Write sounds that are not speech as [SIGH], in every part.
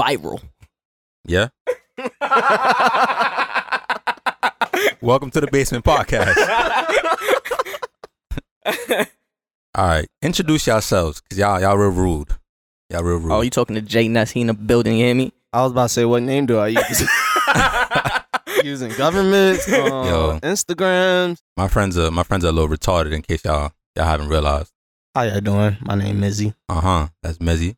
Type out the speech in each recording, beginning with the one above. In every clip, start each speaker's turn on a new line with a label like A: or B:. A: viral.
B: [LAUGHS] Yeah. Welcome to the Basement Podcast. [LAUGHS] All right, introduce yourselves, cause y'all y'all real rude. Y'all real rude.
A: oh, you talking to Jay Nuss? He in the building. You hear
B: [LAUGHS]
A: me?
C: I was about to say, what name do I use? [LAUGHS] Using governments, um,
B: Yo.
C: Instagrams.
B: my friends are my friends are a little retarded. In case y'all y'all haven't realized.
C: How y'all doing? My name Izzy.
B: Uh huh. That's Mezzy.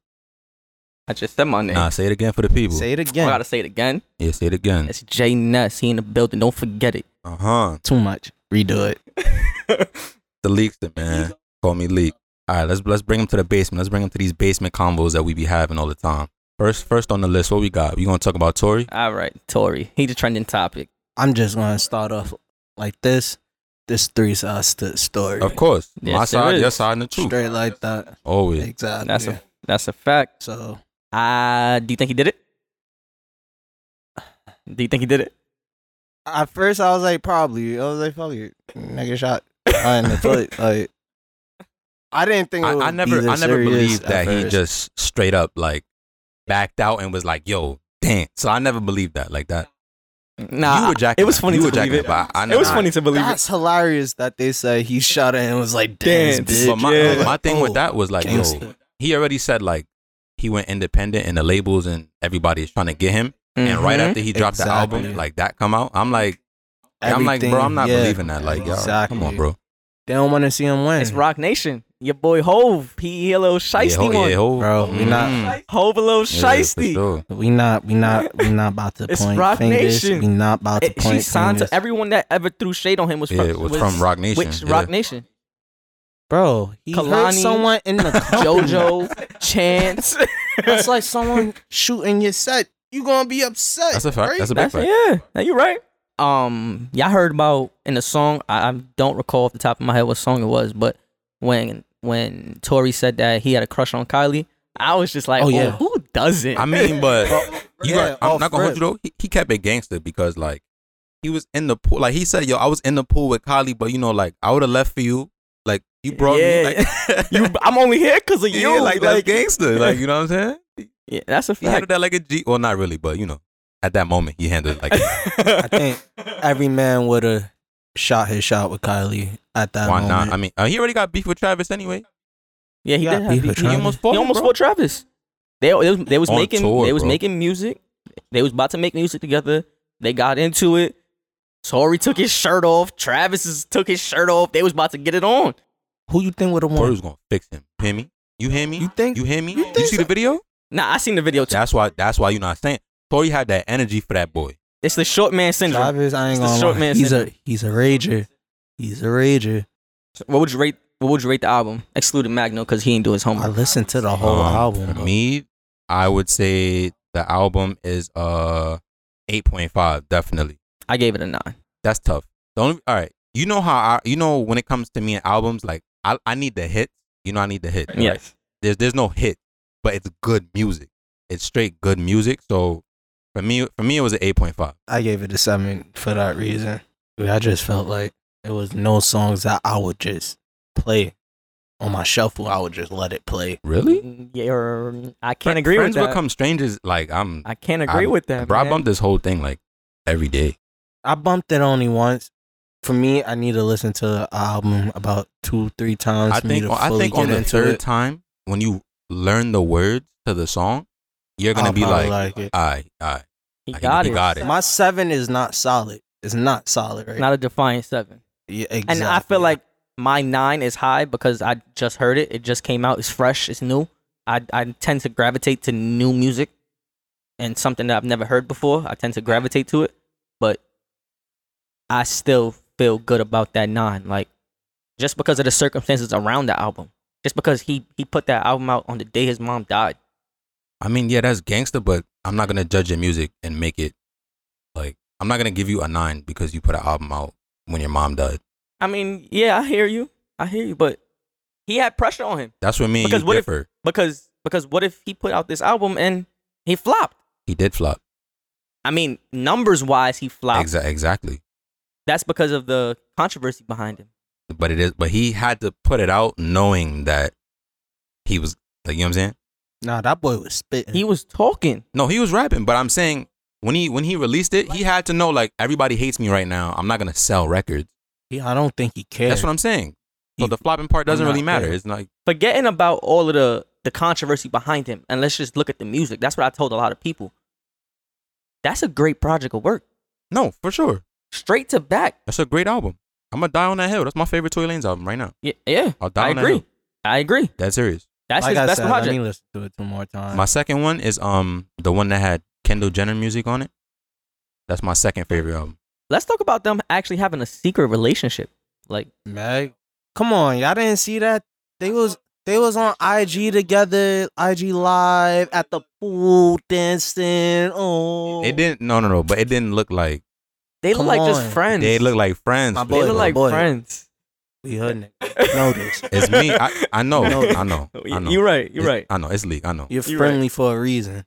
A: I just said my name.
B: Nah, say it again for the people.
C: Say it
A: I
C: again.
A: gotta say it again.
B: yeah, say it again.
A: It's Jay Nuss. He in the building. Don't forget it.
B: Uh huh.
C: Too much. Redo it.
B: The leaks, it, man. Call me leak. All right, let's let's bring them to the basement. Let's bring them to these basement combos that we be having all the time. First, first on the list, what we got? We gonna talk about Tory?
A: All right, Tori. He the trending topic.
C: I'm just gonna start off like this. This three's us to story.
B: Of course,
A: Yes,
B: my
A: there
B: side,
A: is.
B: your side, and the truth.
C: Straight like that.
B: Always.
C: Exactly.
A: That's a that's a fact.
C: so
A: Uh, do you think he did it? Do you think he did it?
C: at first I was like, probably. I was like, fuck it. Nigga shot. I
B: [LAUGHS]
C: in the foot. Like I didn't think it
B: I,
C: would
B: I never,
C: be this
B: I never
C: serious
B: believed
C: at
B: that he
C: first.
B: just straight up like backed out and was like, "Yo, damn." So I never believed that like that.
A: Nah,
B: you were jacking.
A: it was
B: up.
A: funny
B: You
A: to
B: were jacking
A: believe it.
B: up. I, I
A: It was
B: never-
A: funny to believe it.
C: That's hilarious that they said he shot her and was like, damn,
A: Damn, this
C: bitch.
B: But my,
A: yeah.
B: my thing with that was like, yo,
C: gangsta.
B: he already said like he went independent and the labels and everybody is trying to get him. And right
A: Mhm.
B: after he dropped the album,
C: Exactly.
B: like that come out, I'm like, I'm like, bro,
C: Everything,
B: I'm not
C: yeah.
B: believing that. Like, y'all,
C: Exactly.
B: come on, bro.
C: They don't want to see him win.
A: it's Rock Nation. Your boy Hove. He, he a little
B: Yeah,
A: shiesty
B: ho-
A: one.
B: yeah, ho-
C: Bro, we not-
B: Mm.
A: Hove a little
B: Yeah, for
A: shiesty.
B: sure.
C: We not, we
B: [LAUGHS]
C: not, we not about to
A: It's
C: point
A: Rock
C: fingers.
A: Nation.
C: We not about to
A: It-
C: point
A: she signed
C: fingers.
A: to everyone that ever threw shade on him was
B: Yeah,
A: from
B: it was from Rock Nation.
A: Which
B: yeah.
A: Rock Nation?
C: bro. He
A: Kalani.
C: hurt someone in
B: [LAUGHS]
C: the company.
A: JoJo, Chance.
C: That's like someone shooting your set. You gonna be upset.
B: That's a fact.
C: right?
B: That's a
A: [LAUGHS]
B: big
A: That's
B: fact.
A: yeah. Now you right. Um, y'all heard about in the song. I, I don't recall off the top of my head what song it was, but when when Tori said that he had a crush on Kylie, I was just like,
C: Oh,
A: oh,
C: yeah.
A: who doesn't?
B: I mean, but you
C: Oh, Yeah,
B: got, I'm
C: off
B: not gonna hold
C: rip.
B: you though. He, he kept it gangster because like he was in the pool. Like he said, yo, I was in the pool with Kylie, but you know, like I would have left for you. Like you brought
A: Yeah.
C: [LAUGHS]
B: [LAUGHS] me. Like,
A: you, I'm only here because of
B: [LAUGHS] yeah,
A: you.
B: like that's gangster. Like you know what I'm
C: [LAUGHS]
B: saying?
A: yeah, that's a
B: He handled
A: fact.
B: that like a G. Well, not really, but you know, at that moment he handled it like
C: I
B: [LAUGHS]
C: think every man would have shot his shot with Kylie at that
B: why
C: moment.
B: not? I mean, uh, he already got beef with Travis anyway.
A: Yeah, he
C: Yeah,
A: did have
C: he
A: beef.
C: hurt
A: He
C: Travis.
A: almost
B: He fought
A: fought. He
B: him,
A: almost
B: bro.
A: fought Travis. They they was, they was
B: On
A: making
B: tour,
A: they was
B: bro.
A: making music. They was about to make music together. They got into it. Tori took his shirt off. Travis is- took his shirt off. They was about to get it on.
C: Who you think would have
B: Corey
C: won?
B: was gonna fix him. You hear me? You hear me?
C: You think-
B: You hear me?
C: you
B: You,
C: think
B: see
C: so?
B: the video?
A: Nah, I seen the video too.
B: That's why. That's why you're not saying. Tori had that energy for that boy.
A: It's the short man syndrome.
C: Travis, I ain't
A: It's the
C: gonna.
A: short
C: lie.
A: man
C: he's a
A: syndrome.
C: he's a rager. He's a rager.
A: What would you rate? What would you rate the album, excluding Magno, because he didn't do his
C: I
A: homework?
C: listened to the whole
B: Um,
C: album.
B: For
C: bro.
B: me, I would say the album is uh eight point five, definitely.
A: I gave it a nine.
B: That's tough. The only all right. You know how I you know when it comes to me and albums, like I, I need the hit. You know I need the hit. right?
A: Yes.
B: There's there's no hit, but it's good music. It's straight good music. So for me for me it was an eight point five.
C: I gave it a seven for that reason. I just felt like there was no songs that I would just play on my shuffle. I would just let it play.
B: Really?
A: Yeah, or- I can't agree with
B: Friends
A: that.
B: become strangers. Like I'm
A: I can't agree
B: I'm-
A: with that.
B: bro, I
A: man.
B: bump this whole thing like every day.
C: I bumped it only once. For me, I need to listen to the album about two, three times.
B: I
C: for me
B: think
C: to
B: I
C: fully
B: think on
C: get
B: the
C: into
B: third
C: it.
B: time when you learn the words to the song, you're gonna
C: I'll
B: be
C: probably
B: like,
C: it.
B: I I
A: He
B: I
A: got
B: he
A: it.
B: got it.
C: my seven is not solid. It's not solid, right?
A: Not a defiant seven.
C: yeah,
A: And
C: exactly.
A: I feel like my nine is high because I just heard it. It just came out. It's fresh. It's new. I I tend to gravitate to new music and something that I've never heard before. I tend to gravitate to it, but I still feel good about that nine. Like just because of the circumstances around the album, just because he he put that album out on the day his mom died.
B: I mean, yeah, that's gangster, but I'm not gonna judge your music and make it like I'm not gonna give you a nine because you put an album out when your mom died.
A: I mean, yeah, I hear you. I hear you, but he had pressure on him
B: That's what me and
A: Because
B: you
A: what if-
B: differ.
A: because because what if he put out this album and he flopped?
B: he did flop.
A: I mean, numbers wise, he flopped.
B: Exa- exactly.
A: That's because of the controversy behind him.
B: But it is. But he had to put it out knowing that he was like you know what I'm saying.
C: Nah, that boy was spitting.
A: He was talking.
B: No, he was rapping, but I'm saying when he when he released it, he had to know like everybody hates me right now. I'm not gonna sell records.
C: He, I don't think he cared.
B: That's what I'm saying. So
C: He-
B: the flopping part doesn't
C: I'm
B: really
C: not
B: matter.
C: there.
B: It's like
A: Forgetting about all of the the controversy behind him, and let's just look at the music. That's what I told a lot of people. That's a great project of work,
B: no, for sure.
A: straight to back.
B: That's a great album. I'm gonna die on that hill. That's my favorite Toy Lanes album right now.
A: Yeah, yeah.
B: I'll die
A: I
B: on that hill.
A: agree. I agree.
B: That's serious.
A: That's his
C: I
A: best
C: said,
A: project.
C: Let me listen to it two more times.
B: My second one is um the one that had Kendall Jenner music on it. That's my second favorite album.
A: Let's talk about them actually having a secret relationship. Like
C: Meg, come on, y'all didn't see that? They was they was on IG together, IG live at the pool dancing. Oh,
B: It didn't no no no, but it didn't look like
A: they
C: Come
A: look like
C: on.
A: just friends.
B: they look like friends.
C: My
A: they
B: bro.
C: boy,
A: look like
C: boy.
A: friends.
C: We hood [LAUGHS] niggas. Know this.
B: It's me. I,
A: [LAUGHS]
B: I know.
C: No.
B: I know. I know.
A: You're right. You're
B: It's-
A: right.
B: I know. It's league. I know.
C: You're
A: You right.
C: friendly for a reason.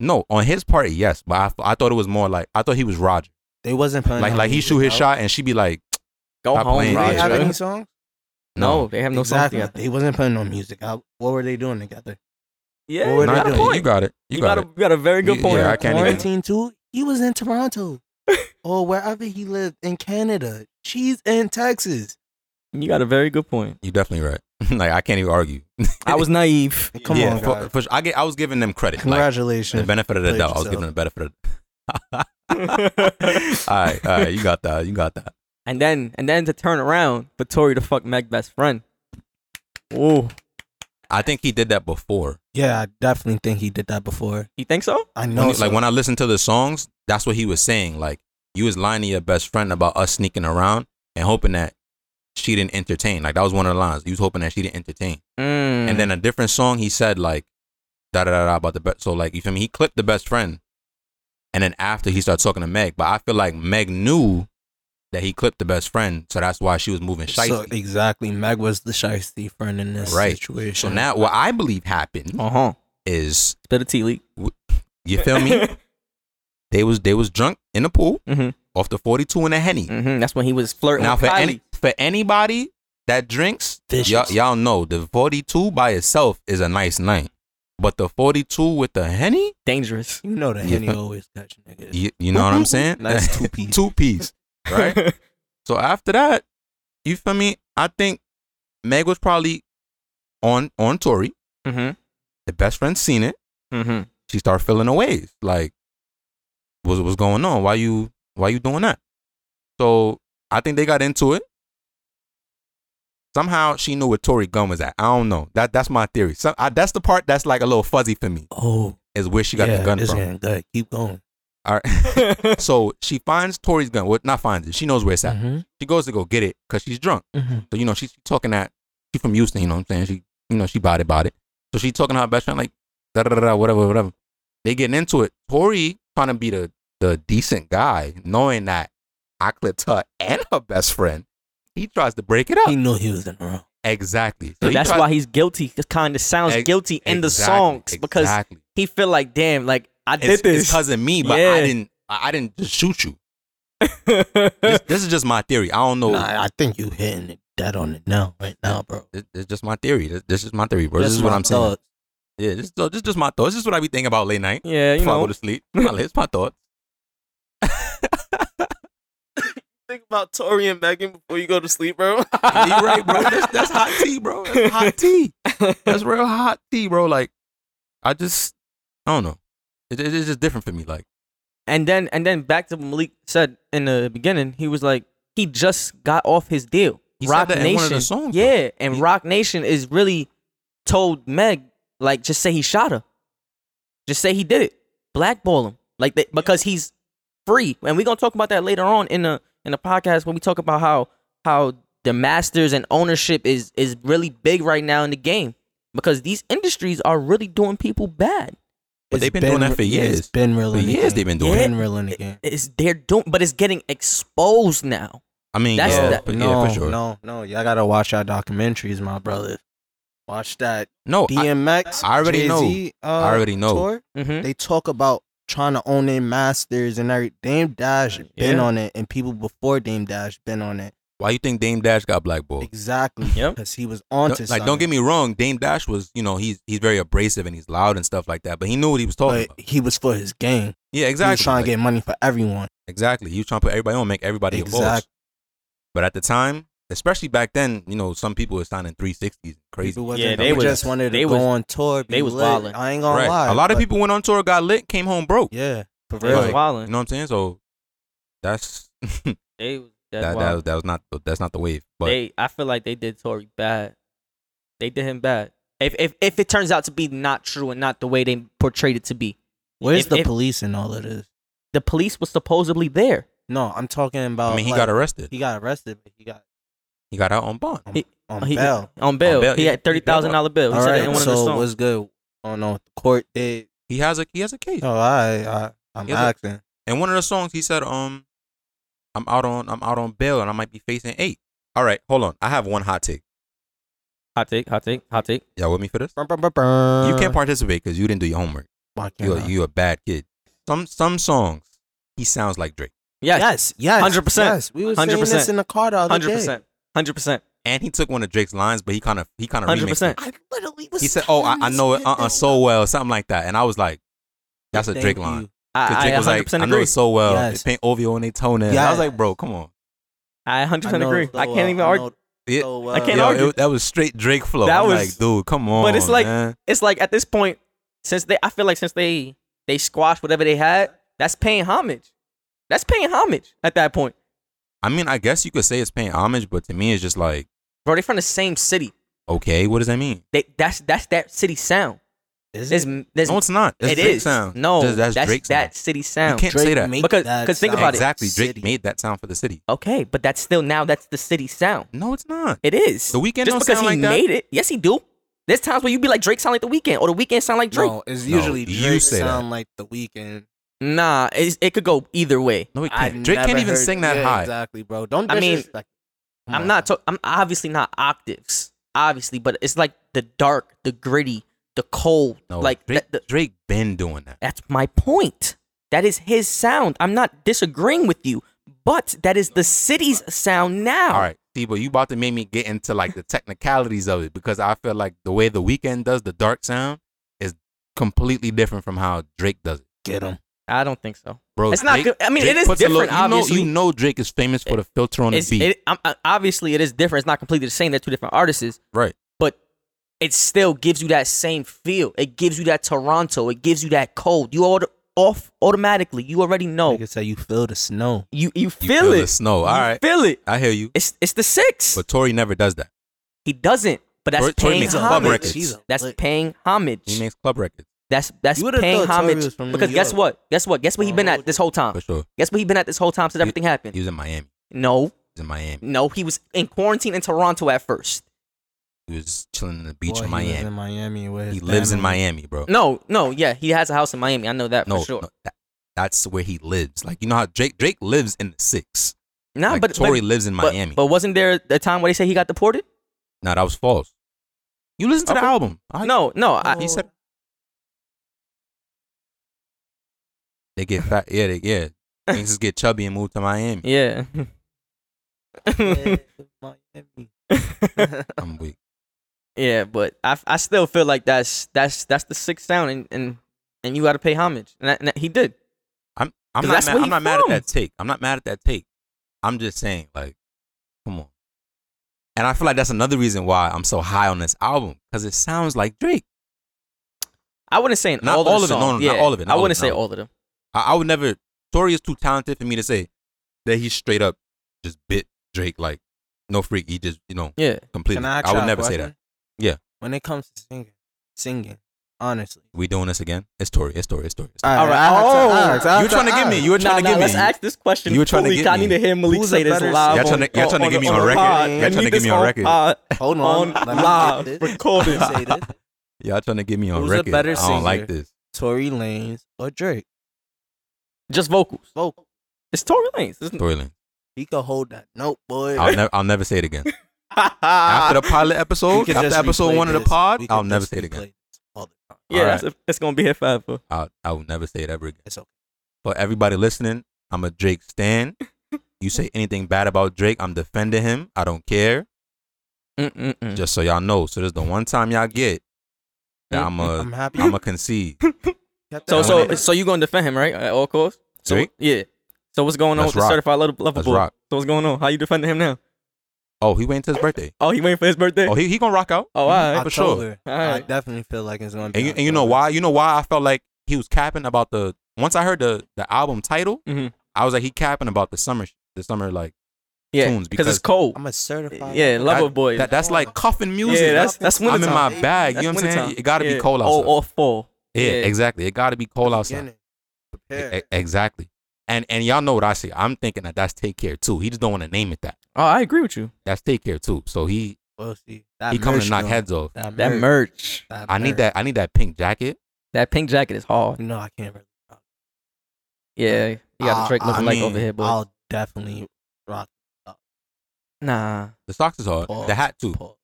B: No, on his part, yes, but I, f- I thought it was more like I thought he was Roger.
C: They wasn't playing.
B: Like
C: no
B: like he
C: music,
B: shoot his
C: though.
B: shot and she be like,
A: Go
B: Stop
A: home,
B: playing.
C: Do they have
A: Roger.
C: any songs?
A: No,
B: no.
A: they have no
C: exactly.
A: songs together.
C: They wasn't putting no music out. What were they doing together?
A: Yeah,
C: What
A: you
C: would I
A: got a
C: do?
A: point.
B: You got it. You,
A: You
B: got,
A: got,
B: it.
A: a, you got a very good
B: Yeah,
A: point.
B: yeah, I can't even-
C: Quarantine too. He was in [LAUGHS] Toronto or wherever he lived in Canada. She's in Texas.
A: You got a very good point.
B: You definitely right. [LAUGHS] like I can't even argue.
A: [LAUGHS] I was naive. [LAUGHS]
C: Come
B: yeah,
C: on,
B: for-
C: guys.
B: for sure. I get. I was giving them credit. Like, the
C: Congratulations.
B: benefit of the
C: Played
B: doubt. I was
C: yourself.
B: giving them the benefit of. the- all right, all right. You got that. You got that.
A: And then and then to turn around for Tori to fuck Meg best friend. Ooh.
B: I think he did that
C: [LAUGHS]
B: before.
C: yeah, I definitely think he did that before.
A: You think so?
C: I
B: When
C: know.
B: he- like when I listened to the songs, that's what he was saying. Like you was lying to your best friend about us sneaking around and hoping that she didn't entertain. Like that was one of the lines. He was hoping that she didn't entertain.
A: Mm.
B: And then a different song, he said like da da da da about the best. So like you feel me? He clipped the best friend, and then after he started talking to Meg. But I feel like Meg knew that he clipped the best friend, so that's why she was moving shiesty.
C: So exactly, Meg was the shiesty friend in this
B: Right. So
C: situation.
B: now what I believe happened
A: uh huh.
B: is
A: Spit a tea leak.
B: you feel
A: [LAUGHS]
B: me? they was they was drunk in the pool
A: Mhm.
B: off the forty two and a henny.
A: hmm That's when he was flirting
B: Now
A: with
B: for
A: Kylie.
B: any for anybody that drinks, y'all,
C: Vicious.
B: y'all know the forty two by itself is a nice night, but the forty two with the henny.
A: Dangerous. [LAUGHS]
C: you know that
B: Yeah.
C: Henny always catch niggas.
B: You, you know what I'm saying? [LAUGHS]
C: Nice two-piece.
B: two piece,
C: [LAUGHS]
B: right? so after that, you feel me? I think Meg was probably on on Tory.
A: [LAUGHS] mm-hmm.
B: The best friend seen it.
A: Mm-hmm.
B: She started feeling her ways. Like, what's what's going on? Why you why you doing that? So I think they got into it. Somehow she knew where Tory Gun was at. I don't know. That that's my theory. So I, that's the part that's like a little fuzzy for me.
C: Oh,
B: Is where she got
C: yeah,
B: the gun
C: this
B: from.
C: man good. Keep going.
B: All right. so she finds Tori's gun. Well, not finds it. She knows where it's at.
C: Mhm,
B: She goes to go get it because she's drunk.
C: mhm.
B: So you know she's talking that she from Houston. You know what I'm saying? She you know she bought it, bought it. So she talking to her best friend like da da da da whatever whatever. They getting into it. Tori trying to be the the decent guy, knowing that I clipped her and her best friend. He tries to break it up.
C: He knew he was in the wrong.
B: exactly.
A: So
B: he
A: that's
B: tries-
A: why he's guilty. It kind of sounds
B: Ex-
A: guilty in the
B: Exactly,
A: songs because
B: exactly.
A: he feel like, damn, like I did
B: it's,
A: this.
B: it's cousin me, but I
A: Yeah.
B: didn't. I I didn't just shoot you. This, this is just my theory.
A: [LAUGHS]
B: I don't know.
C: Nah, I think you hitting it dead on it now, right now, bro.
B: This, this is just my theory. This, this is my theory, bro. this
C: Just
B: is what
C: my
B: I'm saying.
C: thoughts.
B: Yeah, this, so this is just my thoughts. This is what I be thinking about late night.
A: [LAUGHS] yeah, you
B: Before I go
A: know.
B: to sleep. It's my
C: [LAUGHS]
B: thoughts.
C: Think about Tori and Megan before you go to sleep, bro.
B: Yeah, you right, bro. That's, that's hot tea, bro. That's
C: [LAUGHS]
B: hot tea. That's real hot tea, bro. Like, I just, I don't know. It, it- it's just different for me. Like,
A: And then and then back to what Malik said in the beginning, he was like, he just got off his deal.
B: He said
A: Rock
B: that in
A: Nation.
B: one of the songs,
A: yeah, and
B: He-
A: Rock Nation is really told Meg, like, just say he shot her. Just say he did it. Blackball him. Like that because he's free. And we're gonna talk about that later on in the in the podcast when we talk about how how the masters and ownership is is really big right now in the game. Because these industries are really doing people bad.
B: but they've been, doing that for years.
C: It's been real
B: for
C: in the
B: years,
C: game.
B: they've been doing
A: Yeah.
B: it.
C: Been real in the game.
A: It's they're doing but it's getting exposed now.
B: I mean,
A: That's
B: yeah,
A: that-
B: for,
C: no,
B: yeah, for sure. No,
C: no, no. Y'all gotta watch our documentaries, my brother. Watch that
B: I,
C: DMX.
B: I already
C: Jay-Z, uh,
B: I already know.
C: tour.
A: Mm-hmm.
C: They talk about trying to own their masters and everything. Dame Dash been
A: Yeah.
C: on it, and people before Dame Dash been on it.
B: Why you think Dame Dash got blackballed? [LAUGHS]
C: Exactly.
A: Yep.
C: Because he was onto
B: No,
C: something.
B: like, don't get me wrong. Dame Dash was, you know, he's he's very abrasive and he's loud and stuff like that. But he knew what he was talking
C: But
B: about.
C: he was for his game.
B: Yeah,
C: He
B: exactly.
C: was trying
B: Like,
C: to get money for everyone.
B: Exactly. You trying to put everybody on, make everybody a boss.
C: Exact-
B: But at the time, especially back then, you know, some people were signing 360s. Crazy.
C: People
A: Yeah,
C: wasn't,
A: they
C: they
A: was-
C: just wanted to
A: they
C: go
A: was-
C: on tour. Be
A: they was
C: lit.
A: wildin'.
C: I ain't gonna
B: Right.
C: lie.
B: a lot of
C: but-
B: people went on tour, got lit, came home broke.
C: Yeah, for
A: They was
B: Like,
C: real.
B: You
A: wilding.
B: know what I'm saying? So that's that,
A: They was dead
B: that,
A: wildin'.
B: was- that was not that's not the wave. But
A: they, I feel like they did Tory bad. They did him bad. If if if it turns out to be not true and not the way they portrayed it to be,
C: Where's
A: If-
C: the
A: if-
C: police in all of this?
A: the police was supposedly there.
C: No, I'm talking about.
B: I mean, he
C: like,
B: got arrested.
C: He got arrested. But he got
B: He got out on bond.
C: on
A: Oh, He-
C: bail.
A: on bail.
B: On bail,
A: He
B: yeah.
A: had thirty thousand dollar bill. He
C: All
A: said it in
C: right.
A: one of the
C: So
A: songs.
C: what's good? Oh no, the court
A: [LAUGHS]
C: did.
B: He has a he has a case.
C: Oh, I, I I'm
B: Yeah, but-
C: acting.
B: And one of the songs he said, um, I'm out on I'm out on bail and I might be facing eight. All right, hold on. I have one hot take.
A: Hot take, hot take, hot take.
B: Y'all with me for this?
C: Brum, brum, brum, brum.
B: you can't participate because you didn't do your homework.
C: Why can't
B: You
C: I?
B: a, you a bad kid. Some some songs he sounds like Drake,
A: Yes,
C: yes, yes,
A: 100%.
C: yes. We were saying this
A: 100%.
C: in the car the other
A: hundred
C: day.
A: percent, hundred percent.
B: and he took one of Drake's lines, but he kind of he kind of
A: 100%.
C: I literally was.
B: He said, "Oh, I, I
C: telling
B: know
C: this
B: it uh uh
C: kid
B: so well, something like that," and I was like, "That's a
C: Thank
B: Drake
C: you.
B: line."
A: I,
B: 'Cause
A: I
B: Drake was
A: 100
B: like,
A: percent
B: "I know
A: agree.
B: it so well."
C: Yes.
B: They paint Ovio on their toenails. I was like,
C: Yes.
B: "Bro, come on."
A: I hundred
C: I
A: percent
C: know
A: agree.
C: it so
A: I can't
C: well.
A: even
C: I
A: argue.
C: know
B: Yeah.
C: it so well.
A: I can't
B: Yo,
A: argue.
B: it- that was straight Drake flow.
A: That
B: I'm
A: was-
B: like, dude, come on.
A: But it's like-
B: man.
A: It's like at this point, since they, I feel like since they they squashed whatever they had, that's paying homage. That's paying homage at that point,
B: I mean, I guess you could say it's paying homage, but to me, it's just like,
A: bro. They from the same city.
B: okay, what does that mean?
A: They that's that's that city sound.
C: Is
A: There's,
C: it?
A: there's,
B: No, it's not. That's
A: it
B: Drake
A: is.
B: sound.
A: No,
B: Just-
A: that's,
B: that's, Drake
A: that
B: sound.
A: city
B: You
A: sound.
B: can't say that.
C: made
A: Because-
C: that
A: 'cause think
C: sound.
A: about it.
B: exactly.
C: City.
B: Drake made that sound for the city.
A: Okay, but that's still now that's the city sound.
B: No, it's not.
A: It is.
B: The Weeknd
A: Just
B: don't
A: because
B: sound
A: he
B: like that.
A: made it. Yes, he do. There's times where you be like Drake sound like the weekend, or the weekend sound like Drake.
C: No, it's
B: No,
C: usually
B: you
C: Drake
B: say that.
C: sound like the weekend.
A: Nah, it's, it could go either way.
B: No, it
C: I
B: can't. Drake can't
C: never
B: even
C: heard-
B: sing that
C: yeah,
B: high.
C: Exactly, bro. Don't.
A: I mean,
C: disrespect- Come
A: I'm
C: on.
A: not. To- I'm obviously not octaves, obviously, but it's like the dark, the gritty, the cold.
B: No,
A: like
B: Drake,
A: that- the-
B: Drake been doing that.
A: that's my point. That is his sound. I'm not disagreeing with you, but that is the city's sound now.
B: All right, see, but you about to make me get into like the technicalities of it because I feel like the way the weekend does the dark sound is completely different from how Drake does it,
C: get him.
A: I don't think so.
B: bro.
A: It's not
B: Drake-
A: good- I mean, it
B: Drake
A: is
B: puts a
A: different,
B: you know-
A: obviously.
B: you know, Drake is famous for the filter on the
A: It's,
B: beat,
A: it, I'm, I- obviously, it is different. It's not completely the same. They're two different artists,
B: right?
A: but it still gives you that same feel. It gives you that Toronto. It gives you that cold. You auto- off automatically. You already know.
C: Like I said, you feel the snow.
A: You you
B: You
A: feel
B: feel
A: it.
B: the snow. All
A: You
B: right,
A: feel it.
B: I hear you,
A: It's it's the six.
B: but Tori never does that.
A: he doesn't. But that's
B: Tori- Tori
A: paying
B: makes club
A: homage.
B: records.
C: She's a
A: That's
C: lick.
A: paying homage.
B: He makes club records
A: that's that's
C: You would've
A: paying
C: thought Tori
A: homage.
C: was from New
A: Because guess
C: York.
A: what? Guess what? Guess where he been
C: Oh,
A: at this whole time?
B: for sure.
A: Guess where he been at this whole time since everything
B: He
A: happened?
B: was in Miami.
A: No,
B: He was in Miami.
A: no, he was in quarantine in Toronto at first.
B: He was chilling on the beach
C: Boy,
B: in
C: He lives
B: Miami.
C: in Miami. with
B: He
C: his
B: lives in
C: family.
B: Miami, bro.
A: No, no, yeah, he has a house in Miami. I know that
B: No,
A: for sure.
B: no, that, that's where he lives. Like you know how Drake Drake lives in the six.
A: No,
B: like,
A: but
B: Tory
A: but,
B: lives in
A: but-
B: Miami.
A: But, wasn't there a time where they say he got deported?
B: No, that was false. You listen to
A: Okay.
B: the album. I,
A: no, no.
C: Oh.
A: I,
B: he said they get fat. Yeah, they,
A: [LAUGHS]
B: yeah. Niggas get chubby and move to Miami.
A: yeah. [LAUGHS]
B: [LAUGHS]
C: Miami.
B: I'm weak.
A: yeah, but I, I still feel like that's that's that's the sixth sound, and and, and you got to pay homage, and, that, and that- he did.
B: I'm I'm
A: 'Cause
B: not
A: that's
B: mad,
A: where
B: I'm
A: he
B: not mad at
A: from.
B: that take. I'm not mad at that take. I'm just saying, like, come on. And I feel like that's another reason why I'm so high on this album because it sounds like Drake.
A: I wouldn't say in
B: Not
A: all, of,
B: all of it,
A: the
B: no,
A: songs.
B: no, not
A: yeah,
B: all of it, not
A: I
B: all of
A: wouldn't
B: it,
A: say
B: not
A: all of them.
B: I, I would never. Tori is too talented for me to say that he straight up just bit Drake like no freak. He just you know
A: Yeah,
B: completely.
C: Can I,
B: I,
C: try
B: would
C: a
B: never say
C: question?
B: that. Yeah.
C: When it comes to singing, singing, honestly.
B: We doing this again? It's Tori. It's Tori. It's Tori. It's Tori.
A: All right. Oh,
B: you were trying to give me. You were
A: nah,
B: trying
A: nah,
B: to
A: let's
B: give me.
A: ask this question.
B: you were trying to
A: fully,
B: get
A: 'cause I
B: me.
A: need to hear Malik
C: Who's
A: say
C: a
A: this
C: better-
A: live.
B: Y'all
A: on-
B: tryna- y'all
A: on-
B: tryna
A: on
B: get
A: the-
B: me
A: on
B: on
A: the
B: record?
A: pod.
B: Y'all
A: I
B: tryna
A: need
B: get
A: this
B: me on record?
A: pod.
C: Hold
A: on
C: on. let me get
A: live
C: this.
A: recording.
C: Let me
B: [LAUGHS]
C: say this.
B: Y'all trying to get me on
C: Who's a
B: record.
C: better
B: I don't like
C: singer?
B: this.
C: Tory Lanez or Drake?
A: Just vocals.
C: Vocal.
A: It's Tory Lanez. It's-
B: Tory Lane.
C: He could hold that note, boy. [LAUGHS]
B: I'll never. I'll never say it again. [LAUGHS] After
A: [LAUGHS]
B: the pilot
C: We
B: episode,
C: could
B: after
C: just
B: episode
C: replay
B: one of the
C: this.
B: pod,
C: We could
B: I'll never
C: just
B: say it
C: replay
B: again.
C: this all the time.
A: yeah,
B: All right.
A: that's- it's gonna be here forever.
B: I'll, I will never say it ever again.
C: It's okay.
B: But everybody listening, I'm a Drake stan. You say anything bad about Drake, I'm defending him. I don't care.
A: Mm-mm-mm.
B: Just so y'all know. So this is the one time y'all get that I'm
C: [LAUGHS]
B: a
C: I'm happy.
B: I'm a concede.
C: Kept
A: So
C: it on
A: so
C: it.
A: so you gonna defend him right at all costs? So
B: Drake?
A: yeah. So what's going on with
B: Let's
A: the
B: rock.
A: certified level, level
B: Let's
A: boy?
B: rock.
A: So what's going on? How you defending him now?
B: Oh, he waiting till his
A: [LAUGHS]
B: birthday.
A: Oh, he waiting for his birthday.
B: Oh, he he gonna rock out.
A: Oh, all right.
B: for sure.
C: October. I
A: Alright.
C: definitely feel like it's gonna be.
B: And you, and you know
C: October.
B: why? You know why I felt like he was capping about the once I heard the the album title,
A: Mhm.
B: I was like he capping about the summer sh- the summer like
A: yeah,
B: tunes
A: because
B: because
A: it's cold.
C: I'm a certified.
A: Yeah, level
B: that-
A: boy.
B: that, that's like cuffing music.
A: yeah, that's that's winter
B: I'm in my
A: time.
B: bag.
A: That's
B: you know what I'm saying?
A: wintertime.
B: It got to
A: Yeah.
B: be cold
A: Oh,
B: outside.
A: or fall.
B: yeah,
A: yeah.
B: exactly. It got to be cold outside.
C: Beginning. Prepare.
B: E- e- exactly. And and y'all know what I say. I'm thinking that that's take care too. He just don't want to name it that.
A: Oh, I agree with you.
B: That's take care too. So he
C: We'll see. That
B: he coming
C: merch
B: to knock
C: though.
B: heads off.
A: That
C: merch.
A: merch,
C: That
B: I
C: merch.
B: need that. I need that pink jacket.
A: that pink jacket is hard.
C: No, I can't. Really.
A: Yeah, you got
C: Uh,
A: the Drake
C: I
A: looking like
B: mean,
A: over here, boy.
C: I'll definitely rock.
A: nah.
B: The socks is hard.
C: Pause.
B: The hat too.
C: Pause.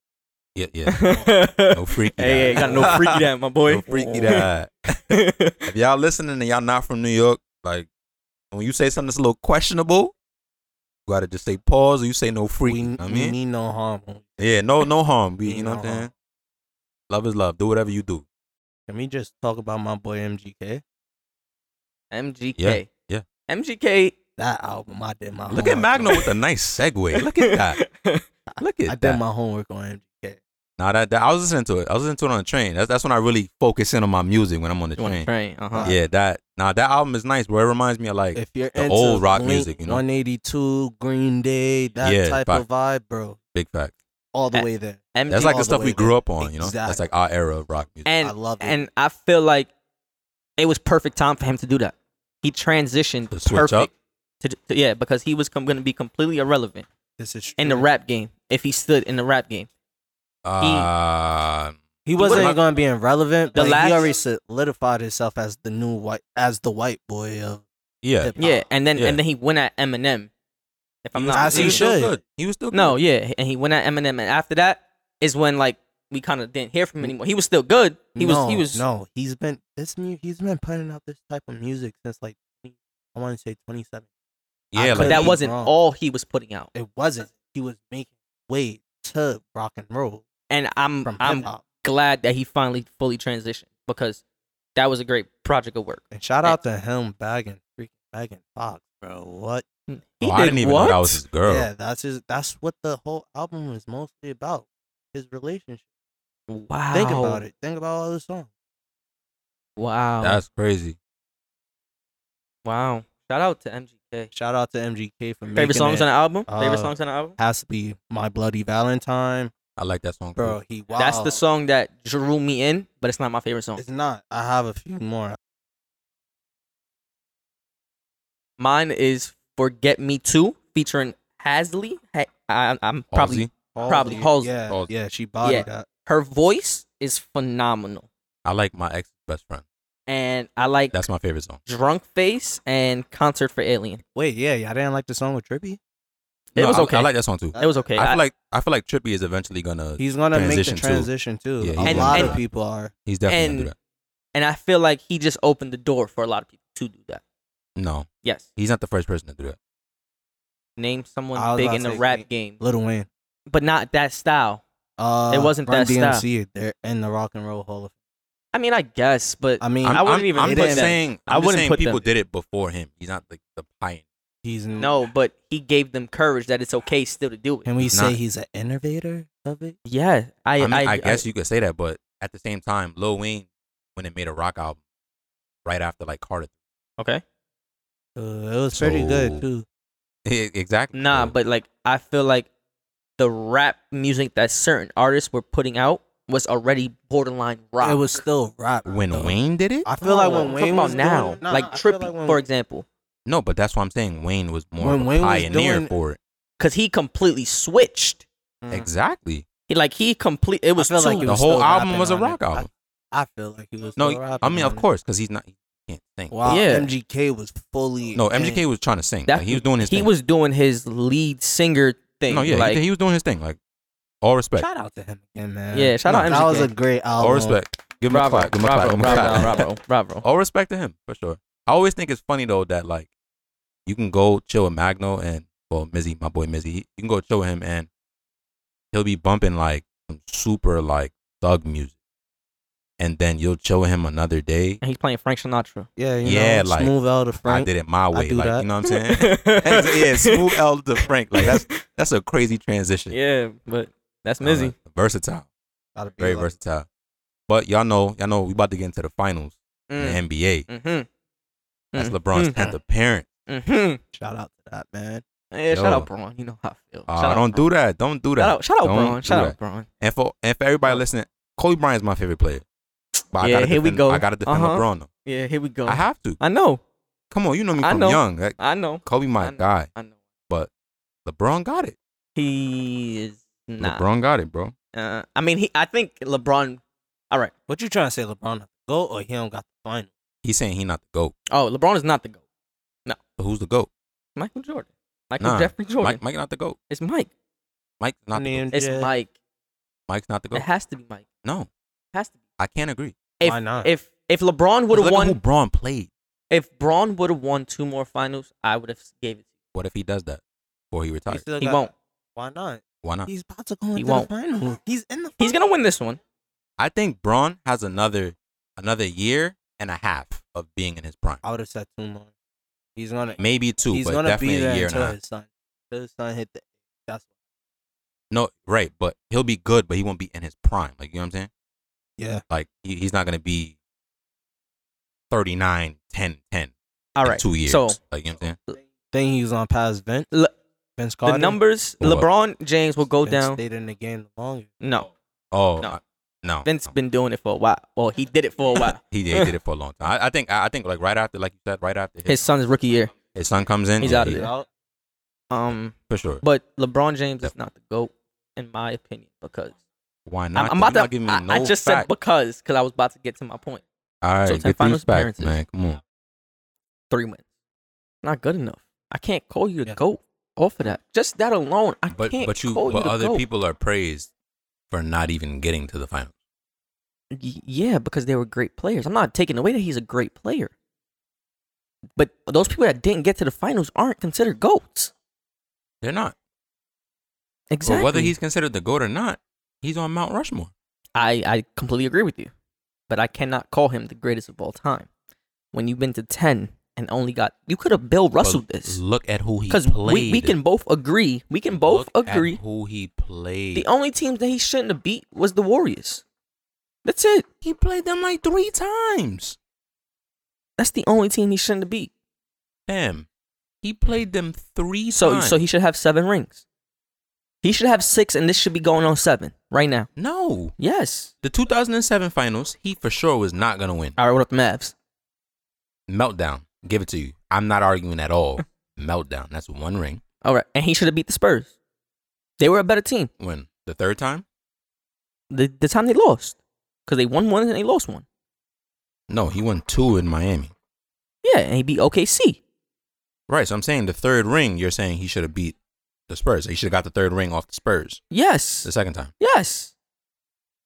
B: Yeah,
C: [LAUGHS]
B: yeah.
A: hey,
B: [LAUGHS] No freaky.
A: hey,
B: that.
A: got no
B: [LAUGHS]
A: freaky that, my boy.
B: No
A: [LAUGHS]
B: freaky that. If y'all listening and y'all not from New York, like when you say something that's a little questionable, you gotta just say pause or you say no freaky.
C: We,
B: you know what I
C: we
B: mean,
C: need no harm. homie.
B: yeah, no, no harm. We,
C: [LAUGHS] We
B: you know
C: no
B: what I'm saying?
C: harm.
B: Love is love. Do whatever you do.
C: Can we just talk about my boy MGK?
A: MGK.
B: Yeah, yeah.
A: MGK.
C: That album, I did my.
B: Look at
C: homework
B: Magno
C: on. [LAUGHS]
B: with a nice segue. Look at that.
A: [LAUGHS]
B: Look at
C: I did
B: that.
C: my homework on MGK.
B: nah, that, that- I was listening to it. I was listening to it on the train. That's that's when I really focus in on my music when I'm on the
A: You want to
B: train.
A: train? Uh huh.
B: Yeah, that. Nah, that album is nice, bro. It reminds me of like
C: If you're
B: the
C: into
B: old rock
C: Blink
B: music, you know?
C: 182, Green Day, that
B: Yeah,
C: type
B: fact.
C: of vibe, bro,
B: big fact.
C: all the
A: Eh,
C: way there.
A: MGK.
B: That's like the
C: all the
B: stuff
C: way
B: we
C: there.
B: grew up on. You know, that's
C: Exactly.
B: like our era of rock music.
A: and
C: I love it.
A: and I feel like it was perfect time for him to do that. He transitioned
B: To switch
A: perfect.
B: up?
A: To, to- yeah, because he was com- going to be completely irrelevant
C: this is true.
A: in the rap game if he stood in the rap game.
B: Uh,
C: He wasn't
B: would've-
C: going to be irrelevant,
A: The
C: but
A: last-
C: he already solidified himself as the new white, as the white boy of
B: yeah.
C: hip hop.
A: Yeah, and then
B: Yeah.
A: and then he went at Eminem. If I'm
B: He
A: not
B: was-
C: Mm, As he
B: he was
A: mistaken.
B: still
C: should.
B: good. He was still
A: No,
B: good.
A: yeah, and he went at Eminem, and after that is when like we kind of didn't hear from him anymore. He was still good. He was he was
C: Mm. no. He's been this. Mu- he's been putting out this type of music since like 20 I want to say 27. I
B: yeah.
C: could've-
A: but
B: Like,
A: that
C: he's
A: wasn't
C: wrong.
A: all he was putting out.
C: It wasn't. He was making way to rock and roll
A: And I'm
C: from hip
A: Mm, I'm
C: hop.
A: glad that he finally fully transitioned because that was a great project of work.
C: And shout out to him bagging, freaking bagging Fox, bro. What?
A: He
B: oh, I didn't even know that was his girl.
C: Yeah, that's his. That's what the whole album is mostly about. His relationship.
A: Wow.
C: Think about it. Think about all the songs.
A: Wow.
B: That's crazy.
A: wow. Shout out to MGK.
C: Shout out to MGK for making
A: Favorite songs
C: it.
A: on the album? Favorite
C: Uh,
A: songs on the album?
C: Has to be my bloody Valentine,
B: I like that song,
C: bro. He wow.
A: That's the song that drew me in, but it's not my favorite song.
C: It's not. I have a few more.
A: Mine is Forget Me Too featuring Hasley. Ha- I, I'm probably
B: Halsey.
A: Probably Halsey.
C: Yeah,
B: Halsey.
C: yeah, she bodied
A: Yeah.
C: that.
A: her voice is phenomenal.
B: I like my ex best friend.
A: And I like
B: That's my favorite song.
A: Drunk Face and Concert for Alien.
C: Wait, yeah, y'all didn't like the song with Trippy?
A: It was
B: I-
A: okay.
B: I, like that song too.
A: It was okay.
B: I
A: I-
B: feel like I feel like Trippy is eventually gonna.
C: He's gonna make the
B: Transition too.
C: transition too.
B: Yeah, he's
C: a
A: gonna
C: lot
A: do
C: of
A: that.
C: people are.
B: he's definitely
A: and-
B: gonna do that.
A: and I feel like he just opened the door for a lot of people to do that.
B: No,
A: Yes.
B: he's not the first person to do that.
A: Name someone
C: I was
A: big
C: about
A: in
C: to
A: the
C: say
A: rap
C: Lil-
A: game,
C: Little Wayne.
A: but not that style.
C: Uh,
A: It wasn't
C: Run
A: that style.
C: DMC. They're in the Rock and Roll Hall of
A: I mean, I guess, but
C: Fame. I mean,
A: I'm- wouldn't even
B: I'm
C: put
B: just
C: them.
B: saying.
A: I
B: I'm just
A: wouldn't
B: saying
A: put
B: people
A: them.
B: did it before him. He's not like the pioneer.
C: he's n-
A: no, but he gave them courage that it's okay still to do it.
C: Can we
B: He's
C: say
B: not.
C: he's an innovator of it?
A: Yeah, I,
B: I, mean,
A: I,
B: I, guess you could say that, but at the same time, Lil Wayne when it made a rock album right after like Carter. [LAUGHS]
A: okay.
C: Uh, it was pretty
B: So-
C: good too.
B: E-, exactly.
A: Nah,
B: So,
A: but like I feel like the rap music that certain artists were putting out was already borderline rock.
C: It was still rap.
B: when
C: though.
B: Wayne did it,
C: I feel like when
A: I'm
C: Wayne
A: talking about
C: was doing
A: now,
C: it- nah,
A: like
C: nah, I feel
A: Trippy,
C: when-
A: for example,
B: no, but that's why I'm saying Wayne was more
C: When
B: of a
C: Wayne was
B: pioneer
C: doing-
B: for it.
A: because he completely switched.
C: Mm.
B: Exactly.
A: He like he complete. It was
C: I feel like
A: too-
C: he
B: The
C: was
B: whole
C: still
B: album
C: rapping
B: was a
C: on
B: rock
C: it. I-
B: album.
C: I feel like he was.
B: No,
C: still
B: I
C: rapping
B: mean
C: on
B: of
C: it.
B: course, because he's not. He can't sing.
C: Wow,
A: Yeah.
C: MGK was fully.
B: No,
C: in.
B: MGK was trying to sing.
A: that
B: Like, he was doing his.
A: he
B: thing.
A: was doing his lead singer thing.
B: No, yeah, he-
A: like
B: he, was doing his thing. Like all respect,
C: Shout out to him again, man.
A: Yeah, shout out
C: That was
A: MGK.
C: a great album.
B: all respect. Give him a
A: bravo,
B: clap. Give him a clap.
A: bravo,
B: Give him a clap.
A: bravo, bravo, bravo.
B: [LAUGHS] all respect to him for sure. I always think it's funny though that like you can go chill with Magno and well, Mizzy, my boy Mizzy, he- you can go chill with him and he'll be bumping like some super like thug music. And then you'll chill with him another day.
A: And he's playing Frank Sinatra.
C: Yeah, you
B: Yeah,
C: know,
B: like,
C: smooth out of
B: I
C: Frank.
B: did it my way.
C: do
B: Like,
C: that.
B: you know
A: [LAUGHS]
B: what I'm saying? Exa- yeah, smooth L to Frank. Like that's that's a crazy transition.
A: yeah, but that's
B: I don't
A: Mizzy.
B: know. Versatile.
C: Gotta be
B: Very
C: like-
B: versatile. But y'all know, y'all know we about to get into the finals
A: Mm.
B: in the NBA.
A: Mm-hmm.
B: That's
A: Mm.
B: LeBron's
A: Mm.
B: 10th appearance.
A: Mm-hmm.
C: Shout out to that man.
A: Yeah, shout
B: Yo.
A: out Braun. You know how I feel.
B: Uh,
A: shout out
B: don't
A: Braun.
B: do that. Don't do that.
A: Shout out, shout out
B: Don't
A: Braun.
B: do
A: Shout
B: that.
A: out Braun.
B: And for and for everybody listening, Kobe Bryant's my favorite player. But
A: Yeah,
B: gotta
A: here we
B: defend-
A: go.
B: I gotta defend
A: Uh-huh.
B: LeBron. Though.
A: Yeah, here we go.
B: I
A: I,
B: have to.
A: know.
B: Come on, you know me
A: I
B: from
A: know.
B: young. Like,
A: I know.
B: Kobe, my
A: I know.
B: guy.
A: I know.
B: LeBron got it.
A: He is not.
B: LeBron got it, bro.
A: Uh, I mean, he. I think LeBron. All right.
C: What you trying to say, LeBron? Go or he don't got the final?
B: He's saying he not the goat.
A: Oh, LeBron is not the goat.
B: But who's the goat?
A: Michael Jordan. Michael
B: Nah,
A: Jeffrey Jordan.
B: Mike, Mike not the goat.
A: it's Mike.
B: Mike not. The,
C: Named,
A: It's
C: uh,
A: Mike.
B: Mike's not the
A: It
B: goat.
A: has to be Mike.
B: No,
A: It has to be.
B: I can't agree.
A: If,
C: Why not?
A: If if LeBron would have
B: Look at Who
A: won,
B: Braun played.
A: if Braun would have won two more finals, I would have gave it.
B: What if he does that before he retires?
C: still
A: He
C: got-
A: won't.
C: Why not?
B: Why not?
C: He's about to go into
A: won't.
C: the
B: Mm-hmm.
C: final. He's in the.
A: He's gonna win this one.
B: I think Braun has another another year and a half of being in his prime.
C: I would have said two more. He's gonna.
B: Maybe two,
C: he's
B: but
C: gonna be
B: definitely
C: there
B: a year and a
C: until
B: half.
C: his son. Until his son hit the. That's
B: No, right, but he'll be good, but he won't be in his prime. Like you know what I'm saying?
C: yeah.
B: Like he, he's not gonna be 39, 10, 10
A: All
B: in
A: right.
B: two years.
A: So
B: like you know what I'm saying?
C: Then he was on past Vince.
A: Le-
C: Vince Carter.
A: the numbers.
B: Or what?
A: LeBron James will go
C: Vince
A: down.
C: Stayed in the game longer.
A: No,
B: Oh
A: No.
B: I- no.
A: Vince been doing it for a while. Well, he did it for
B: [LAUGHS]
A: a while.
B: he, did, he did it for a long time. I, I think I, I think like right after, like you said, right after
A: His
B: his,
A: son's rookie year.
B: his son comes in,
A: He's
B: yeah,
A: outta
B: he-
A: there.
C: Out.
A: Um,
B: for sure.
A: but LeBron James is not the goat in my opinion because
B: Why not?
A: I'm, I'm
B: You're
A: about to.
B: not giving me
A: I,
B: no
A: I just
B: fact.
A: said because because I was about to get to my point.
B: All right,
A: so 10
B: get
A: finals
B: these facts,
A: appearances.
B: man. Come on.
A: Three wins, not good enough. I can't call you the
C: Yeah.
A: goat off of that. Just that alone, I
B: But
A: can't.
B: but you
A: call
B: but
A: you the
B: other
A: GOAT.
B: people are praised for not even getting to the final.
A: Y- Yeah, because they were great players. I'm not taking away that he's a great player. But those people that didn't get to the finals aren't considered goats.
B: They're not. But
A: Exactly.
B: whether he's considered the goat or not, he's on Mount Rushmore.
A: I, I completely agree with you. But I cannot call him the greatest of all time. When you've been to 10 and only got. You could have Bill
B: But
A: Russell this.
B: Look at who he
A: Because
B: played.
A: we, we can both agree. We can both
B: Look at
A: agree.
B: who he played.
A: The only teams that he shouldn't have beat was the Warriors. That's it.
B: he played them like three times.
A: That's the only team he shouldn't have beat.
B: Damn. He played them three
A: So,
B: times.
A: so he should have seven rings. He should have six, and this should be going on seven right now.
B: no.
A: Yes.
B: The 2007 finals, he for sure was not going to win.
A: All right, what up, the Mavs?
B: Meltdown. Give it to you. I'm not arguing at
C: [LAUGHS]
B: all. Meltdown. That's one ring.
A: All right, and he should have beat the Spurs. They were a better team.
B: When? The third time?
A: The, the time they lost, because they won one and they lost one.
B: No, he won two in Miami.
A: Yeah, and he beat OKC.
B: Right. So I'm saying the third ring, you're saying he should have beat the Spurs. He should have got the third ring off the Spurs
A: Yes.
B: the second time.
A: Yes.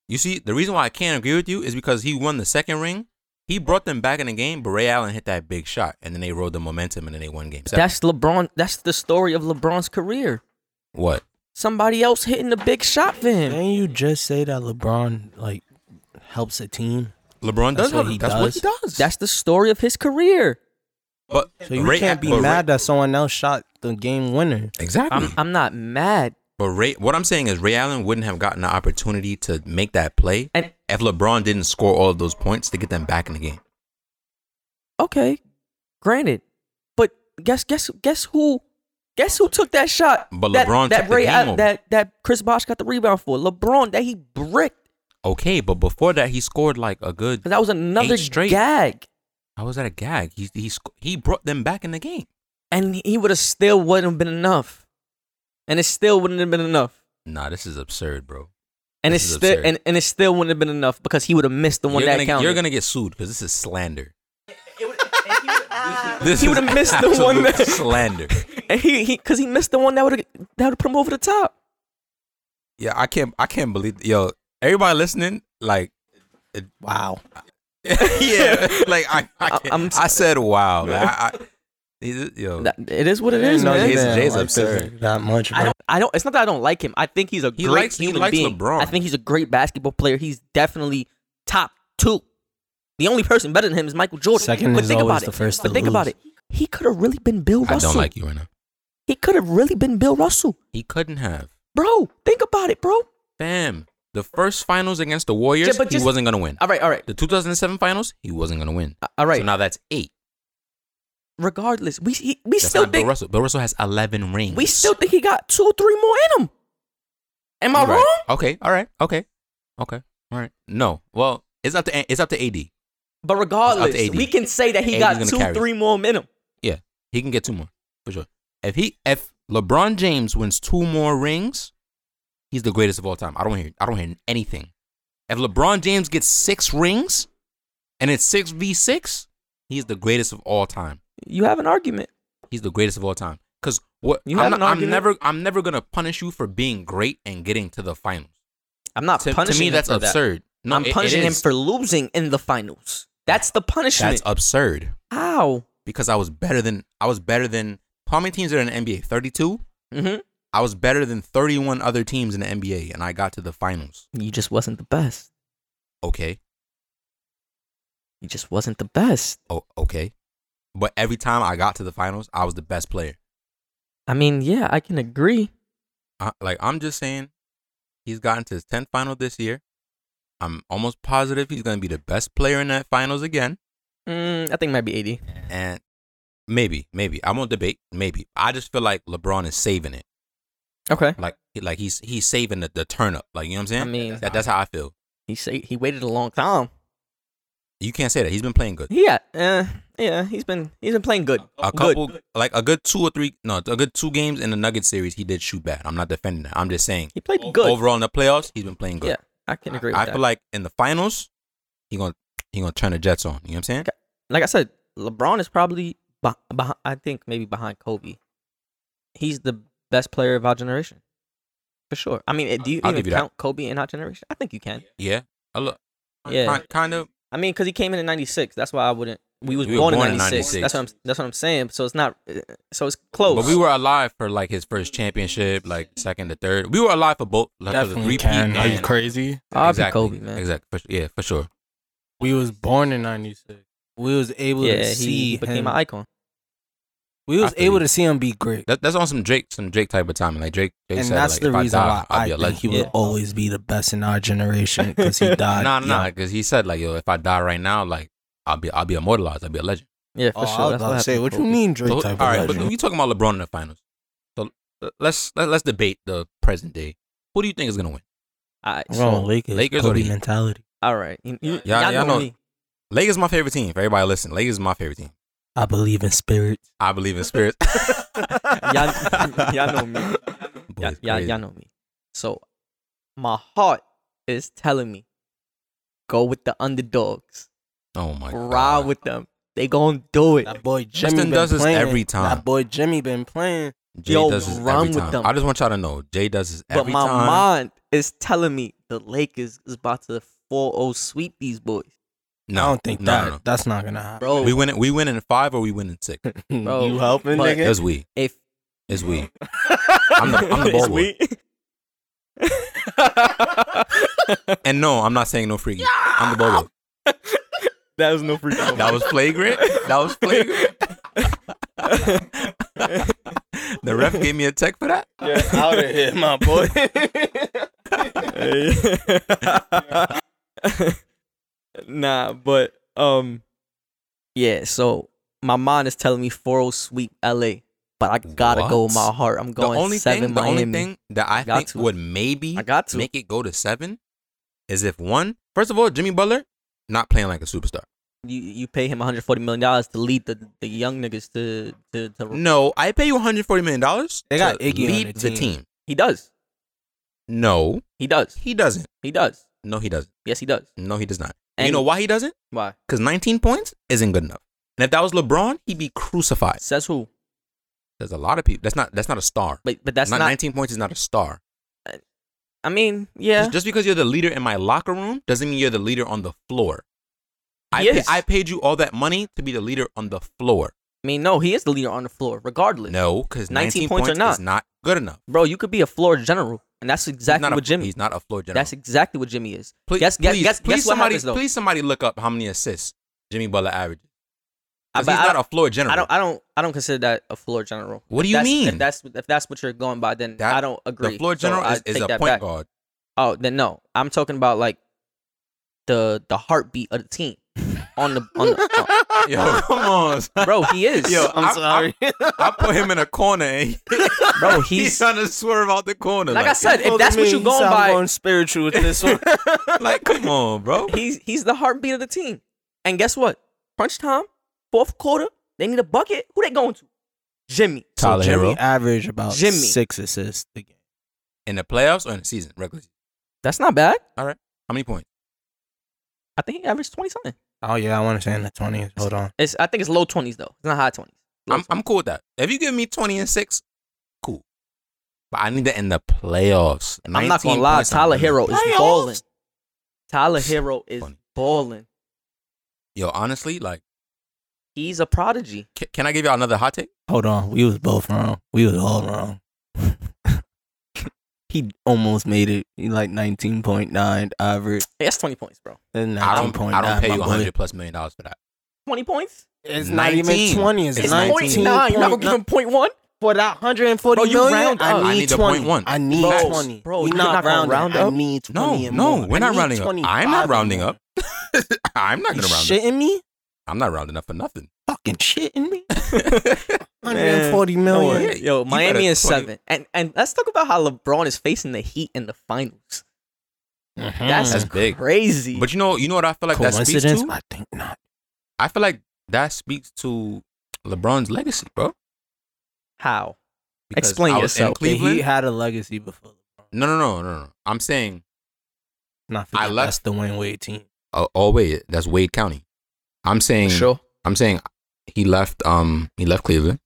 B: You see, the reason why I can't agree with you is because he won the second ring. He brought them back in the game, but Ray Allen hit that big shot, and then they rode the momentum, and then they won game seven.
A: That's LeBron. That's the story of LeBron's career.
B: what?
A: Somebody else hitting the big shot for him.
C: Didn't you just say that LeBron like helps a team?
B: LeBron
C: That's
B: does
C: what
B: have-
C: he
B: that's what he does.
A: That's the story of his career.
B: but
C: So you
B: Ray-
C: can't be
B: but Ray-
C: mad that someone else shot the game winner.
B: exactly.
A: I'm, I'm not mad.
B: but Ray, what I'm saying is Ray Allen wouldn't have gotten the opportunity to make that play
A: And
B: if LeBron didn't score all of those points to get them back in the game.
A: okay, granted, but guess guess guess who? Guess who took that shot?
B: But
A: that,
B: LeBron
A: that
B: took the game
A: Al-
B: over.
A: that that Chris Bosh got the rebound for LeBron that he bricked.
B: Okay, but before that, he scored like a good.
A: Cause that was another
B: Eight straight.
A: gag,
B: How was that a gag? He he sc- he brought them back in the game.
A: and he would have still wouldn't have been enough, and it still wouldn't have been enough,
B: Nah, this is absurd, bro.
A: and
B: This
A: it's
B: is
A: still
B: absurd.
A: and, and it still wouldn't have been enough because he would have missed the one
B: you're
A: that
B: gonna,
A: counted.
B: You're gonna get sued because this is slander.
A: [LAUGHS] He
B: is
A: would've missed the one
B: absolute
A: that- [LAUGHS]
B: slander.
A: and he he because he missed the one that would have that would have put him over the top.
B: Yeah, I can't. I can't believe. Yo, everybody listening, like, [LAUGHS]
C: Wow.
B: yeah, like I, I,
A: I- [LAUGHS]
B: can't-
A: I'm-
B: I said, wow. Like, I, I, He's- yo,
A: That- it is what it
C: I didn't
A: is,
C: know
A: man.
B: Jay's-
C: Zidane
B: Jay's
C: liked
B: absurd.
C: her That much,
A: I
C: bro.
A: don't. I don't. It's not that I don't like him. I think he's a
B: He
A: great
B: likes- he
A: human
B: likes
A: being.
B: LeBron.
A: I think he's a great basketball player. He's definitely top two. The only person better than him is Michael Jordan.
C: Second
A: but
C: is
A: think
C: always
A: about
C: the
A: it.
C: first
A: But
C: to
A: think about
C: lose.
A: it. He could have really been Bill
B: I
A: Russell.
B: don't like you right now.
A: He could have really been Bill Russell,
B: He couldn't have.
A: bro. Think about it, bro.
B: Damn. The first finals against the Warriors,
A: Yeah, but just-
B: he wasn't gonna win.
A: All right, all right, Uh,
B: The 2007 finals, he wasn't gonna win.
A: all right.
B: So now that's eight.
A: Regardless, we he, we
B: That's
A: still
B: not Bill
A: think
B: Russell. Bill Russell has 11 rings.
A: we still think he got two, three more in him. Am I
B: You're right.
A: wrong?
B: Okay. All right. Okay. Okay. All right. No. Well, it's up to it's up to AD.
A: But regardless,
B: AD.
A: we can say that he
B: AD 's
A: got
B: gonna
A: two,
B: carry.
A: three more in him.
B: Yeah, he can get two more for sure. If he if LeBron James wins two more rings, he's the greatest of all time. I don't hear I don't hear anything. If LeBron James gets six rings, and it's six v six, he's the greatest of all time.
A: You have an argument.
B: He's the greatest of all time. Cause what
A: You
B: I'm,
A: have an
B: not- I'm
A: argument?
B: never I'm never gonna punish you for being great and getting to the finals.
A: I'm not
B: To, to
A: punishing
B: me,
A: him
B: that's
A: for that.
B: absurd. No,
A: I'm
B: it- it
A: punishing him
B: is.
A: for losing in the finals. That's the punishment.
B: that's absurd.
A: How?
B: Because I was better than I was better than how many teams are in the NBA? Thirty two.
A: hmm
B: I was better than 31 other teams in the NBA, and I got to the finals.
A: You just wasn't the best.
B: Okay,
A: You just wasn't the best.
B: oh, okay. But every time I got to the finals, I was the best player.
A: I mean, yeah, I can agree.
B: I, Uh, like I'm just saying, he's gotten to his 10th final this year. I'm almost positive he's gonna be the best player in that finals again,
A: Mm, I think it might be 80.
B: and maybe, maybe I won't debate. Maybe I just feel like LeBron is saving it.
A: Okay.
B: Like, like he's he's saving the, the turn up. Like you know what I'm saying?
A: I mean-
B: that, that's how I feel.
A: He say he waited a long time.
B: You can't say that he's been playing good.
A: Yeah, uh, yeah, he's been he's been playing good.
B: a
A: Good.
B: couple like a good two or three no a good two games in the Nuggets series he did shoot bad. I'm not defending that. I'm just saying
A: He played good.
B: overall in the playoffs he's been playing good.
A: Yeah, I can agree with
B: I
A: that.
B: feel like in the finals he gonna he gonna turn the Jets on. You know what I'm saying?
A: Okay. like I said, LeBron is probably beh- beh- I think maybe behind Kobe. He's the best player of our generation, for sure. I mean, do you
B: I'll
A: even
B: give you that.
A: count Kobe in our generation? I think you can.
B: Yeah. I look.
A: Yeah.
B: Kind, kind of.
A: I mean, because he came in in '96. That's why I wouldn't. We was
B: We were
A: born,
B: born
A: in
B: in
A: '96.
B: 96.
A: That's what I'm. That's what I'm saying. So it's not. So it's close.
B: But we were alive for like his first championship, like second to third. We were alive for both. Like, for the
D: Definitely
B: three-peat
D: can. Are you
B: and-
D: crazy?
A: I'll be
B: exactly,
A: Kobe, man.
B: Exactly. For, yeah, for sure.
D: We was born in '96.
C: We was able
A: yeah,
C: to
A: he,
C: see
A: he became
C: him.
A: an icon.
C: we was
B: I feel
C: able
B: you.
C: to see him be great,
B: That, that's on some Drake, some Drake type of timing. Like Drake, Drake
C: and
B: said,
C: that's
B: like,
C: the
B: if
C: reason
B: I die,
C: why
B: I'll
C: I
B: be a
C: think
B: legend.
C: he
A: Yeah.
C: will always be the best in our generation because he died.
B: No, no, no.
C: young.
B: Because he said like, yo, if I die right now, like, I'll be, I'll be immortalized. I'll be a legend.
A: Yeah, for
C: Oh,
A: sure.
C: I was
A: That's
C: about to
A: what
C: say,
A: happened
C: what
A: to
C: you
A: Kobe.
C: mean, Drake?
B: So-
C: type
B: all right,
C: of
B: but
C: legend?
B: we talking about LeBron in the finals. So uh, let's let, let's debate the present day. Who do you think is gonna win?
A: All right, so,
C: Wrong Lakers,
B: Lakers or
C: Kobe
B: the-
C: mentality.
A: all right. You, you,
B: Y'all-
A: y'all
B: y'all
A: know
B: know-
A: me.
B: Lakers is my favorite team. For everybody listening, Lakers is my favorite team.
C: I believe in
B: [LAUGHS]
C: spirits.
B: I believe
C: [LAUGHS]
B: in spirits.
A: Y'all- y'all know me.
B: Boy,
C: [LAUGHS]
A: Y'all,
B: it's
A: y'all,
B: crazy.
A: y'all know me. So my heart is telling me, go with the underdogs.
B: Oh my
A: Ride
B: god.
A: with them. They gonna do it.
C: That boy Jimmy
B: Justin
C: been
B: does this
C: playing.
B: every time.
C: That boy Jimmy been playing.
B: Jay
A: Yo,
B: does this every
A: run with
B: time.
A: them.
B: I just want y'all to know Jay does this
A: But
B: every
A: my
B: time.
A: mind is telling me the Lakers is about to 4-0 sweep these boys.
B: no,
C: I don't think
B: no,
C: that
B: no,
C: that's not gonna happen.
A: Bro,
B: no. We win it. We win in five or we win in six.
C: [LAUGHS]
A: Bro,
C: you helping,
A: but-
C: nigga?
B: It's we.
A: if
B: It's we. I'm the,
A: [LAUGHS]
B: I'm the ball boy. And no, I'm not saying no freaky. I'm the ball boy.
A: that was no free throw.
B: That was flagrant. That
A: [LAUGHS]
B: was flagrant. the ref gave me a tech for that.
C: out of here,
A: [LAUGHS]
C: my boy.
A: [LAUGHS] nah, but um, yeah. So my mind is telling me 4-0 sweep LA, but I gotta go with my
B: What?
A: heart. I'm
B: The
A: going
B: only
A: seven
B: thing, the
A: Miami.
B: only thing that I
A: Got
B: think
A: to.
B: would maybe
A: I got to.
B: make it go to seven is if one, first of all, Jimmy Butler not playing like a superstar.
A: you you pay him 140 million dollars to lead the, the young niggas to to to.
B: No, I pay you 140 million dollars.
C: They got
B: to
C: Iggy on
B: lead
C: the
B: the
C: team.
B: team.
A: He does.
B: No,
A: He does.
B: he doesn't.
A: He does.
B: No, he doesn't.
A: Yes, he does.
B: No, he does not. you
A: And-
B: know why he doesn't?
A: Why?
B: Because 19 points isn't good enough. And if that was LeBron, he'd be crucified.
A: Says who?
B: There's a lot of people. That's not. That's not a star.
A: But but that's
B: not,
A: not.
B: 19 points is not a star.
A: I mean, yeah.
B: Just, just because you're the leader in my locker room doesn't mean you're the leader on the floor. I,
A: He
B: pa-
A: is.
B: I paid you all that money to be the leader on the floor.
A: I mean, no, he is the leader on the floor, regardless.
B: No, because
A: 19
B: 19,
A: points
B: points,
A: or not.
B: is not good enough.
A: Bro, you could be a floor general, and that's
B: He's
A: exactly
B: not a,
A: what Jimmy.
B: He's not a floor general.
A: That's exactly what Jimmy is.
B: please,
A: guess- guess-
B: please,
A: guess-
B: please
A: guess what
B: somebody,
A: happens, though.
B: please somebody look up how many assists Jimmy Butler averages. 'Cause
A: but
B: he's
A: I-
B: not a floor general.
A: I don't, I don't, I don't consider that a floor general.
B: What do
A: If
B: you
A: that's-
B: mean?
A: If that's if that's what you're going by, then
B: That-
A: I don't agree.
B: the floor
A: So
B: general
A: I
B: is, is
A: take
B: a
A: that
B: point
A: back. [LAUGHS]
B: guard.
A: Oh, then no, I'm talking about like the the heartbeat of the team on the on the.
B: [LAUGHS] Yo, come on, son.
A: bro, he is.
B: Yo,
C: I'm
B: I- I-
C: [LAUGHS] sorry.
B: I put him in a corner and
A: bro,
B: he's [LAUGHS]
A: he's
B: trying to swerve out the corner.
A: like I said. If that's what you're going
C: sound
A: by,
C: going spiritual with this one.
B: [LAUGHS]
A: [LAUGHS]
B: like come on, bro.
A: he's he's the heartbeat of the team. And guess what? Crunch time, fourth quarter, they need a bucket. Who they going to? Jimmy.
B: Tyler
C: Jimmy
B: Hero.
C: averaged about
A: Jimmy.
C: six assists a game.
B: in the playoffs or in the season, regular season.
A: That's not bad.
B: How many points?
A: I think he averaged twenty something.
D: Oh yeah, I want to say in the twenties. Hold on.
A: It's I think it's low twenties though. It's not high twenties.
B: I'm, I'm cool with that. If you give me 20 and 6, cool. But I need that in the playoffs.
A: I'm not
B: 19
A: gonna lie,
B: points, I'm
A: Tyler
B: good.
A: Hero is
C: Playoffs?
A: balling. Tyler Hero is
B: Funny.
A: balling.
B: Yo, honestly, like,
A: He's a prodigy.
B: ca- can I give y'all another hot take?
C: Hold on, we was both wrong. We was all wrong. [LAUGHS] he almost made it. He like nineteen point nine average
A: Hey, that's twenty points, bro.
C: and
B: I
C: nineteen
B: don't,
C: point
B: I
C: nine.
B: don't pay you 100 plus million dollars for that.
A: Twenty points?
C: It's
B: not even 19. 20,
A: It's,
B: It's
A: point
B: 19.
A: nine. You're not gonna give him point one?
C: for that hundred and forty
A: Bro, you
C: million,
A: round up.
C: I need,
B: I need the
C: 20.
B: point one.
C: I need
A: Bro,
C: twenty.
A: bro,
C: we
A: you're
C: not,
A: not gonna
C: rounding.
A: round
C: I
A: up?
C: need
B: No,
C: twenty. and
B: no,
C: more.
B: we're
C: I
B: not
C: need
B: rounding up.
C: 25
B: I'm not rounding
C: and
B: up. [LAUGHS] I'm not going
C: more. You
B: to round up.
C: shitting me?
B: I'm not rounding up for nothing.
C: Fucking shitting me?
A: Man,
C: Hundred and forty
A: No
C: million.
A: way. Yo,
B: You
A: Miami
B: better
A: is
B: fucking-
A: seven. And and let's talk about how LeBron is facing the Heat in the finals. That's,
B: That's big.
A: crazy.
B: But you know, you know what I feel like that speaks
C: Mm-hmm. Mm.
B: to?
C: Coincidence? I think not.
B: I feel like that speaks to LeBron's legacy, bro.
A: how?
B: Because
A: Explain
B: I was in
A: yourself.
C: But
B: Cleveland.
C: He had a legacy before.
B: No, no, no, no, no. I'm saying
C: Not
B: I
C: forget,
B: love-
C: that's the Wayne Wade team.
B: uh, oh wait, that's Wade County. I'm saying I'm saying he left um he left Cleveland,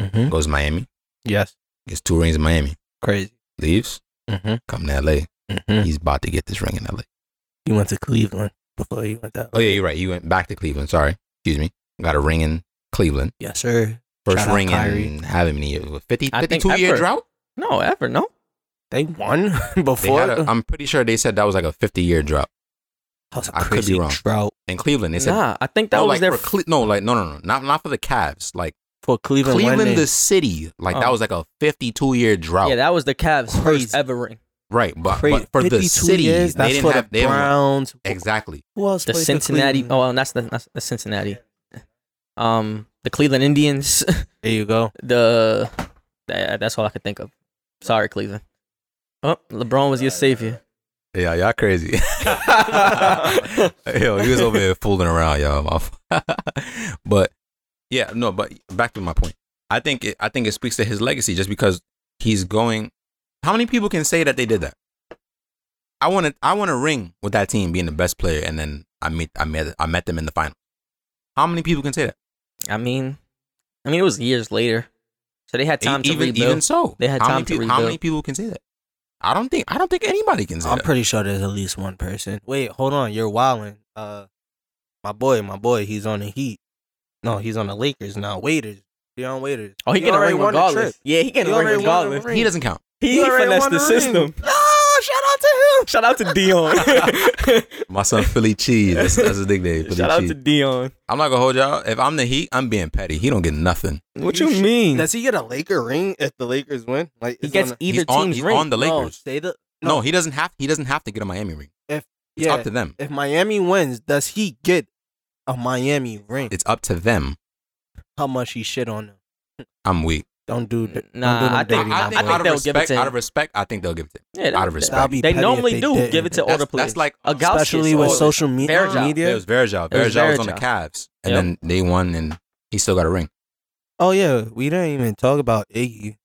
C: Mm-hmm.
B: goes to Miami,
C: Yes,
B: gets two rings in Miami,
C: crazy.
B: leaves,
C: Mm-hmm.
B: come to LA.
C: Mm-hmm.
B: He's about to get this ring in LA.
C: He went to Cleveland before he went that.
B: Oh
C: way.
B: yeah, you're right. He went back to Cleveland. Sorry, excuse me. Got a ring in Cleveland.
C: Yes, sir.
B: First
C: Shout out
B: ring
C: Kyrie.
B: in how many years? What, 50,
A: I think
B: 52 year
A: ever.
B: drought.
A: No, ever, no.
C: They won [LAUGHS]
B: They
C: before.
B: had a, I'm pretty sure they said that was like a 50 year drought
C: that was a
B: I could be
C: crazy
B: wrong.
C: drought
B: in Cleveland. They said
A: nah, I think that
B: no,
A: was
B: like
A: their
B: for Cle- no, like no, no, no, not not for the Cavs. Like
C: for Cleveland. when
B: Cleveland,
C: they-
B: the city, like that
A: Oh.
B: was like a 52 year drought.
A: Yeah, that was the Cavs'
C: Crazy.
A: first ever ring.
B: Right, but,
C: crazy.
B: but for the
C: 52
B: city,
C: years,
B: they
C: that's
B: didn't
C: for
B: have
C: the
B: they didn't-
C: Browns.
B: exactly.
C: Who else?
A: The
C: played for
A: Cincinnati.
C: Cleveland?
A: Oh, well, that's the that's the Cincinnati. Um, the Cleveland Indians. [LAUGHS]
C: there you go.
A: The that, that's all I could think of. Sorry, Cleveland. Oh, LeBron was your savior.
B: Yeah, y'all crazy. Yo, he was over here fooling around, y'all. [LAUGHS] but yeah, no, but back to my point. I think it, I think it speaks to his legacy just because he's going. How many people can say that they did that? I want to I want to ring with that team being the best player, and then I meet I met I met them in the final. How many people can say that?
A: I mean, I mean, it was years later, so they had time
B: E-
A: to
B: even
A: rebuild.
B: even so,
A: They had
B: how
A: time
B: many
A: to
B: peop- How many
A: rebuild.
B: people can say that? I don't think I don't think anybody can say
C: I'm
B: that.
C: pretty sure there's at least one person. Wait, hold on. You're wilding. Uh, my boy, my boy. He's on the Heat. No, he's on the Lakers now. Waiters. Deion Waiters.
A: oh, he, getting a
C: already
A: ring
C: won the
A: regardless.
C: trip.
A: Yeah, he getting a
C: He
A: ring
C: already won the
A: regardless.
C: ring.
B: He doesn't count.
A: He,
C: He already
A: finessed
C: won
A: the
C: the ring.
A: system.
C: Oh, shout out to him.
A: Shout out to Dion.
B: My son Philly Cheese. That's, that's his nickname.
A: [LAUGHS]
B: Philly
A: Shout out
B: Cheese.
A: to Dion.
B: I'm not gonna hold y'all. If I'm the Heat, I'm being petty. He don't get nothing.
A: What
C: You
A: you,
C: sh-
A: mean?
C: Does he get a Laker ring if the Lakers win? Like
A: he
C: it's
A: gets
C: on the-
A: either
B: he's on,
A: team's
B: he's
A: ring.
B: on the
C: No,
B: Lakers.
C: stay the
B: No, he doesn't have. He doesn't have to get a Miami ring. It's
C: yeah.
B: up to them.
C: if Miami wins, does he get a Miami ring?
B: It's up to them.
C: How much he shit on them?
B: I'm weak.
C: Don't do th-
A: Nah,
C: don't do them
A: I think-
C: dirty,
A: I
C: my
A: think
C: boy.
A: out of they'll give it
B: respect,
A: to him.
B: out of respect, I think they'll give it to him.
A: Yeah,
B: out of
A: that-
B: respect.
C: That'll be
A: They
C: petty if
A: normally
C: they
A: do
C: didn't.
A: give it to all the
B: That's,
A: players.
B: that's like
A: a Gaussian
C: especially with
A: or-
C: social me-
A: Verjao.
B: it
C: media.
B: was Verjao.
A: It was
B: Verjao was on the
A: Verjao.
B: Cavs, and
A: Yep.
B: then they won, and he still got a ring.
C: Oh yeah, we didn't even talk about Iggy.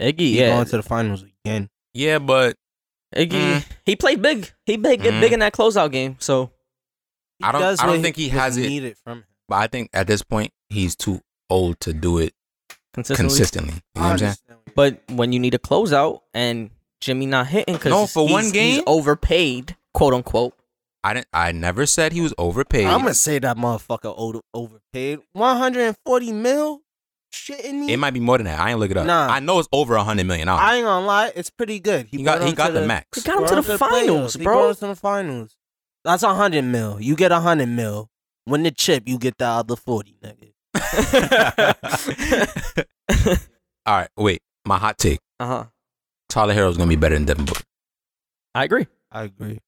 A: Iggy,
C: He's
A: yeah,
C: going to the finals again.
B: Yeah, but
A: Iggy,
B: Mm.
A: Mm-hmm. he played big. He big, get
B: Mm.
A: big in that closeout game. So
C: He
B: I don't-
C: does
B: I don't
C: what
B: think he
C: was
B: has it.
C: Needed from him.
B: but I think at this point he's too old to do it
A: consistently,
B: consistently. You know what I'm saying?
A: But when you need a closeout and Jimmy not hitting, because
B: No, for one game?
A: he's overpaid, quote unquote.
B: I didn't. I never said he was overpaid.
C: I'm gonna say that motherfucker over, overpaid. 140 mil? Shitting me?
B: it might be more than that. I ain't look it up.
C: Nah.
B: I know it's over a hundred million dollars.
C: I ain't gonna lie, it's pretty good.
B: He got
C: brought
B: he
C: him
B: got
C: to
B: the, max.
A: [LAUGHS] He got him to the
C: brought playoffs.
A: finals,
C: He
A: bro.
C: brought
A: [LAUGHS]
B: [LAUGHS]
C: him to the finals. That's 100 mil. You get 100 mil. Win the chip, you get the other 40, nigga.
B: All right, wait. My hot take:
A: Uh huh.
B: Tyler Hero's gonna be better than Devin Booker.
A: I agree.
C: I agree.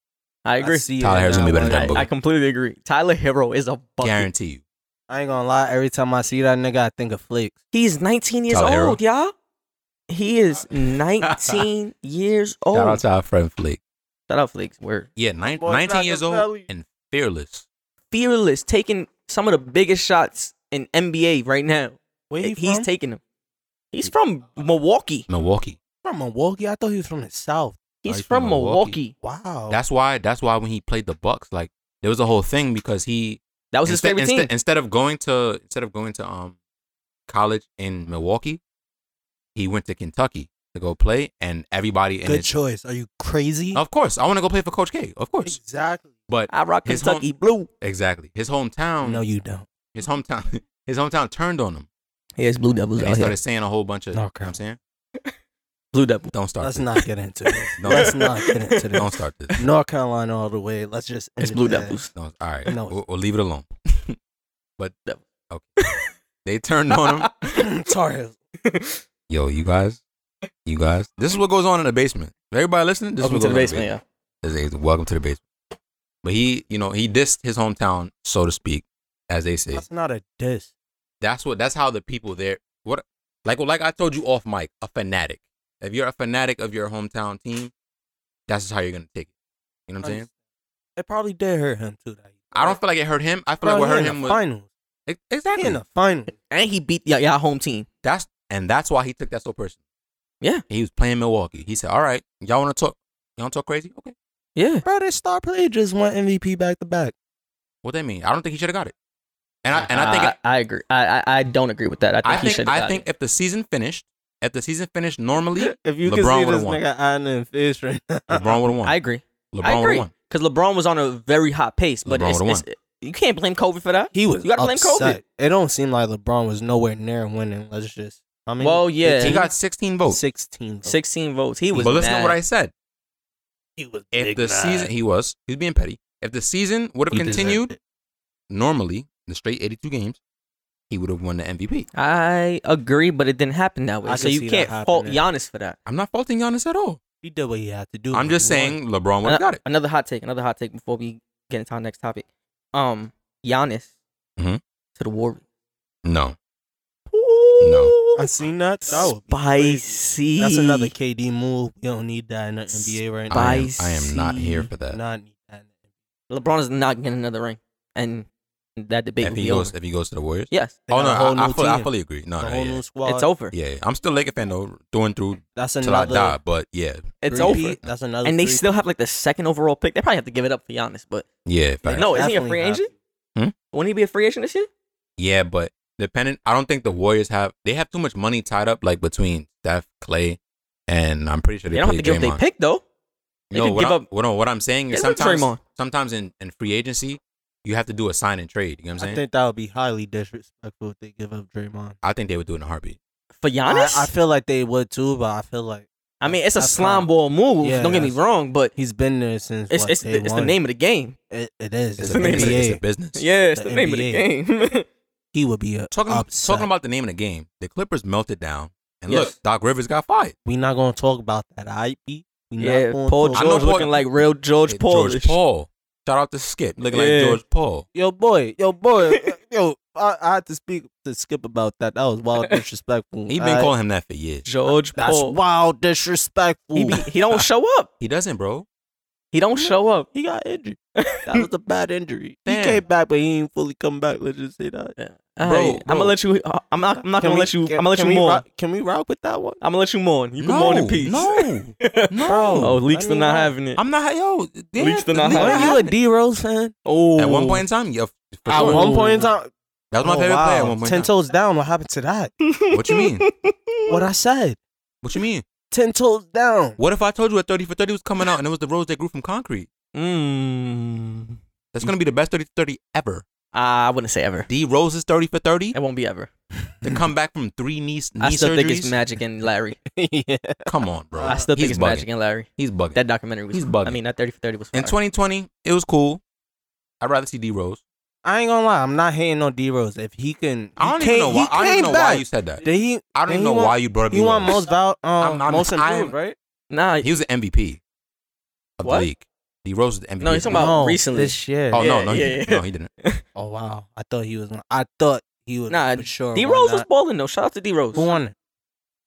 A: I agree.
C: see
B: Tyler
C: it
B: Harris gonna be
C: now,
B: better than
C: like,
B: Devin Booker.
A: I, I completely agree. Tyler Hero is a bucket.
B: Guarantee you.
C: I ain't gonna lie, every time I see that nigga, I think of Flakes.
A: He's 19 years
B: Tyler Hero.
A: old, y'all. He
B: [LAUGHS]
A: is 19 years old.
B: Shout out to our friend Flake.
A: Shout out Flakes. Word.
B: Yeah, nine,
C: Boy,
B: 19
C: not
B: years
C: the
B: old
C: belly.
B: and fearless.
A: Fearless, taking some of the biggest shots in NBA right now.
C: Where he
A: He's
C: from?
A: taking them. He's from Milwaukee.
B: Milwaukee.
C: from Milwaukee. I thought he was from the South.
A: He's
B: he's
A: from
B: from Milwaukee.
A: Milwaukee.
C: Wow.
B: That's why. That's why when he played the Bucks, like there was a whole thing because he
A: That was his
B: instead,
A: favorite team.
B: instead- instead of going to instead of going to um college in Milwaukee, he went to Kentucky to go play, and everybody in
C: Good
B: his,
C: choice. Are you crazy?
B: of course I want to go play for Coach K, of course,
C: Exactly.
B: but
A: I rock
B: his
A: Kentucky blue.
B: exactly his hometown,
C: No, you don't.
B: his hometown, [LAUGHS] his hometown turned on him.
A: Oh, Yeah, it's blue devils
B: And
A: out
B: he started
A: here.
B: saying a whole bunch of, you know what I'm saying,
A: Blue devil.
B: don't start
C: Let's
B: this.
C: not get into it.
B: [LAUGHS] No.
C: Let's not get into this.
B: [LAUGHS] don't start
A: [LAUGHS]
B: this.
C: North Carolina all the way. Let's just. end
A: It's
C: it
A: blue
C: there.
B: [LAUGHS]
A: devils.
B: No, all right,
C: No.
B: We'll, we'll leave it alone. [LAUGHS] but
A: Devil.
B: okay, they turned on
A: [LAUGHS]
B: him. [LAUGHS]
C: [CLEARS THROAT] Sorry.
B: Yo, you guys, you guys, this is what goes on in the basement. Everybody listening, this
A: Welcome
B: is
A: to
B: what
A: the
B: goes on in
A: basement, yeah.
B: As they- welcome to the basement. But he, you know, he dissed his hometown, so to speak, as they say.
C: That's not a diss.
B: That's what. That's how the people there. What, like, well, like I told you off mic, a fanatic. If you're a fanatic of your hometown team, that's just how you're gonna take it. You know what I'm saying?
C: It probably did hurt him too. That
B: I don't feel like it hurt him. I feel
C: Bro,
B: like what
C: he
B: hurt
C: in
B: him
C: the
B: was
C: finals.
B: Ex-
C: He
B: [LAUGHS]
C: in
B: exactly.
C: the finals.
A: And he beat y'all, y'all home team.
B: That's and that's why he took that so personal.
A: Yeah.
B: he was playing Milwaukee. He said, "All right, y'all want to talk? Y'all want to talk crazy? Okay,
A: Yeah.
C: Bro, this star player just won MVP back to back.
B: what that mean? I don't think he should have got it. And I and I think
A: I, I agree. I, I I don't agree with that. Uh-huh. I think
B: I
A: he
B: think
A: should.
B: I think if the season finished, if the season finished normally,
C: [LAUGHS] If you
B: LeBron
C: can see
B: would've
C: this
B: won.
C: nigga eyeing in fish right now.
B: LeBron would have won.
A: Uh-huh. I agree. I
B: LeBron would
A: agree.
B: have won.
A: Because LeBron was on a very hot pace, but
B: LeBron
A: it's,
B: would've
A: it's, you can't blame Kobe for that.
C: [LAUGHS] He was.
A: You gotta blame
C: upset.
A: Kobe.
C: It don't seem like LeBron was nowhere near winning. Let's just. I mean,
A: Well, yeah.
B: He
A: And-
B: got 16 votes.
C: 16. votes.
A: 16 votes. He was.
B: but listen
A: mad.
B: to what I said.
C: He was.
B: If
C: big
B: the
C: mad.
B: season he was, he's being petty. If the season would have
D: He deserved
B: continued
D: it.
B: normally, the straight 82 games, he would have won the MVP.
A: I agree, but it didn't happen that way.
C: I
A: so
C: can
A: you
C: see
A: can't
C: that
A: fault
C: happening.
A: Giannis for that.
B: I'm not faulting Giannis at all.
C: he did what he had to do.
B: I'm just
C: He won.
B: saying LeBron would have
A: Ano-
B: got it.
A: Another hot take. Another hot take before we get into our next topic. Um, Giannis
B: Mhm.
A: to the Warriors.
B: No.
A: No.
C: I seen that. That would be crazy.
A: Spicy.
C: That's another KD move. You don't need that in the NBA right now.
B: I am, I am not here for that.
C: Not need that.
A: LeBron is not getting another ring, and that debate
B: If
A: will
B: he
A: be
B: goes
A: over.
B: if he goes to the Warriors.
A: Yes,
C: They
B: oh
C: got
B: no,
C: a whole
B: I, I,
C: new
B: fully, I
C: team.
B: fully agree. No,
C: the
B: no,
C: whole
B: yeah,
C: new squad.
A: it's over.
B: yeah. yeah. I'm still a Laker fan though, through and through
C: That's
B: till I
C: another.
B: die. But yeah,
A: It's
C: three-peat.
A: over.
C: That's another.
A: And they
C: three-peat.
A: still have like the second overall pick. They probably have to give it up for Giannis, but
B: yeah.
A: like,
B: Facts.
A: no, isn't he a
C: Definitely
A: free
C: have
A: agent?
B: Hmm?
A: Won't he be a free agent this year?
B: Yeah, but dependent, I don't think the Warriors have they have too much money tied up like between Steph, Clay, and I'm pretty sure
A: They,
B: they,
A: don't have
B: play
A: to give up their
B: Draymond.
A: pick though. They
B: no,
A: could
B: what,
A: give
B: I,
A: up.
B: what, no, what I'm saying is
A: They don't have
B: sometimes
A: Draymond.
B: sometimes in, in free agency you have to do a sign and trade. You know what I'm
C: I
B: saying?
C: think that would be highly disrespectful if they give up Draymond.
B: I think they would do it in a heartbeat.
A: For Giannis,
C: I,
A: I,
C: I feel like they would too, but I feel like
A: mean, it's a
C: that's
A: slime
C: not-
A: ball move.
C: Yeah,
A: don't get me
C: that's-
A: wrong, but
C: he's been there since.
A: it's
C: what,
A: it's,
C: day
A: the, it's the
C: one.
A: name of the game.
C: It, it is.
A: It's
C: It's
A: the
C: the
A: name of
B: it's,
A: the-
B: it's a
C: NBA.
B: business.
A: Yeah, it's the,
C: The
A: name of the [LAUGHS] game.
C: He would be a
B: Talking
C: upset.
B: talking about the name of the game, the Clippers melted down, and
A: Yes.
B: look, Doc Rivers got fired.
C: We not gonna talk about that. I we not
A: yeah,
C: gonna
A: Paul
C: talk
B: I
A: George
B: know
C: about-
B: Paul-
A: looking like real George
B: Hey,
A: Paul.
B: George Paul. Shout out to Skip, looking
A: Yeah.
B: like George Paul.
C: Yo boy,
B: [LAUGHS]
C: yo boy, yo. I, I had to speak to Skip about that. That
B: [LAUGHS]
C: was wild disrespectful.
B: He been
C: Alright?
B: calling him that for years.
A: George
C: That's
A: Paul.
C: wild disrespectful.
A: He,
C: He,
A: be, he don't
C: [LAUGHS]
A: show up.
B: He doesn't, bro.
A: He don't show up.
C: got injured. That was a bad injury.
B: Damn.
C: He came back, but he ain't fully come back. Let's just say that.
A: All
B: Bro,
A: right, I'm
B: bro.
A: gonna let you. uh, I'm not. I'm not
C: Can
A: gonna
C: we-
A: let you.
C: can-
A: I'm gonna let
C: can
A: you
C: we
A: mourn.
C: rock- Can we rock with that one?
A: I'm gonna let you mourn. You can
B: no,
A: mourn in peace. [LAUGHS]
B: No, no.
A: Oh, leaks are
C: mean,
A: not
C: like,
A: having it.
B: I'm not. Yo, yeah,
A: Leaks did
B: the
A: not happen.
B: leaks did not
C: Were you a
B: happen.
C: D Rose fan?
A: Oh,
B: At one point in time, yeah, for
C: At
B: sure.
C: one point in time,
B: that was my
C: Oh,
B: favorite
C: wow.
B: player. At one point, in
C: Ten
B: time.
C: toes down. What happened to that?
B: What you mean?
C: [LAUGHS] What I said.
B: What you mean?
C: Ten toes down.
B: What if I told you at 30 for 30 was coming out and it was the rose that grew from concrete?
A: Mm. Ah,
B: That's gonna be the best 30 for 30 ever.
A: I wouldn't say ever.
B: D Rose is 30 for 30
A: It won't be ever.
B: to come back from three knee, knee
A: I still
B: surgeries.
A: think it's Magic and Larry.
C: [LAUGHS] yeah.
B: come on, bro.
A: I still think
B: He's
A: it's
B: bugging.
A: Magic and Larry.
B: He's bugging.
A: That documentary was.
B: He's
A: I
B: bugging.
A: mean, that thirty for thirty was. Fire.
B: In 2020, it was cool. I'd rather see D Rose.
C: I ain't gonna lie, I'm not hating on D Rose. If he can,
B: I don't
C: he
B: even
C: came-
B: know why.
C: He
B: I don't even
C: came
B: know why
C: back.
B: you said that.
C: Did he?
B: I don't
C: did
B: even
C: he
B: know
C: want-
B: why you brought up.
C: You
B: D
C: want
B: Rose.
C: most val- um,
B: [LAUGHS] I'm- I'm-
C: most
B: I am-
C: improved, right?
A: Nah,
B: He was the MVP of
A: What?
B: the league. D Rose is the MVP.
A: No, he's
B: of the
A: talking about-
B: league.
A: recently.
C: this year.
B: Oh
C: Oh.
B: no,
A: Yeah,
B: no, he
A: yeah,
B: didn't.
A: yeah.
B: no, he didn't.
C: wow, I thought he was. Gonna, I thought he was.
A: Nah,
C: for sure.
A: D
C: why
A: Rose was
C: not?
A: balling though. Shout out to D Rose.
C: Who won? it?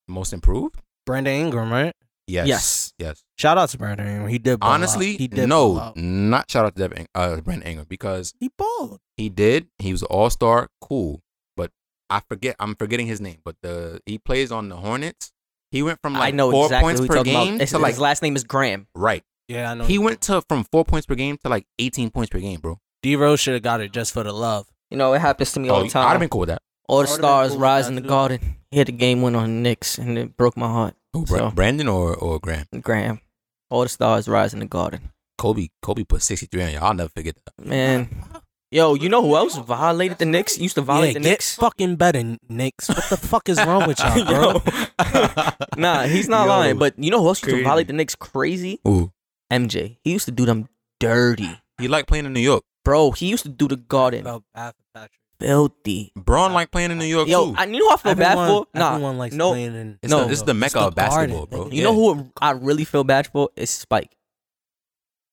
B: Most improved.
C: Brandon Ingram, right?
B: Yes.
A: Yes.
B: Yes.
C: Shout out to Brandon Ingram. He did. Ball out.
B: Honestly,
C: he did. ball
B: no,
C: out.
B: not shout out to Devin, uh, Brandon Ingram because
C: he balled.
B: he did. He was an All Star, cool. But I forget. I'm forgetting his name. But the he plays on the Hornets. He went from
A: I
B: like
A: know
B: four
A: exactly
B: points
A: who you're
B: per
A: talking
B: game
A: about. It's-
B: to like
A: his last name is Graham.
B: right.
C: Yeah, I know.
B: He went to from four points per game to like 18 points per game, bro.
C: D Rose should have got it just for the love.
A: You know, it happens to me all
B: Oh,
A: the
B: I'd have
A: time.
B: been cool with that.
A: all the
C: I would've been
A: stars
C: cool with
A: rise
C: that,
A: in the
C: too.
A: garden. Hit a game win on the Knicks, and it broke my heart.
B: Who, Bra-
A: So-
B: Brandon or or Graham?
A: Graham. All the stars rise in the garden.
B: Kobe. Kobe put 63 on you. I'll never forget that.
A: Man. Yo, you know who else violated the Knicks? Used to violate
C: yeah,
A: the
C: get
A: Knicks? [LAUGHS]
C: fucking better, Knicks. What the fuck is wrong with y'all, bro? [LAUGHS]
A: Yo. [LAUGHS] nah,
B: [LAUGHS]
A: he's not
B: Yo,
A: lying. But you know who else used
B: crazy.
A: to violate the Knicks crazy?
B: Ooh,
A: MJ. He used to do them dirty.
B: he liked playing in New York.
A: Bro, he used to do the garden
C: Felt bad for Patrick.
A: filthy.
B: Braun liked playing in New York
A: Yo,
B: too.
A: I, you know who I feel bad for? Nah.
C: everyone likes
A: no,
C: playing in.
B: It's
A: no.
B: the, this is the mecca
C: the
B: of basketball,
C: garden,
B: bro.
C: nigga.
A: You know who I really feel bad for? Is Spike.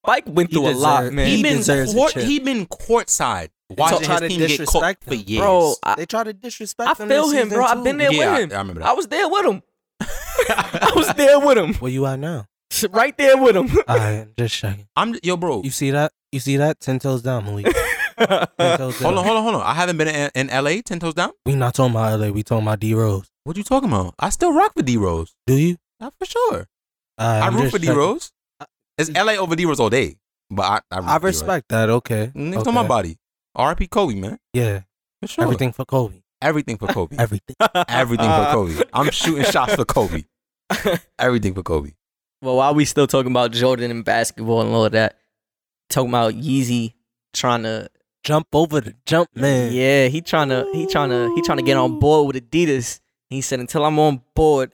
A: Spike went
C: He
A: through a lot,
C: deserved-
A: man.
B: He,
C: He
B: been
C: deserves a
B: court,
C: chip.
B: he been courtside watching
C: try
B: his
C: to
B: team get cooked
C: disrespect
B: for
C: him.
B: years.
A: Bro, I,
C: They try to disrespect.
A: I
C: him
A: feel
C: this
A: him,
C: season,
A: bro. I've
C: too.
A: been there with
B: yeah, I, I
A: him.
B: remember that.
A: I was there with him.
B: [LAUGHS]
A: I was there with him. [LAUGHS]
C: Where you at now?
A: Right there with him.
C: I just checking.
B: I'm yo, bro.
C: You see that? You see that? Ten toes down,
A: [LAUGHS]
C: Malik. Ten toes down.
B: Hold on, hold on, hold on. I haven't been in, in LA. Ten toes down.
C: We not talking about LA. We talking about D Rose.
B: What you talking about? I still rock with D Rose.
C: Do you?
B: Not for sure.
C: Alright,
B: i
C: I'm
B: root
C: just
B: for D
C: checking.
B: Rose. It's LA over D Rose all day. But I, uh, I, root
C: I
B: for D-Rose.
C: respect that. Okay.
B: Niggas
C: okay.
B: on my body. R.I.P. Kobe, man.
C: Yeah.
B: For sure. Everything, Uh,
C: Everything for Kobe.
B: everything for Kobe.
C: Everything.
B: everything for Kobe. I'm [LAUGHS] shooting shots for Kobe. Everything for Kobe.
A: Well, while we still talking about Jordan and basketball and all of that, talking about Yeezy trying to
C: Jump over the jump, man.
A: Yeah, he trying to he trying to he trying to get on board with Adidas. He said until I'm on board,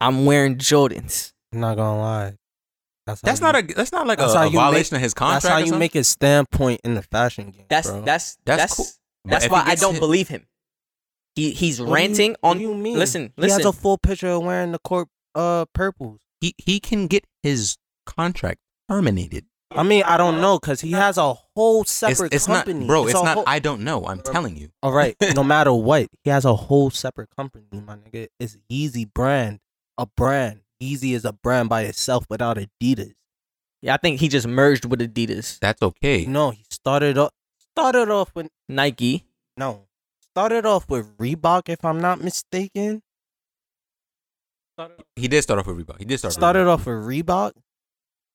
A: I'm wearing Jordans.
C: I'm not gonna lie. how
B: That's
C: you-
B: not a. That's not like a,
C: That's how
B: a
C: you make-
B: violation of his contract.
C: That's how
B: or
C: you
B: something.
C: make a standpoint in the fashion game.
A: That's
C: bro.
A: that's
B: That's
A: that's that's,
B: cool. But if he
A: why I
B: gets
A: don't
B: hit-
A: believe him. He he's
C: What do you-
A: ranting
C: what
A: on
C: do you mean?
A: Listen,
C: He has
A: listen.
C: a full picture of wearing the court uh purples.
B: He he can get his contract terminated.
C: I mean, I don't know because he has a whole
B: It's,
C: separate
B: it's not,
C: company,
B: bro. It's,
C: a
B: not.
C: whole-
B: I don't know. I'm telling you. [LAUGHS]
C: all right, no matter what, he has a whole separate company, my nigga. It's Yeezy brand, a brand. Yeezy is a brand by itself without Adidas.
A: Yeah, I think he just merged with Adidas,
B: That's okay.
C: No, he started off started off with
A: Nike.
C: no, started off with Reebok, if I'm not mistaken.
B: He did start off with Reebok. He did start. off with
C: started
B: Reebok.
C: off with Reebok.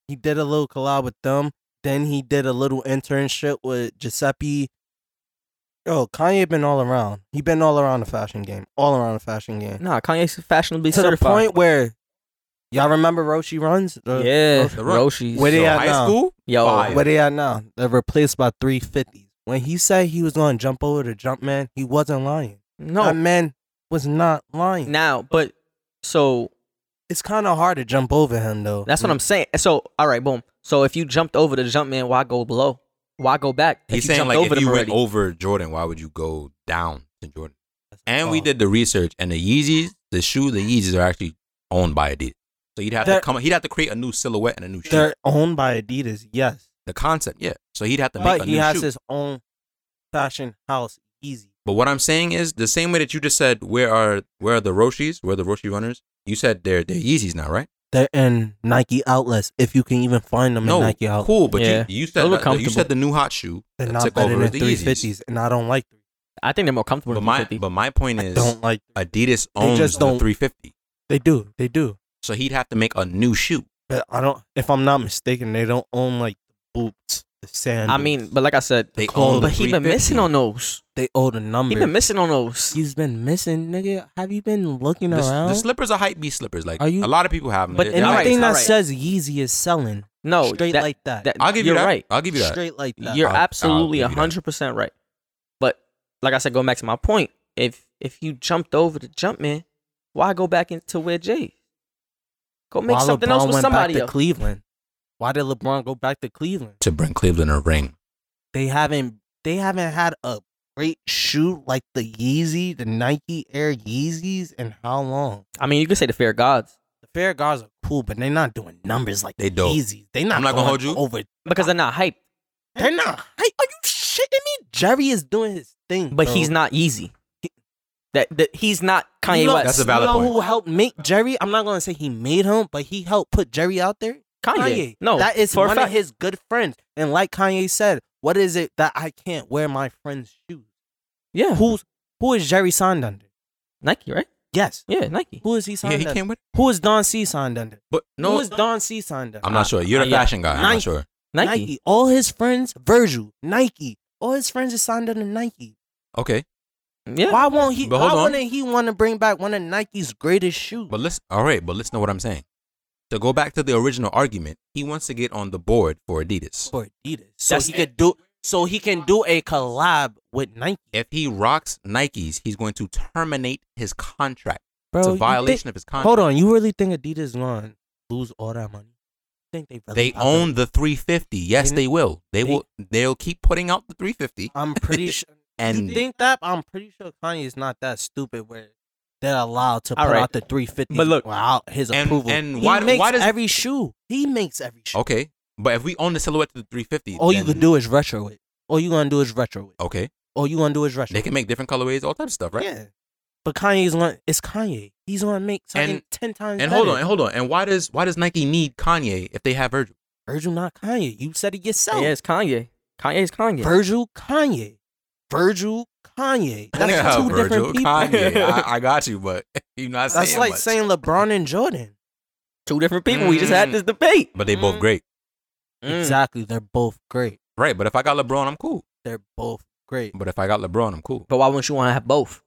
C: He did a little collab with them. Then he did a little internship with Giuseppe. Yo, Kanye been all around. He been all around the fashion game. All around the fashion game.
A: Nah, Kanye's fashionably
C: to the
A: certified.
C: point where y'all remember Roshi runs? The-
A: yeah,
B: The Rock.
A: Roshi's.
C: Where they
B: So
C: at
B: high
C: now?
B: school.
A: Yo,
B: Fire.
C: Where they at now? They're replaced by 350s. When he said he was gonna jump over the jump man, he wasn't lying. That
A: no,
C: man was not lying.
A: now, but so
C: it's kinda hard to jump over him though.
A: that's what I'm saying. So, all right, boom. So if you jumped over the jump man, why go below? Why go back?
B: He's
A: you
B: saying
A: jumped
B: like if
A: them
B: you went
A: already.
B: over Jordan, why would you go down to Jordan? And we
C: Oh.
B: did the research, and the Yeezys, the shoe, the Yeezys are actually owned by Adidas. So you'd have
C: They're-
B: to come. He'd have to create a new silhouette and a new shoe.
C: They're owned by Adidas, yes.
B: The concept, yeah. So he'd have to make
C: But
B: a
C: he
B: new
C: has
B: shoe.
C: his own fashion house, Easy.
B: But what I'm saying is the same way that you just said, where are where are the Roshis? Where are the Roshi runners? You said they're they're Yeezys now, right?
C: They're in Nike outlets, if you can even find them in
B: no,
C: Nike outlets.
B: cool. But
A: Yeah.
B: you, you said
A: Those look
B: that- you
A: comfortable.
B: said the new hot shoe
C: They're
B: that
C: not
B: took
C: better
B: over
C: than
B: is the
C: three
B: Yeezys.
C: fifties, and I don't like.
A: I think they're more comfortable.
B: But
A: than
B: my
A: 50.
B: but my point
C: I
B: is
C: don't like.
B: Adidas
C: They
B: owns
C: just
B: the
C: don't-
B: 350,
C: They do, they do.
B: so he'd have to make a new shoe.
C: But I don't. If I'm not mistaken, they don't own like the boots, the sand.
A: I mean, but like I said,
B: They own
C: clone,
B: the
A: but he been
B: 350.
A: missing on those.
C: they owe the
A: He
C: numbers.
A: been missing on those.
C: He's been missing, nigga. Have you been looking
B: the,
C: around?
B: the slippers are hype B slippers. Like
C: Are you-
B: a lot of people have them.
A: But
B: They're- they're
A: alright,
C: Anything
B: nice.
C: that
A: alright.
C: says Yeezy is selling.
A: No,
C: Straight
A: that-
C: like Oh, that.
A: that-
B: I'll give
A: you're
B: you that.
A: right.
B: I'll give you that.
C: Straight like that.
A: You're
B: I'll- I'll
A: absolutely
B: give you that.
A: hundred percent right. But like I said, going back to my point, if if you jumped over the jump man, why go back into where Jay? Go make
C: Why
A: something
C: LeBron
A: else with
C: went
A: somebody
C: back
A: else.
C: to Cleveland. Why did LeBron go back to Cleveland?
B: To bring Cleveland a ring.
C: They haven't they haven't had a great shoe like the Yeezy, the Nike Air Yeezys in how long?
A: I mean, you could say the fair gods
C: The Fair Guards are cool, but they're not doing numbers like
B: They
C: the
B: dope.
C: Yeezys. They not
B: I'm not gonna
C: going
B: hold you.
C: over.
A: because they're not hyped,
C: They're not. Hey, are you shitting me? Jerry is doing his thing,
A: but
C: bro.
A: he's not easy. That, that he's not Kanye
C: you know,
A: West.
B: That's a valid
C: you know
B: point.
C: who helped make Jerry? I'm not gonna say he made him, but he helped put Jerry out there.
A: Kanye. No,
C: that is
A: for a
C: one
A: fact.
C: of his good friends. And like Kanye said, what is it that I can't wear my friend's shoes?
A: yeah,
C: Who's who is Jerry signed under?
A: Nike, right?
C: Yes.
A: Yeah, Nike.
C: Who is he
B: Yeah,
C: signed
B: he
C: under?
B: can't win.
C: Who is Don C signed under?
B: But
C: who
B: no,
C: is Don C signed under?
B: I'm not sure. You're the
A: Uh, yeah.
B: fashion guy. I'm
C: Nike.
B: not sure.
A: Nike.
C: Nike. All his friends, Virgil, Nike. All his friends are signed under Nike.
B: Okay,
A: Yeah.
C: Why won't he?
B: But
C: Why
B: hold on.
C: wouldn't he want to bring back one of Nike's greatest shoes?
B: but listen. All right, but listen to what I'm saying. To go back to the original argument, he wants to get on the board for Adidas.
C: for Adidas, so
A: That's-
C: he could do. So he can do a collab with Nike,
B: If he rocks Nikes, he's going to terminate his contract.
C: bro.
B: it's a
C: you
B: violation
C: think-
B: of his contract.
C: Hold on, you really think Adidas is gonna lose all that money? You think they really
B: They
C: pop it?
B: own the 350. Yes,
C: They-
B: they will. They
C: they-
B: will. They'll keep putting out the 350.
C: [LAUGHS]
B: [LAUGHS]
C: I'm pretty sure.
B: And
C: you think that? I'm pretty sure Kanye is not that stupid where they're allowed to
A: All
C: put
A: right.
C: out the 350
A: But look-
C: without his
B: And-
C: approval.
B: and
C: he
B: why-
C: makes
B: why does-
C: every shoe? He makes every shoe.
B: okay, but if we own the silhouette to the 350,
C: All you
B: then-
C: could do is retro it. All you gonna do is retro it.
B: Okay,
C: All you gonna do is retro.
B: they can make different colorways, all types of stuff, right?
C: Yeah. But Kanye's gonna. It's Kanye. He's gonna make something
B: And-
C: ten times.
B: And hold
C: better.
B: on, and hold on. And why does why does Nike need Kanye if they have Virgil?
C: Virgil not Kanye. You said it yourself.
A: yeah, it's Kanye. Kanye is Kanye.
C: Virgil Kanye. Virgil
A: [LAUGHS]
C: Kanye.
B: [LAUGHS]
C: That's
B: Yeah,
C: two different people. [LAUGHS]
B: I, I got you, but [LAUGHS] you're not
C: That's like
B: much.
C: saying LeBron and Jordan.
A: Two different people. We just had
B: Mm.
A: this debate.
B: But they both
C: Mm.
B: great,
A: Mm.
C: Exactly. They're both great.
B: right? But if I got LeBron, I'm cool.
C: They're both great.
B: But if I got LeBron, I'm cool.
A: But why wouldn't you want to have both?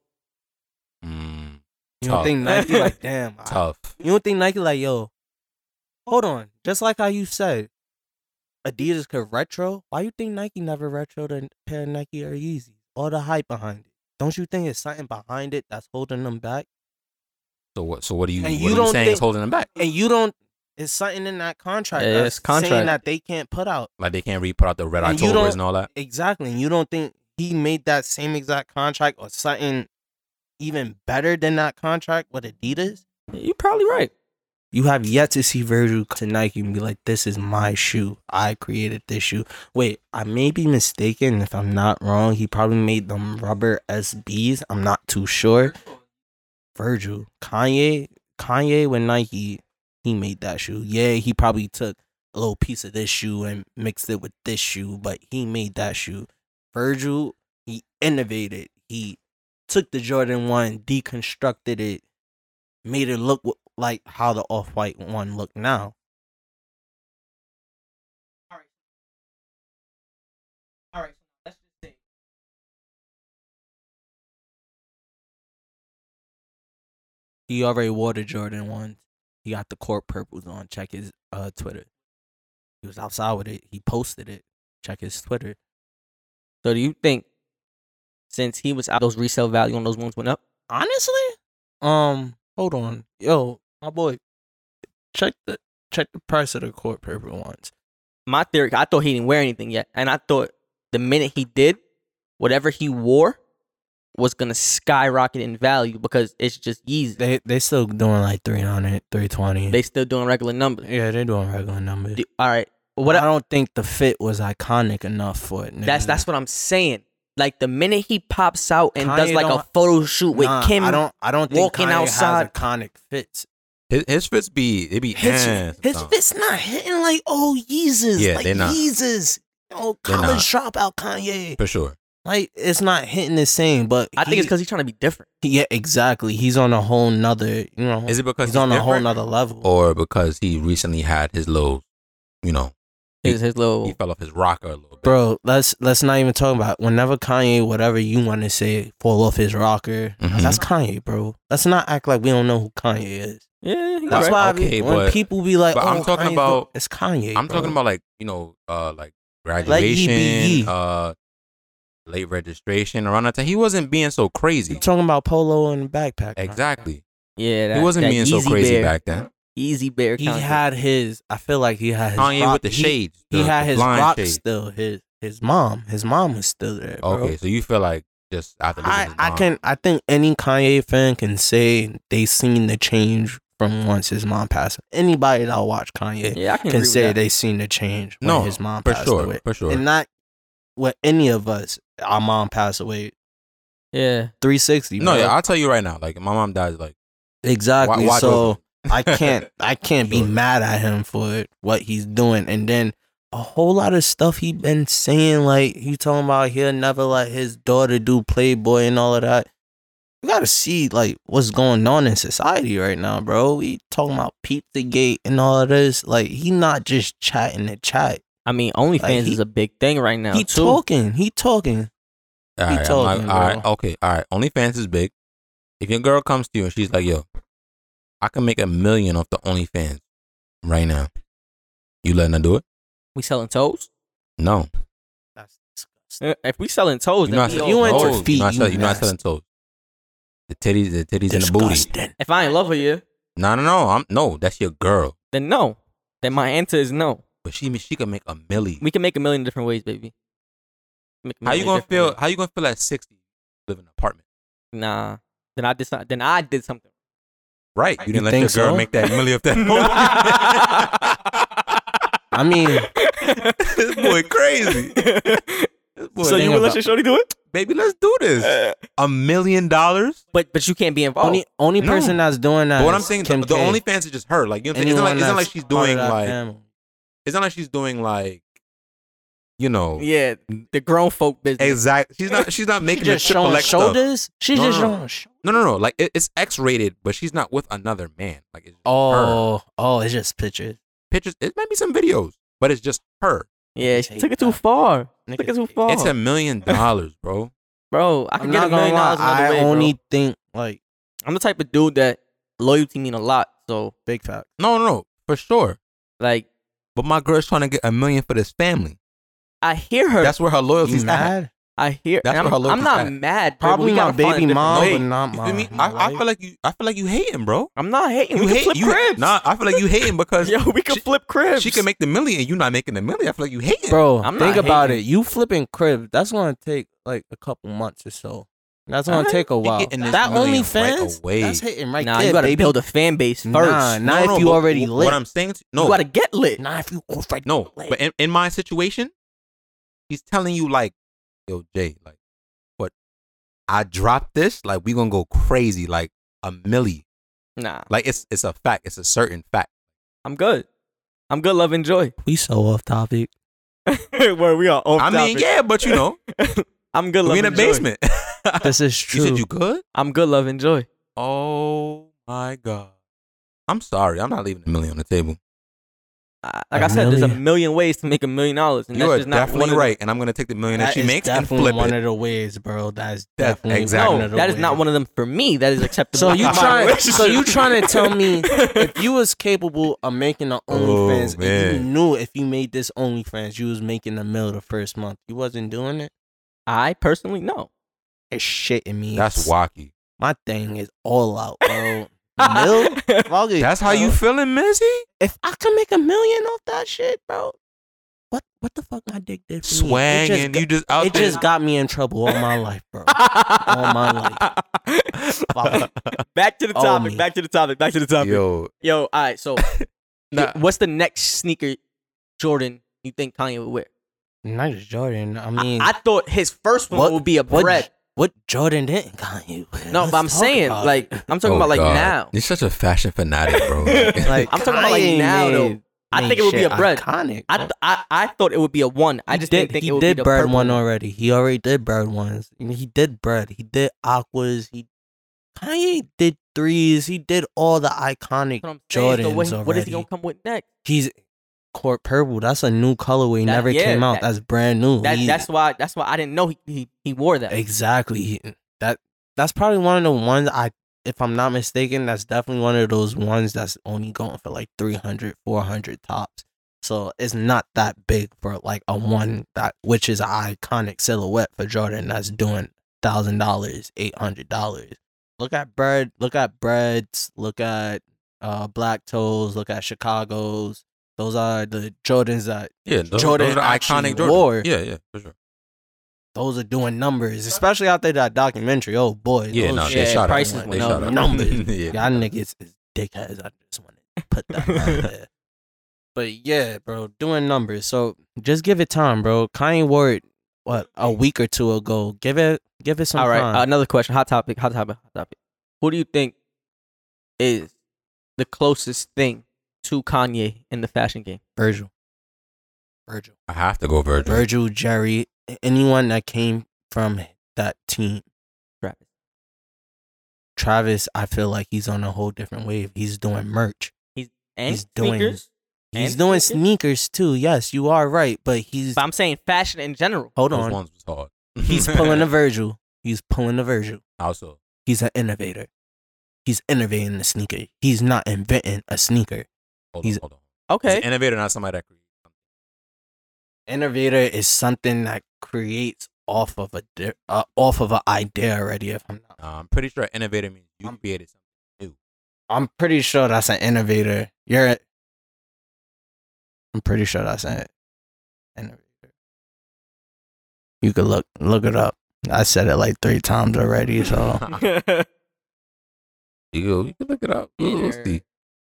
B: Mm,
C: You don't
B: Tough.
A: [LAUGHS]
C: think Nike like damn. I-
B: tough.
C: you don't think Nike like yo. Hold on. Just like how you said, Adidas could retro. Why you think Nike never retro the pair of Nike or Yeezy? All the hype behind it. Don't you think it's something behind it that's holding them back?
B: So what? So what are you? what
C: And you
B: are you
C: don't
B: saying
C: think-
B: is holding them back?
C: And you don't. It's something in that contract.
A: Yeah,
C: that's
A: it's contract.
C: saying that they can't put out.
B: Like they can't re put out the red
C: And you
B: Octobers
C: don't-
B: and all that.
C: Exactly. And you don't think he made that same exact contract or something even better than that contract with Adidas?
A: You're probably right.
C: You have yet to see Virgil to Nike and be like, this is my shoe. I created this shoe. Wait, I may be mistaken. If I'm not wrong, he probably made them rubber SBs. I'm not too sure. Virgil. Kanye. Kanye with Nike, he made that shoe. Yeah, he probably took a little piece of this shoe and mixed it with this shoe, but he made that shoe. Virgil, he innovated. He took the Jordan 1, deconstructed it, made it look w- like how the off white one look now.
A: All right, let's just say
C: He already wore the Jordan 1. He got the court purples on. Check his uh, Twitter. He was outside with it. He posted it. Check his Twitter.
A: So do you think since he was out, those resale value on those ones went up?
C: honestly um hold on yo my boy check the check the price of the court purple ones
A: My theory, I thought he didn't wear anything yet, and I thought the minute he did, whatever he wore was gonna skyrocket in value because it's just Yeezy. They,
C: they they still doing like 300 320
A: still doing regular numbers.
C: yeah they doing regular numbers
A: Do- all right,
C: but
A: what
C: i
A: I,
C: don't think the fit was iconic enough for it nigga.
A: that's that's what I'm saying. Like the minute he pops out and does
C: Kanye
A: like a
C: don't-
A: photo shoot with
C: Nah,
A: Kim,
C: i don't i don't think
A: walking
C: Kanye
A: outside.
C: has iconic fits
B: His, his fits be they be
C: his,
B: eh,
C: his
B: sometimes.
C: fits not hitting like oh yeezus
B: Yeah,
C: like
B: they not.
C: yeezus oh
B: They not.
C: college dropout kanye
B: for sure.
C: like it's not hitting the same but
A: I think it's
C: he-
A: because he's trying to be different.
C: Yeah, exactly. He's on a whole nother, you know,
B: Is it because
C: he's on a whole
B: different?
C: nother level.
B: or because he recently had his little, you know,
A: his his
B: He
A: little
B: fell off his rocker a little bit.
C: Bro, let's let's not even talk about it. whenever Kanye, whatever you want to say, fall off his rocker.
B: Mhm.
C: That's Kanye, bro. Let's not act like we don't know who Kanye is.
A: yeah. he
C: That's
A: right.
C: why I be-
B: Okay,
C: when
B: but-
C: people be like,
B: but
C: oh,
B: I'm talking
C: Kanye,
B: about-
C: it's Kanye.
B: I'm
C: bro. E
B: talking about like you know, uh, like
C: ye be ye.
B: graduation, uh, late registration around that time. He wasn't being so crazy.
C: I'm talking about polo and backpack. bro.
B: Exactly.
A: Yeah, that,
B: He wasn't
A: that
B: being so
A: Yeezy
B: crazy
A: bear,
B: back then.
A: Easy bear.
C: He
A: concept.
C: had his. I feel like he had his.
B: Kanye
C: rock-
B: with the
C: he-
B: shades.
C: He,
B: the-
C: had
B: the
C: his
B: blind
C: rock
B: shades.
C: still. His his mom. His mom was still there. Bro.
B: Okay, so you feel like just after losing
C: I,
B: his
C: I
B: mom.
C: can I think any Kanye fan can say they seen the change from once his mom passed. Anybody that watch Kanye
A: Yeah, I can,
C: can
A: agree
C: say
A: with that.
C: they seen the change when
B: No,
C: his mom
B: for
C: passed
B: sure,
C: away.
B: for sure.
C: And not with any of us, our mom passed away
A: Yeah,
C: 360.
B: no,
C: bro.
B: yeah, I'll tell you right now. Like my mom dies. Like wa-
C: exactly.
B: watch
C: so
B: over.
C: I can't I can't be
B: Sure.
C: mad at him for what he's doing. And then a whole lot of stuff he been saying, like he talking about he'll never let his daughter do Playboy and all of that. You gotta see like what's going on in society right now, bro. We talking about Pizzagate and all of this. Like he not just chatting the chat.
A: I mean, OnlyFans
C: Like, he-
A: is a big thing right now
C: he
A: too.
C: talking. He talking.
B: All right, I'm like,
C: talking,
B: all right,
C: bro.
B: okay, all right. OnlyFans is big. If your girl comes to you and she's like, "Yo, I can make a million off the OnlyFans right now," you letting her do it?
A: we selling toes.
B: No,
C: That's disgusting.
A: Uh, If we selling toes,
B: you're not
A: then we
B: selling
C: you
A: old,
C: ain't
A: bro.
C: to
B: toes.
C: feet,
B: You're not,
C: you
B: selling, you're not
C: nasty.
B: selling toes. The titties, the titties, and the booty.
A: If I ain't love her, yeah,
B: No, no, no. I'm no. That's your girl,
A: then no. Then my answer is no.
B: but she she can make a million.
A: We can make a million different ways, baby. Make a
B: How you
A: million
B: gonna
A: different
B: feel?
A: ways.
B: How you gonna feel at sixty? Live in an apartment,
A: Nah. Then I did. some- Then I did something. [LAUGHS]
B: right? You didn't let your
C: think
B: girl
C: so?
B: make that million off
C: [LAUGHS]
B: that.
C: I mean,
B: [LAUGHS] [LAUGHS] this boy crazy. This boy,
A: so you would let
C: about-
A: your shorty do it?
B: baby, let's do this. A million dollars.
A: [LAUGHS] But but you can't be involved.
C: only only
B: no.
C: person that's doing that.
B: Oh. But what I'm
C: is
B: saying, the,
C: Kim
B: the
C: K.
B: only fans are just her. Like you know, what I'm saying? it's not like
C: Anyone
B: it's not
C: that's
B: like she's doing
C: part of that
B: like
C: family.
B: it's not like she's doing like you know
A: yeah, the grown folk business.
B: exact. She's not she's not making
C: She
B: the
C: just
B: triple
C: showing
B: X stuff.
C: shoulders. She's
B: No,
C: just
B: no, no.
C: showing. Sh-
B: No, no, no. Like it, it's X rated, but she's not with another man. Like it's her.
C: oh, oh, it's just pictures.
B: pictures. It might be some videos, but it's just her.
A: yeah,
C: Niggas
A: she
C: hate
A: took it too
C: that.
A: far.
C: Niggas
A: Took it too
C: hate-
A: far.
B: It's a million dollars, bro.
A: bro. I
C: I'm
A: can get a
C: not gonna
A: million
C: lie.
A: dollars another
C: I
A: way, bro.
C: only think like
A: I'm the type of dude that loyalty mean a lot. So
C: big fact.
B: No, no, no, for sure.
A: like,
B: But my girl's trying to get a million for this family.
A: I hear her.
B: That's where her
C: You
B: loyalty's at.
C: mad?
A: I hear.
B: That's
A: and
B: what her
A: I'm, I'm
B: loyalty's
A: not
B: at.
A: mad. bro.
C: Probably
A: We
C: my
A: gotta find a
C: baby
A: different
C: mom,
A: way.
C: but not
B: You feel me?
C: mine.
B: I, I feel like you. I feel like you hating, bro.
A: I'm not hating.
B: You
A: we
B: hate
A: can flip
B: you.
A: cribs.
B: Nah, I feel like you hating
A: [LAUGHS]
B: because
A: Yo, we can
B: she-
A: flip cribs.
B: she can make the million and you not making the million. I feel like you hating,
C: bro.
A: I'm
C: think
A: not
C: about
A: hating.
C: it. You flipping crib. That's gonna take like a couple months or so. That's gonna
A: Alright,
C: take a
B: you
C: while.
B: getting this
C: That
B: million
C: only
B: right
C: fans.
B: away.
C: that's hitting right
A: nah,
C: there,
A: you gotta
C: baby.
A: build a fan base first.
C: Nah,
B: No,
C: not
B: no,
C: if you
B: but
C: already
B: wh- What I'm
C: lit.
B: saying, to, no,
A: You gotta get lit.
C: Not if you already
B: no.
C: lit.
B: But in, in my situation, he's telling you like, yo, Jay, like, what? I dropped this, like we gonna go crazy, like a milli,
A: Nah,
B: like it's it's a fact, it's a certain fact.
A: I'm good. I'm good. Love and
B: [LAUGHS]
A: joy.
C: we so off topic.
A: Where we are. Off
B: I mean,
A: topic.
B: yeah, but you
A: [LAUGHS]
B: know,
A: I'm good. Love
B: we in the
A: and joy.
B: basement. [LAUGHS]
C: This is
B: you
C: true.
B: said you good.
A: I'm good. Love and joy.
B: Oh my god. I'm sorry. I'm not leaving a million on the table.
A: I- Like
C: A
A: I said, there's a
C: million.
A: million ways to make a million dollars, and
B: You
A: that's
B: are
A: just not one
B: definitely
A: of
B: right, and I'm gonna take the million that, she
C: is
B: makes and
C: definitely
B: flip
C: one
B: it.
C: of the ways, bro. That is
B: That-
C: definitely
B: exactly.
C: one
A: No,
C: of the
A: that is not
C: ways.
A: one of them for me. That is acceptable.
C: So you
A: in my
C: trying?
A: relationship.
C: So you trying to tell me if you was capable of making an
B: [LAUGHS] Oh,
C: OnlyFans, and you
B: man.
C: knew if you made this OnlyFans, you was making a mill the first month. You wasn't doing it.
A: [LAUGHS] I personally no.
C: It's shitting me.
B: That's wacky.
C: my thing is all out, bro.
B: [LAUGHS]
C: mill.
A: [LAUGHS]
C: Fuck it,
B: That's how
C: bro.
B: you feeling, Mizzy?
C: If I could make a million off that shit, bro. What what the fuck my dick did for me? It
B: Swag
C: just
B: and
C: got-
B: you just out
C: it
B: there.
C: just got me in trouble all my life,
B: [LAUGHS]
C: bro. all my life. Fuck.
A: [LAUGHS] Back to the
C: Oh,
A: topic.
C: me.
A: back to the topic. Back to the topic. Yo,
B: Yo,
A: all right.
C: [LAUGHS]
A: So,
B: Nah.
A: what's the next sneaker Jordan you think Kanye would wear?
C: Not just Jordan. I
A: I,
C: mean,
A: I thought his first one
C: What-
A: would be a
C: what
A: bread.
C: what Jordan didn't Kanye? wear?
A: No,
C: Let's
A: but I'm
C: talk
A: saying
C: about
A: like
C: it.
A: I'm talking
B: Oh,
A: about like
B: God.
A: now.
B: You're such a fashion fanatic, bro. Like,
C: [LAUGHS] Like,
A: I'm talking about, [LAUGHS] like,
C: Kanye
A: now, though.
C: made-
A: I
C: made
A: think it would be
C: shit
A: a bread.
C: Iconic.
A: I,
C: bro.
A: th- I I thought it would be a one. I
C: He
A: just
C: did,
A: didn't think
C: he
A: it would
C: did
A: be the
C: bread
A: purple
C: one already. He already did bird ones. I mean, He did bread. He did aquas. He Kanye did threes. He did all the iconic
A: That's what I'm saying.
C: Jordans
A: So what,
C: already.
A: what is he gonna come with next?
C: He's court purple. That's a new colorway.
A: That-
C: never
A: yeah,
C: came
A: that-
C: out. that's brand new.
A: That,
C: He-
A: that's why. That's why I didn't know he he, he wore that.
C: exactly He- that. That's probably one of the ones I, if I'm not mistaken, that's definitely one of those ones that's only going for like 300, 400 tops. So it's not that big for like a one that which is an iconic silhouette for Jordan that's doing thousand dollars, eight hundred dollars. Look at bread. Look at breads. Look at uh black toes. Look at Chicago's. Those are the Jordans that
B: Yeah, those,
C: uh, Jordan
B: those are
C: actually
B: iconic Jordan.
C: wore.
B: Yeah, yeah, for sure.
C: those are doing numbers, especially out there that documentary. Oh boy,
B: Yeah,
C: those
B: no,
A: yeah,
B: they shot
A: prices
B: up.
C: went
B: They
C: up.
B: shot up. [LAUGHS]
C: Numbers.
B: yeah.
C: Y'all niggas is dickheads. I just want to put that
B: [LAUGHS]
C: out there. But yeah, bro, doing numbers. So just give it time, bro. Kanye wore it what a week or two ago. Give it, give it some
A: All right.
C: time.
B: uh,
A: Another question. Hot topic. Hot topic. Hot topic. Who do you think is the closest thing to Kanye in the fashion game?
C: Virgil, Virgil,
B: I have to go Virgil.
C: Virgil, Jerry, anyone that came from that team.
A: Travis.
C: Travis, I feel like he's on a whole different wave. He's doing merch.
A: And
C: He's doing-
A: sneakers.
C: He's
A: And
C: doing
A: sneakers?
C: sneakers too. Yes, you are right, but he's
A: But I'm saying fashion in general.
C: hold
B: Those
C: on.
B: ones was hard. [LAUGHS]
C: He's pulling a Virgil. He's pulling a Virgil.
B: Also,
C: He's an innovator. He's innovating the sneaker. He's not inventing a sneaker.
B: hold
C: He's-
B: on, hold on. He's an
A: Okay.
B: innovator, not somebody that creates.
C: Innovator is something that creates off of a di- uh, off of an idea already. If I'm not,
B: Uh, I'm pretty sure innovator means you
C: I'm-
B: created something.
C: I'm pretty sure that's an innovator. You're. A, I'm pretty sure that's an innovator. You could look look it up. I said it like three times already,
A: [LAUGHS]
B: [LAUGHS]
C: so. uh,
B: You, you can look it up. You'll
A: Yeah.
B: see.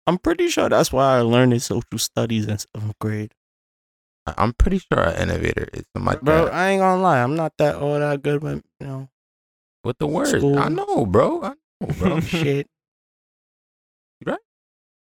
C: I'm pretty sure that's why I learned in social studies in seventh grade.
B: I- I'm pretty sure an innovator is somebody
C: Bro,
B: that-
C: I ain't gonna lie, I'm not that all that good with you know
B: with the word.
C: School.
B: I know, bro. I know, bro.
C: [LAUGHS] shit.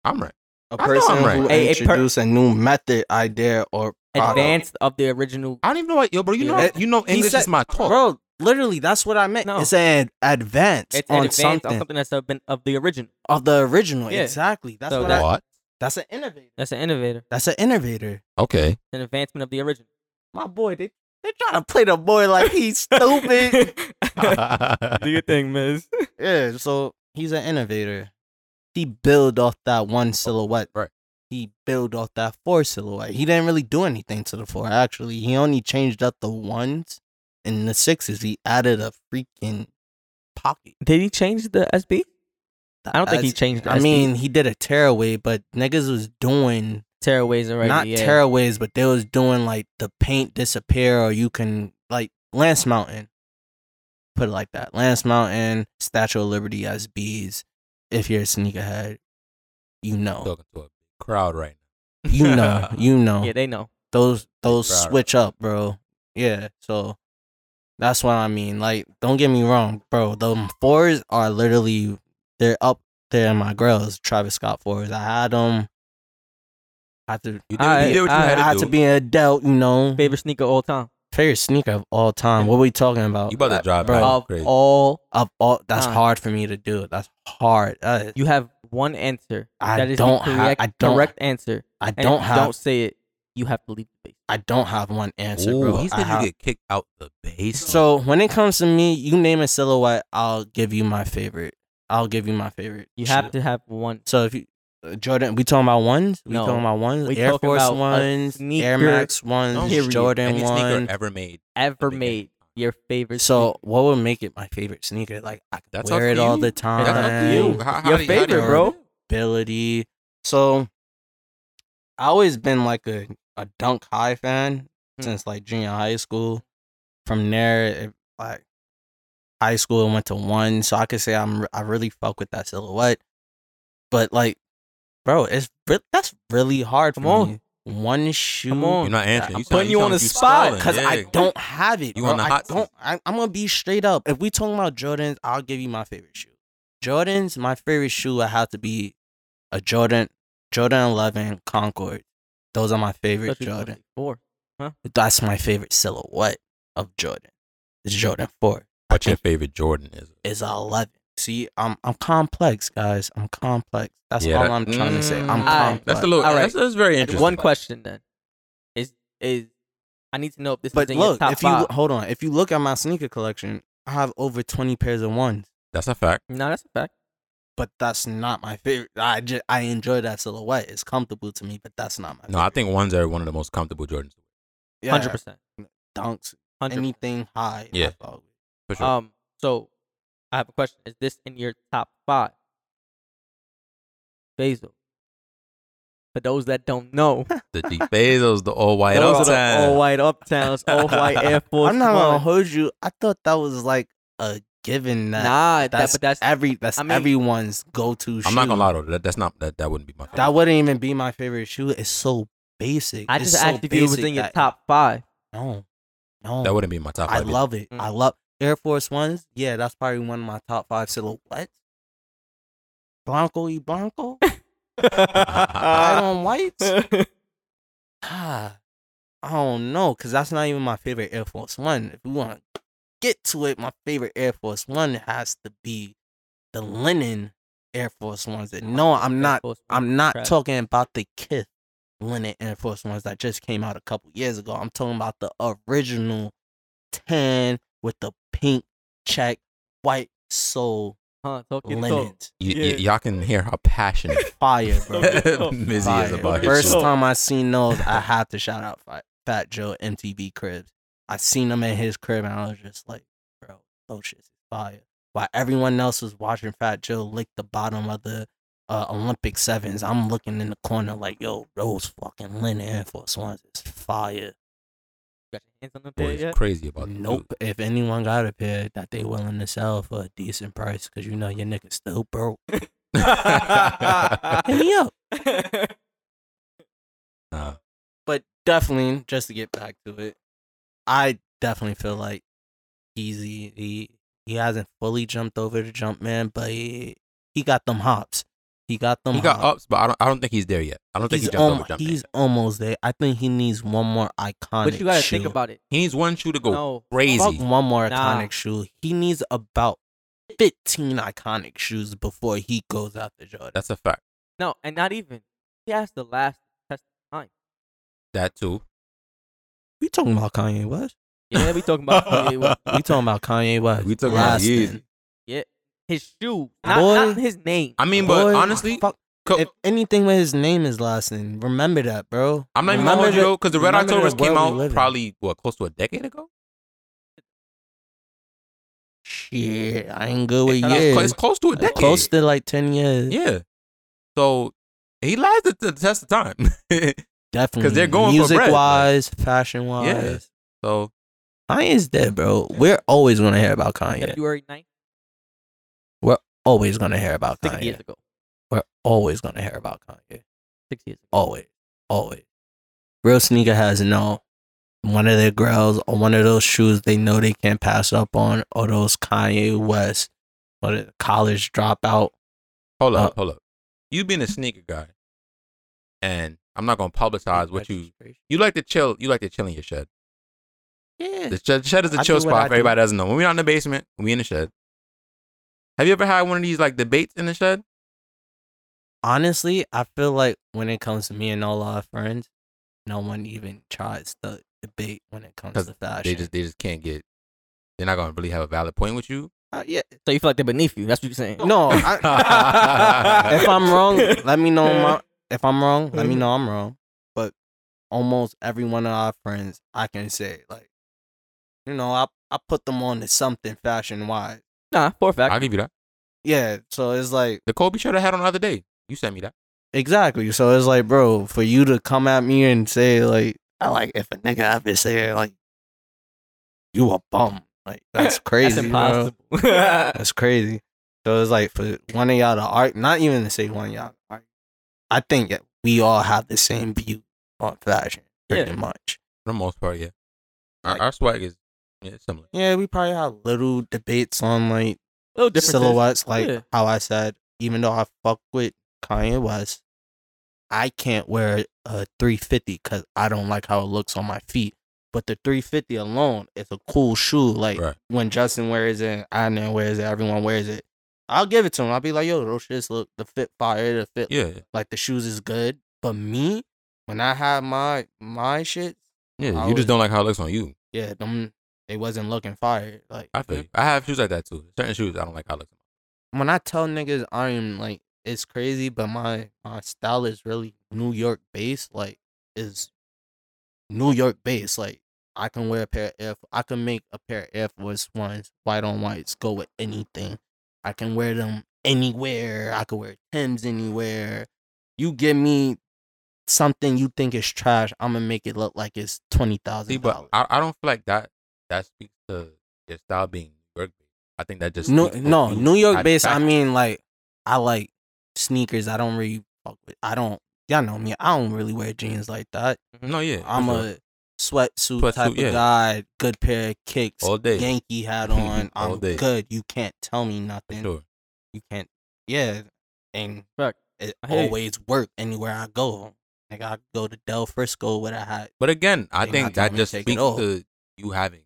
B: I'm right.
A: [LAUGHS]
C: A
B: I know I'm right.
A: Hey, a per-
C: a new method, idea, or
A: Advanced of the original.
B: I don't even know what yo, bro. You know,
C: Yeah.
B: you know,
C: He
B: English
C: said-
B: is my talk.
C: bro. Literally, that's what I meant.
A: No.
C: It's an advance
A: It's
C: on
A: an advance
C: something
A: on something that's of, been, of the original.
C: of the original.
A: Yeah.
C: Exactly. That's
A: So
C: what.
A: that-
C: I,
B: What?
C: that's an innovator.
A: That's an innovator.
C: That's an innovator.
B: Okay.
A: An advancement of the original.
C: My
A: [LAUGHS]
C: boy, they they trying to play the boy like he's [LAUGHS] stupid.
B: [LAUGHS]
A: do your thing, Miz.
C: Yeah, so he's an innovator. He built off that one silhouette.
B: right.
C: He built off that four silhouette. He didn't really do anything to the four, actually. He only changed up the ones and the sixes. He added a freaking pocket.
A: Did he change the SB? I don't think he changed the
C: I
A: SB.
C: mean, he did a tearaway, but niggas was doing
A: tearaways already.
C: not
A: yeah.
C: tearaways, but they was doing like the paint disappear or you can like Lance Mountain. Put it like that. Lance Mountain, Statue of Liberty as bees. If you're a sneakerhead, you know.
B: Talking to a crowd right now.
C: You know. You know.
A: Yeah, they know.
C: Those those
B: Big crowd.
C: switch up, bro. Yeah. So that's what I mean. Like, don't get me wrong, bro. The fours are literally they're up there in my grills. Travis Scott fours. I had them. I had to
B: You did,
A: I-
B: you did what you
A: I-
B: had
C: I
B: to
C: had
B: do.
C: to be an adult, you know.
A: Favorite sneaker of all time.
C: Favorite sneaker of all time. What are we talking about?
B: You about to drop
C: bro.
B: out.
A: of
B: crazy.
A: all,
C: Of all, that's
A: Time.
C: hard for me to do. That's hard. Uh,
A: you have one answer.
C: I
A: that is the
C: don't have-
A: correct,
C: I don't-
A: correct answer.
C: I
A: And if
C: don't
A: you
C: have.
A: Don't say it. You have to leave the base.
C: I don't have one answer,
B: Ooh,
C: bro.
B: he
C: I
B: said
C: have-
B: you get kicked out the base.
C: so when it comes to me, you name a silhouette, I'll give you my favorite. I'll give you my favorite.
A: You have to have one.
C: So if you. uh, Jordan, we talking about ones? We
A: No.
C: talking about ones?
A: We
C: Air
A: talking
C: Force
A: about a
C: ones, Air
A: sneaker-
C: Max ones,
A: Period.
C: Jordan
B: any
C: one.
B: sneaker ever made.
A: Ever
B: Big
A: made
B: game.
A: your favorite.
C: So what would make it my favorite sneaker? Like I could
B: That's up
C: wear
B: to
C: it all
B: you.
C: the
B: That's
C: time.
B: up to you. How, how
A: Your
B: do you- how do you-
A: favorite, bro.
C: ability. So I always been like a, a dunk high fan
A: Hmm.
C: since like junior high school. From there, it, like high school, I went to one, so I could say I'm re- I really fuck with that silhouette. But like, bro, it's re- that's really hard for
A: Come on.
C: me. One shoe,
A: on.
B: You're not answering.
C: I'm
B: You sound-
A: putting you on
B: sound
A: the
B: like you
A: spot,
B: stalling.
C: because I
B: Yeah.
C: don't have it.
B: You
C: bro.
B: on the hot
C: I don't. I, I'm gonna be straight up. If we talking about Jordans, I'll give you my favorite shoe. Jordans, my favorite shoe would have to be a Jordan, Jordan Eleven Concord. Those are my favorite Jordan.
A: Four.
C: That's my favorite silhouette of Jordan. It's Jordan Four. I
B: What's your
C: think
B: favorite Jordan is?
C: It's a eleven. See, I'm I'm complex, guys. I'm complex. That's
B: Yeah,
C: all
B: that-
C: I'm trying to say. I'm
B: Mm,
A: I-
C: complex.
B: That's a little.
A: All right.
B: That's, that's very interesting.
A: One question then is is I need to know if this
C: but
A: is in your
C: look,
A: top
C: if you
A: five.
C: hold on, if you look at my sneaker collection, I have over twenty pairs of ones.
B: That's a fact.
A: no, that's a fact.
C: But that's not my favorite. I just I enjoy that silhouette. It's comfortable to me, but that's not my.
B: No, I think ones are one of the most comfortable Jordans
C: Yeah,
A: Hundred percent.
C: dunks,
A: Hundred.
C: anything high.
B: Yeah.
C: I follow.
B: for
C: Uh,
B: sure.
A: Um. So I have a question. Is this in your top five? Basil. For those that don't know,
B: the Jeep Bezos, the all
C: [LAUGHS]
B: white
A: those
B: outside.
A: are the all white uptowns, all white [LAUGHS] Air Force.
C: I'm not gonna
A: One.
C: hold you. I thought that was like a given. That
A: Nah, that-
C: that's,
A: but that's
C: every that's
A: I mean-
C: everyone's go to.
B: I'm not gonna lie though. That, that's not that. That wouldn't be my. Favorite.
C: That wouldn't even be my favorite shoe. It's so basic.
A: I
C: It's
A: just
C: so
A: asked if it was
C: basic
A: in your
C: that-
A: top [LAUGHS] five.
C: No, no.
B: that wouldn't be my top.
C: I
B: five either.
C: love it.
A: Mm.
C: I love Air Force Ones. Yeah, that's probably one of my top five silhouettes. Blanco y Blanco, white on whites.
A: [LAUGHS]
C: Ah, I don't know, cause that's not even my favorite Air Force One. If we want to get to it, my favorite Air Force One has to be the linen Air Force Ones. And no, I'm not. I'm not
A: Right.
C: talking about the Kith linen Air Force Ones that just came out a couple years ago. I'm talking about the original tan with the pink check white sole
A: Huh, talk your
C: linen.
A: talk.
B: Y- y-
A: Yeah.
B: y'all can hear how
C: [LAUGHS]
B: passionate [LAUGHS]
C: Fire,
A: [LAUGHS]
C: bro.
B: Mizzy is
C: Fire.
B: about his
C: First
B: shit.
C: time I seen those, I had to shout out Fat, Fat Joe MTV Cribs. I seen them in his crib and I was just like, bro, those shit's fire. While everyone else was watching Fat Joe lick the bottom of the uh, Olympic sevens, I'm looking in the corner like, yo, those fucking linen Air Force Ones is fire.
A: Got your hands on them there
B: Boy,
A: yet?
B: it's crazy about the
C: Nope. If anyone got a pair that they willing to sell for a decent price, because you know your nigga still broke, [LAUGHS] hit me up.
B: [LAUGHS]
A: [LAUGHS]
B: Nah.
C: but definitely just to get back to it, I definitely feel like Easy he he hasn't fully jumped over the jump man, but he, he got them hops. He got them.
B: He got
C: hops.
B: ups, but I don't. I don't think he's there yet. I don't think
C: Uh-huh. He's,
B: he jumped
C: almo-
B: over jump.
C: he's
B: He's,
C: almost there. I think he needs one more iconic.
A: But you gotta
C: shoe.
A: think about it.
B: he needs one shoe to go
A: No,
C: Fuck
B: crazy.
C: one more
A: Nah.
C: iconic shoe. He needs about fifteen iconic shoes before he goes after Jordan.
B: That's a fact.
A: no, and not even. He has the last test of time.
B: That too.
C: we talking about Kanye West?
A: Yeah, we talking about [LAUGHS] Kanye West.
C: We talking about Kanye
B: [LAUGHS]
C: West?
B: We talking about
C: Lasting.
B: Yeezy.
A: yeah, his shoe, not,
C: Boy.
A: not his name.
B: I mean, but
C: Boy,
B: honestly,
C: fuck
B: co-
C: if anything with his name is last name, remember that, bro.
B: I'm not even gonna
C: Remember
B: hold you
C: the-
B: though, because the Red
C: remember
B: October's
C: the world
B: came
C: we
B: out
C: live in.
B: probably what close to a decade ago.
C: Shit, I ain't good with
B: It's cl- It's
C: years.
B: close to a decade.
C: Close to like ten years.
B: Yeah. So he lasted the test of time. [LAUGHS]
C: definitely.
B: 'Cause they're going for
C: music
B: bread, like-
C: wise, fashion wise.
B: so
C: Kanye's dead, bro. We're always gonna hear about Kanye.
A: February 9th,
C: Always gonna hear about
A: six
C: Kanye.
A: years ago.
C: We're always gonna hear about Kanye.
A: Six years ago.
C: Always, always. Real sneaker has no. One of their girls or one of those shoes they know they can't pass up on, or those Kanye West, or the college dropout
B: Hold
C: Uh,
B: up, hold up. You being a sneaker guy, and I'm not gonna publicize what you you like to chill. You like to chill in your shed.
C: Yeah.
B: The shed, shed is a
C: Eh, I
B: chill
C: do what I
B: spot. For
C: do.
B: everybody doesn't know. When we're not in the basement, we in the shed. Have you ever had one of these like debates in the shed?
C: Honestly, I feel like when it comes to me and all our friends, no one even tries to debate when it comes
B: 'Cause
C: to fashion.
B: They just they just can't get. They're not gonna really have a valid point with you.
C: Uh, yeah.
A: So you feel like they're beneath you? That's what you're saying?
B: Oh.
C: No. [LAUGHS]
B: [LAUGHS]
C: I, if I'm wrong, [LAUGHS] let me know. My, if I'm wrong, let me
B: Mm-hmm.
C: know I'm wrong. But almost every one of our friends, I can say like, you know, I I put them on to something fashion wise.
A: Nah, for a fact.
B: I'll give you that.
C: Yeah. So it's like.
B: The Kobe shirt I had on the other day. You sent me that.
C: Exactly. So it's like, bro, for you to come at me and say like, I like if a nigga up and say like, you a bum,
A: [LAUGHS]
C: like that's crazy.
A: That's
C: bro.
A: impossible. [LAUGHS]
C: That's crazy. So it's like for one of y'all to art, not even to say one of y'all. to argue, I think that we all have the same view on fashion, pretty
A: Yeah.
C: much.
B: For the most part, yeah. Our,
C: Like-
B: our swag is yeah, it's similar.
C: Yeah, we probably have little debates on like
A: Little differences.
C: silhouettes, like
A: Yeah.
C: how I said, even though I fuck with Kanye West, I can't wear a 350 because I don't like how it looks on my feet. But the 350 alone is a cool shoe. Like
B: Right.
C: when Justin wears it, I know wears it, everyone wears it. I'll give it to him. I'll be like, yo, those shits look the fit fire, the fit
B: Yeah,
C: like the shoes is good. But me, when I had my my shit,
B: yeah.
C: I
B: You
C: was-
B: just don't like how it looks on you.
C: yeah, them they wasn't looking fire. Like
B: I feel you. I have shoes like that too. Certain shoes I don't like how it looks.
C: when I tell niggas I am like it's crazy, but my my style is really New York based. Like is New York based. Like I can wear a pair of Air, I can make a pair of Air Force Ones, white on whites, go with anything. I can wear them anywhere. I can wear Timbs anywhere. You give me something you think is trash, I'm gonna make it look like it's twenty
B: See,
C: thousand
B: but
C: dollars.
B: I, I don't feel like that that speaks to your style being New York based. I think that just
C: No,
B: speaks to
C: no,
B: you
C: New York
B: as
C: based. I
B: fashion.
C: mean, like, I like sneakers. I don't really fuck with. I don't. Y'all know me. I don't really wear jeans like that.
B: no, yeah, for
C: I'm
B: sure.
C: a sweatsuit
B: Sweatsuit,
C: type
B: yeah.
C: of guy. Good pair of kicks.
B: all day
C: Yankee hat on.
B: [LAUGHS] All
C: I'm
B: day.
C: good. You can't tell me
B: for
C: nothing.
B: sure.
C: You can't. Yeah, and
A: Fuck.
C: it
A: I hear you.
C: always work anywhere I go. Like I go to Del Frisco with a hat.
B: But again, I
C: They
B: think
C: not
B: that
C: telling me to
B: just
C: take it
B: speaks
C: off. Uh,
B: to you having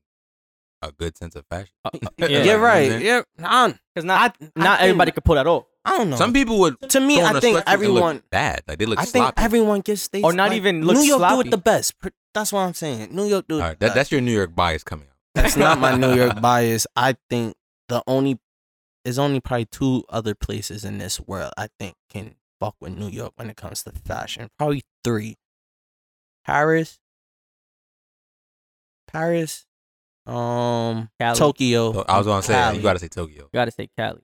B: a good sense of fashion.
A: Yeah,
B: Yeah,
C: [LAUGHS] Yeah,
B: you know what I'm
C: right.
B: saying?
C: Yeah, I, don't-
A: Because
C: I,
A: not
C: I
A: not everybody
C: think-
A: could pull that off,
C: I don't know.
B: Some people would.
C: to me,
B: throw on
C: I
B: a
C: think
B: sweatsuit and look
C: everyone.
B: bad. Like they look
C: I
B: sloppy.
C: think everyone gets they
A: Or not
C: like,
A: even
C: New
A: looks
C: York do
A: sloppy.
C: it the best. Pr- That's what I'm saying. New York do
B: All
C: it the
B: right, that,
C: best. [LAUGHS]
B: that's your New York bias coming out.
C: That's not my New York bias. I think the only there's only probably two other places in this world I think can fuck with New York when it comes to fashion. Probably three. Paris. Paris. Um
A: Cali.
C: Tokyo.
B: [LAUGHS] So Oh,
C: [LAUGHS]
B: I was gonna say
C: Cali.
B: you gotta say Tokyo.
A: Gotta say Cali.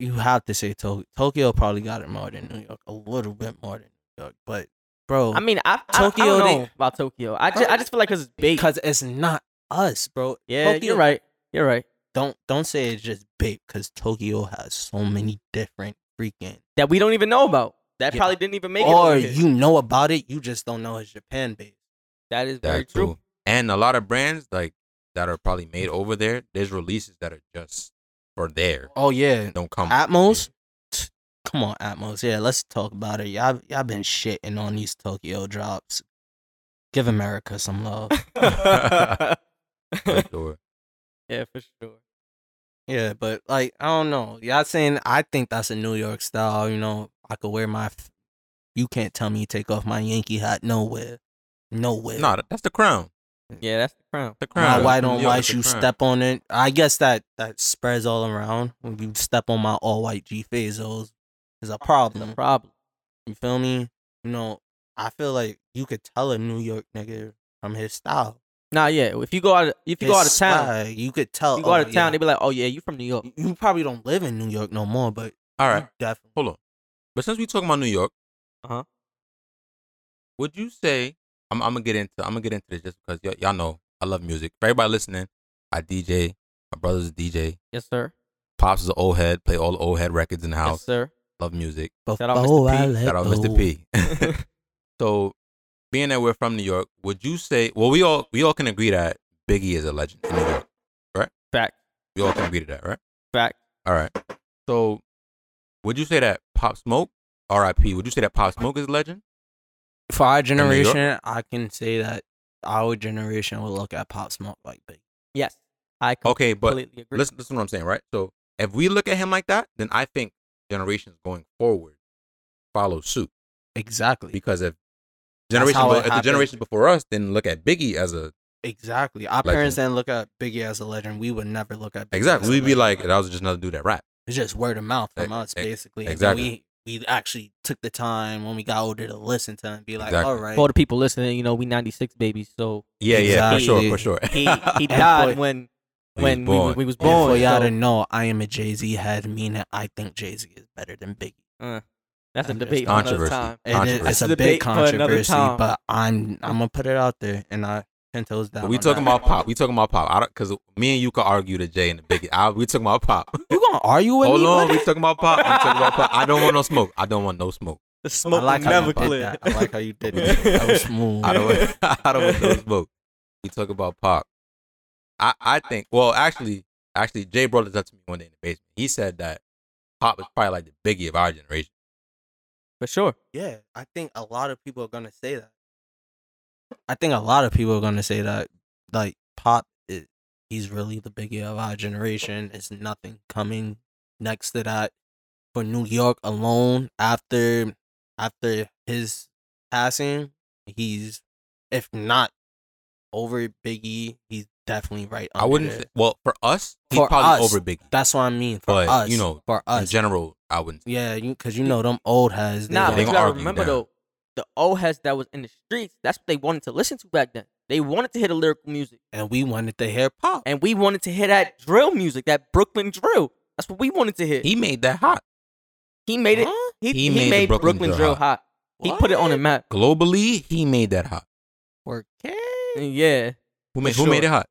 C: you have to say Tokyo. Tokyo probably got it more than New York. A little bit more than New York. But bro,
A: I mean, I, Tokyo. I,
C: Tokyo,
A: don't
C: they-
A: know about Tokyo. I just, I just feel like 'cause it's big.
C: because it's not us, bro.
A: yeah,
C: Tokyo-
A: you're right. You're right.
C: Don't don't say it's just big because Tokyo has so many different freaking.
A: That we don't even know about. That
C: Yeah.
A: probably didn't even make it.
C: or
A: over here.
C: you know about it, you just don't know it's Japan based.
A: That is very
B: That's
A: true.
C: [LAUGHS]
B: true. And a lot of brands like that are probably made over there. There's releases that are just for there.
C: Oh yeah,
B: Don't come
C: Atmos. Tch, Come on, Atmos. Yeah, let's talk about it. Y'all y'all been shitting on these Tokyo drops. Give America some
A: [LAUGHS]
C: love.
B: For sure.
A: [LAUGHS] yeah, for sure.
C: Yeah, but like I don't know. Y'all saying I think that's a New York style. You know, I could wear my. f- You can't tell me to take off my Yankee hat nowhere, nowhere.
B: No, that's the crown.
A: Yeah, that's the crown.
B: The
C: my
B: crown.
C: white
B: New
C: on
B: York
C: white.
B: is the
C: You
B: crown.
C: step on it. I guess that that spreads all around. When you step on my all white G Fazos, is a problem.
A: Problem. Mm-hmm.
C: You feel me? You know, I feel like you could tell a New York nigga from his style.
A: Nah, yeah. If you go out, if you go
C: his
A: out of town,
C: swag, you could tell.
A: you go out
C: oh,
A: of town,
C: yeah.
A: they be like, "Oh yeah, you from New York."
C: you probably don't live in New York no more, but
B: All
C: you
B: right,
C: definitely.
B: hold on. But since we talking about New York,
A: Uh-huh.
B: Would you say I'm, I'm gonna get into I'm gonna get into this just because y- y'all know I love music. For everybody listening, I DJ. My brother's a DJ.
A: Yes, sir.
B: Pops is an old head. Play all the old head records in the
A: Yes,
B: house.
A: sir.
B: Love music.
C: Before
A: Shout out Mr. P.
C: I let
B: Shout out
C: go. [LAUGHS]
B: Mr. P. [LAUGHS] so, being that we're from New York, would you say? Well, we all we all can agree that Biggie is a legend in New York.
A: Fact.
B: We all can agree to that, right?
A: Fact.
B: All right. So, would you say that Pop Smoke, R.I.P. Would you say that Pop Smoke is a legend?
C: For our
B: York?
C: generation, I can say that our generation will look at Pop Smoke like big.
A: Yes. I
B: Okay, Oh, but
A: completely agree.
B: listen, listen to what I'm saying, right? So if we look at him like that, then I think generations going forward follow suit
C: Exactly.
B: because if
C: That's
B: generation
C: how it
B: if the
C: happened.
B: generations before us then look at Biggie as a
C: Exactly. Our
B: Legend.
C: parents didn't look at Biggie as a legend. We would never look at Biggie
B: exactly,
C: as a
B: we'd be
C: legend.
B: like that was just another dude that rap.
C: it's just word of mouth from
B: E-
C: us,
B: e-
C: basically. And then
B: exactly.
C: We we actually took the time when we got older to listen to him and be like,
B: Exactly.
C: all right.
A: For all the people listening, you know, we 96 babies, so
B: Yeah, yeah, for sure,
C: Exactly.
B: for sure. [LAUGHS]
A: he he died
C: boy-
A: when
B: was
A: when we,
B: born.
A: we was
C: And
A: born.
C: for y'all
A: so
C: to know, I am a Jay Z head, meaning I think Jay Z is better than Biggie.
A: uh, that's a
C: I'm just
A: debate for another
B: controversy.
A: time.
C: It is,
B: Controversy.
C: it's
A: It's a
C: a big
A: debate for another
C: controversy,
A: time.
C: but I'm I'm gonna put it out there, and I ten toes down.
B: But we
C: on
B: talking
C: that.
B: about pop. We talking about pop. I don't because me and you could argue the Jay and the Biggie. I, we talking about
C: [LAUGHS]
B: pop.
C: You gonna argue with
B: Hold
C: me?
B: on, we talking about pop. We talking about pop. I don't want no smoke. I don't want no smoke.
A: The
C: I
A: smoke
C: like how
A: never
C: you did
A: clear.
C: that. I like how you did
B: Okay.
C: that. That was smooth.
B: I don't. I don't
C: [LAUGHS]
B: want [LAUGHS] no smoke. We talk about pop. I I think. Well, actually, actually, Jay brought this up to me one day in the basement. He said that pop is probably like the biggie of our generation.
A: [LAUGHS] for sure.
C: yeah, I think a lot of people are gonna say that. I think a lot of people are gonna say that. Like pop, is, he's really the biggie of our generation. It's nothing coming Next to that, for New York alone, after after his passing, he's if not over Biggie, he's definitely right.
B: I wouldn't.
C: there.
B: Say, well, for us, he's
C: For
B: probably
C: us,
B: over Biggie.
C: That's what I mean. For
B: But,
C: us,
B: you know,
C: for
B: In
C: us,
B: general, I wouldn't.
C: yeah, because you, know them old has.
A: Nah,
B: they
A: but you
B: gonna
A: gotta
B: argue
A: remember
B: down.
A: though, the old heads that was in the streets, that's what they wanted to listen to back then. They wanted to hear the lyrical music,
C: and we wanted to hear pop.
A: and we wanted to hear that drill music, that Brooklyn drill. That's what we wanted to hear. He,
B: He made that hot
A: made it.
C: Huh?
A: He, he
B: He made
A: made,
B: the
A: Brooklyn, drill hot. He put it on the
C: What?
A: map.
B: globally. He made that hot.
C: Okay.
A: Yeah,
B: Who made,
A: For
B: who
A: sure.
B: made it hot?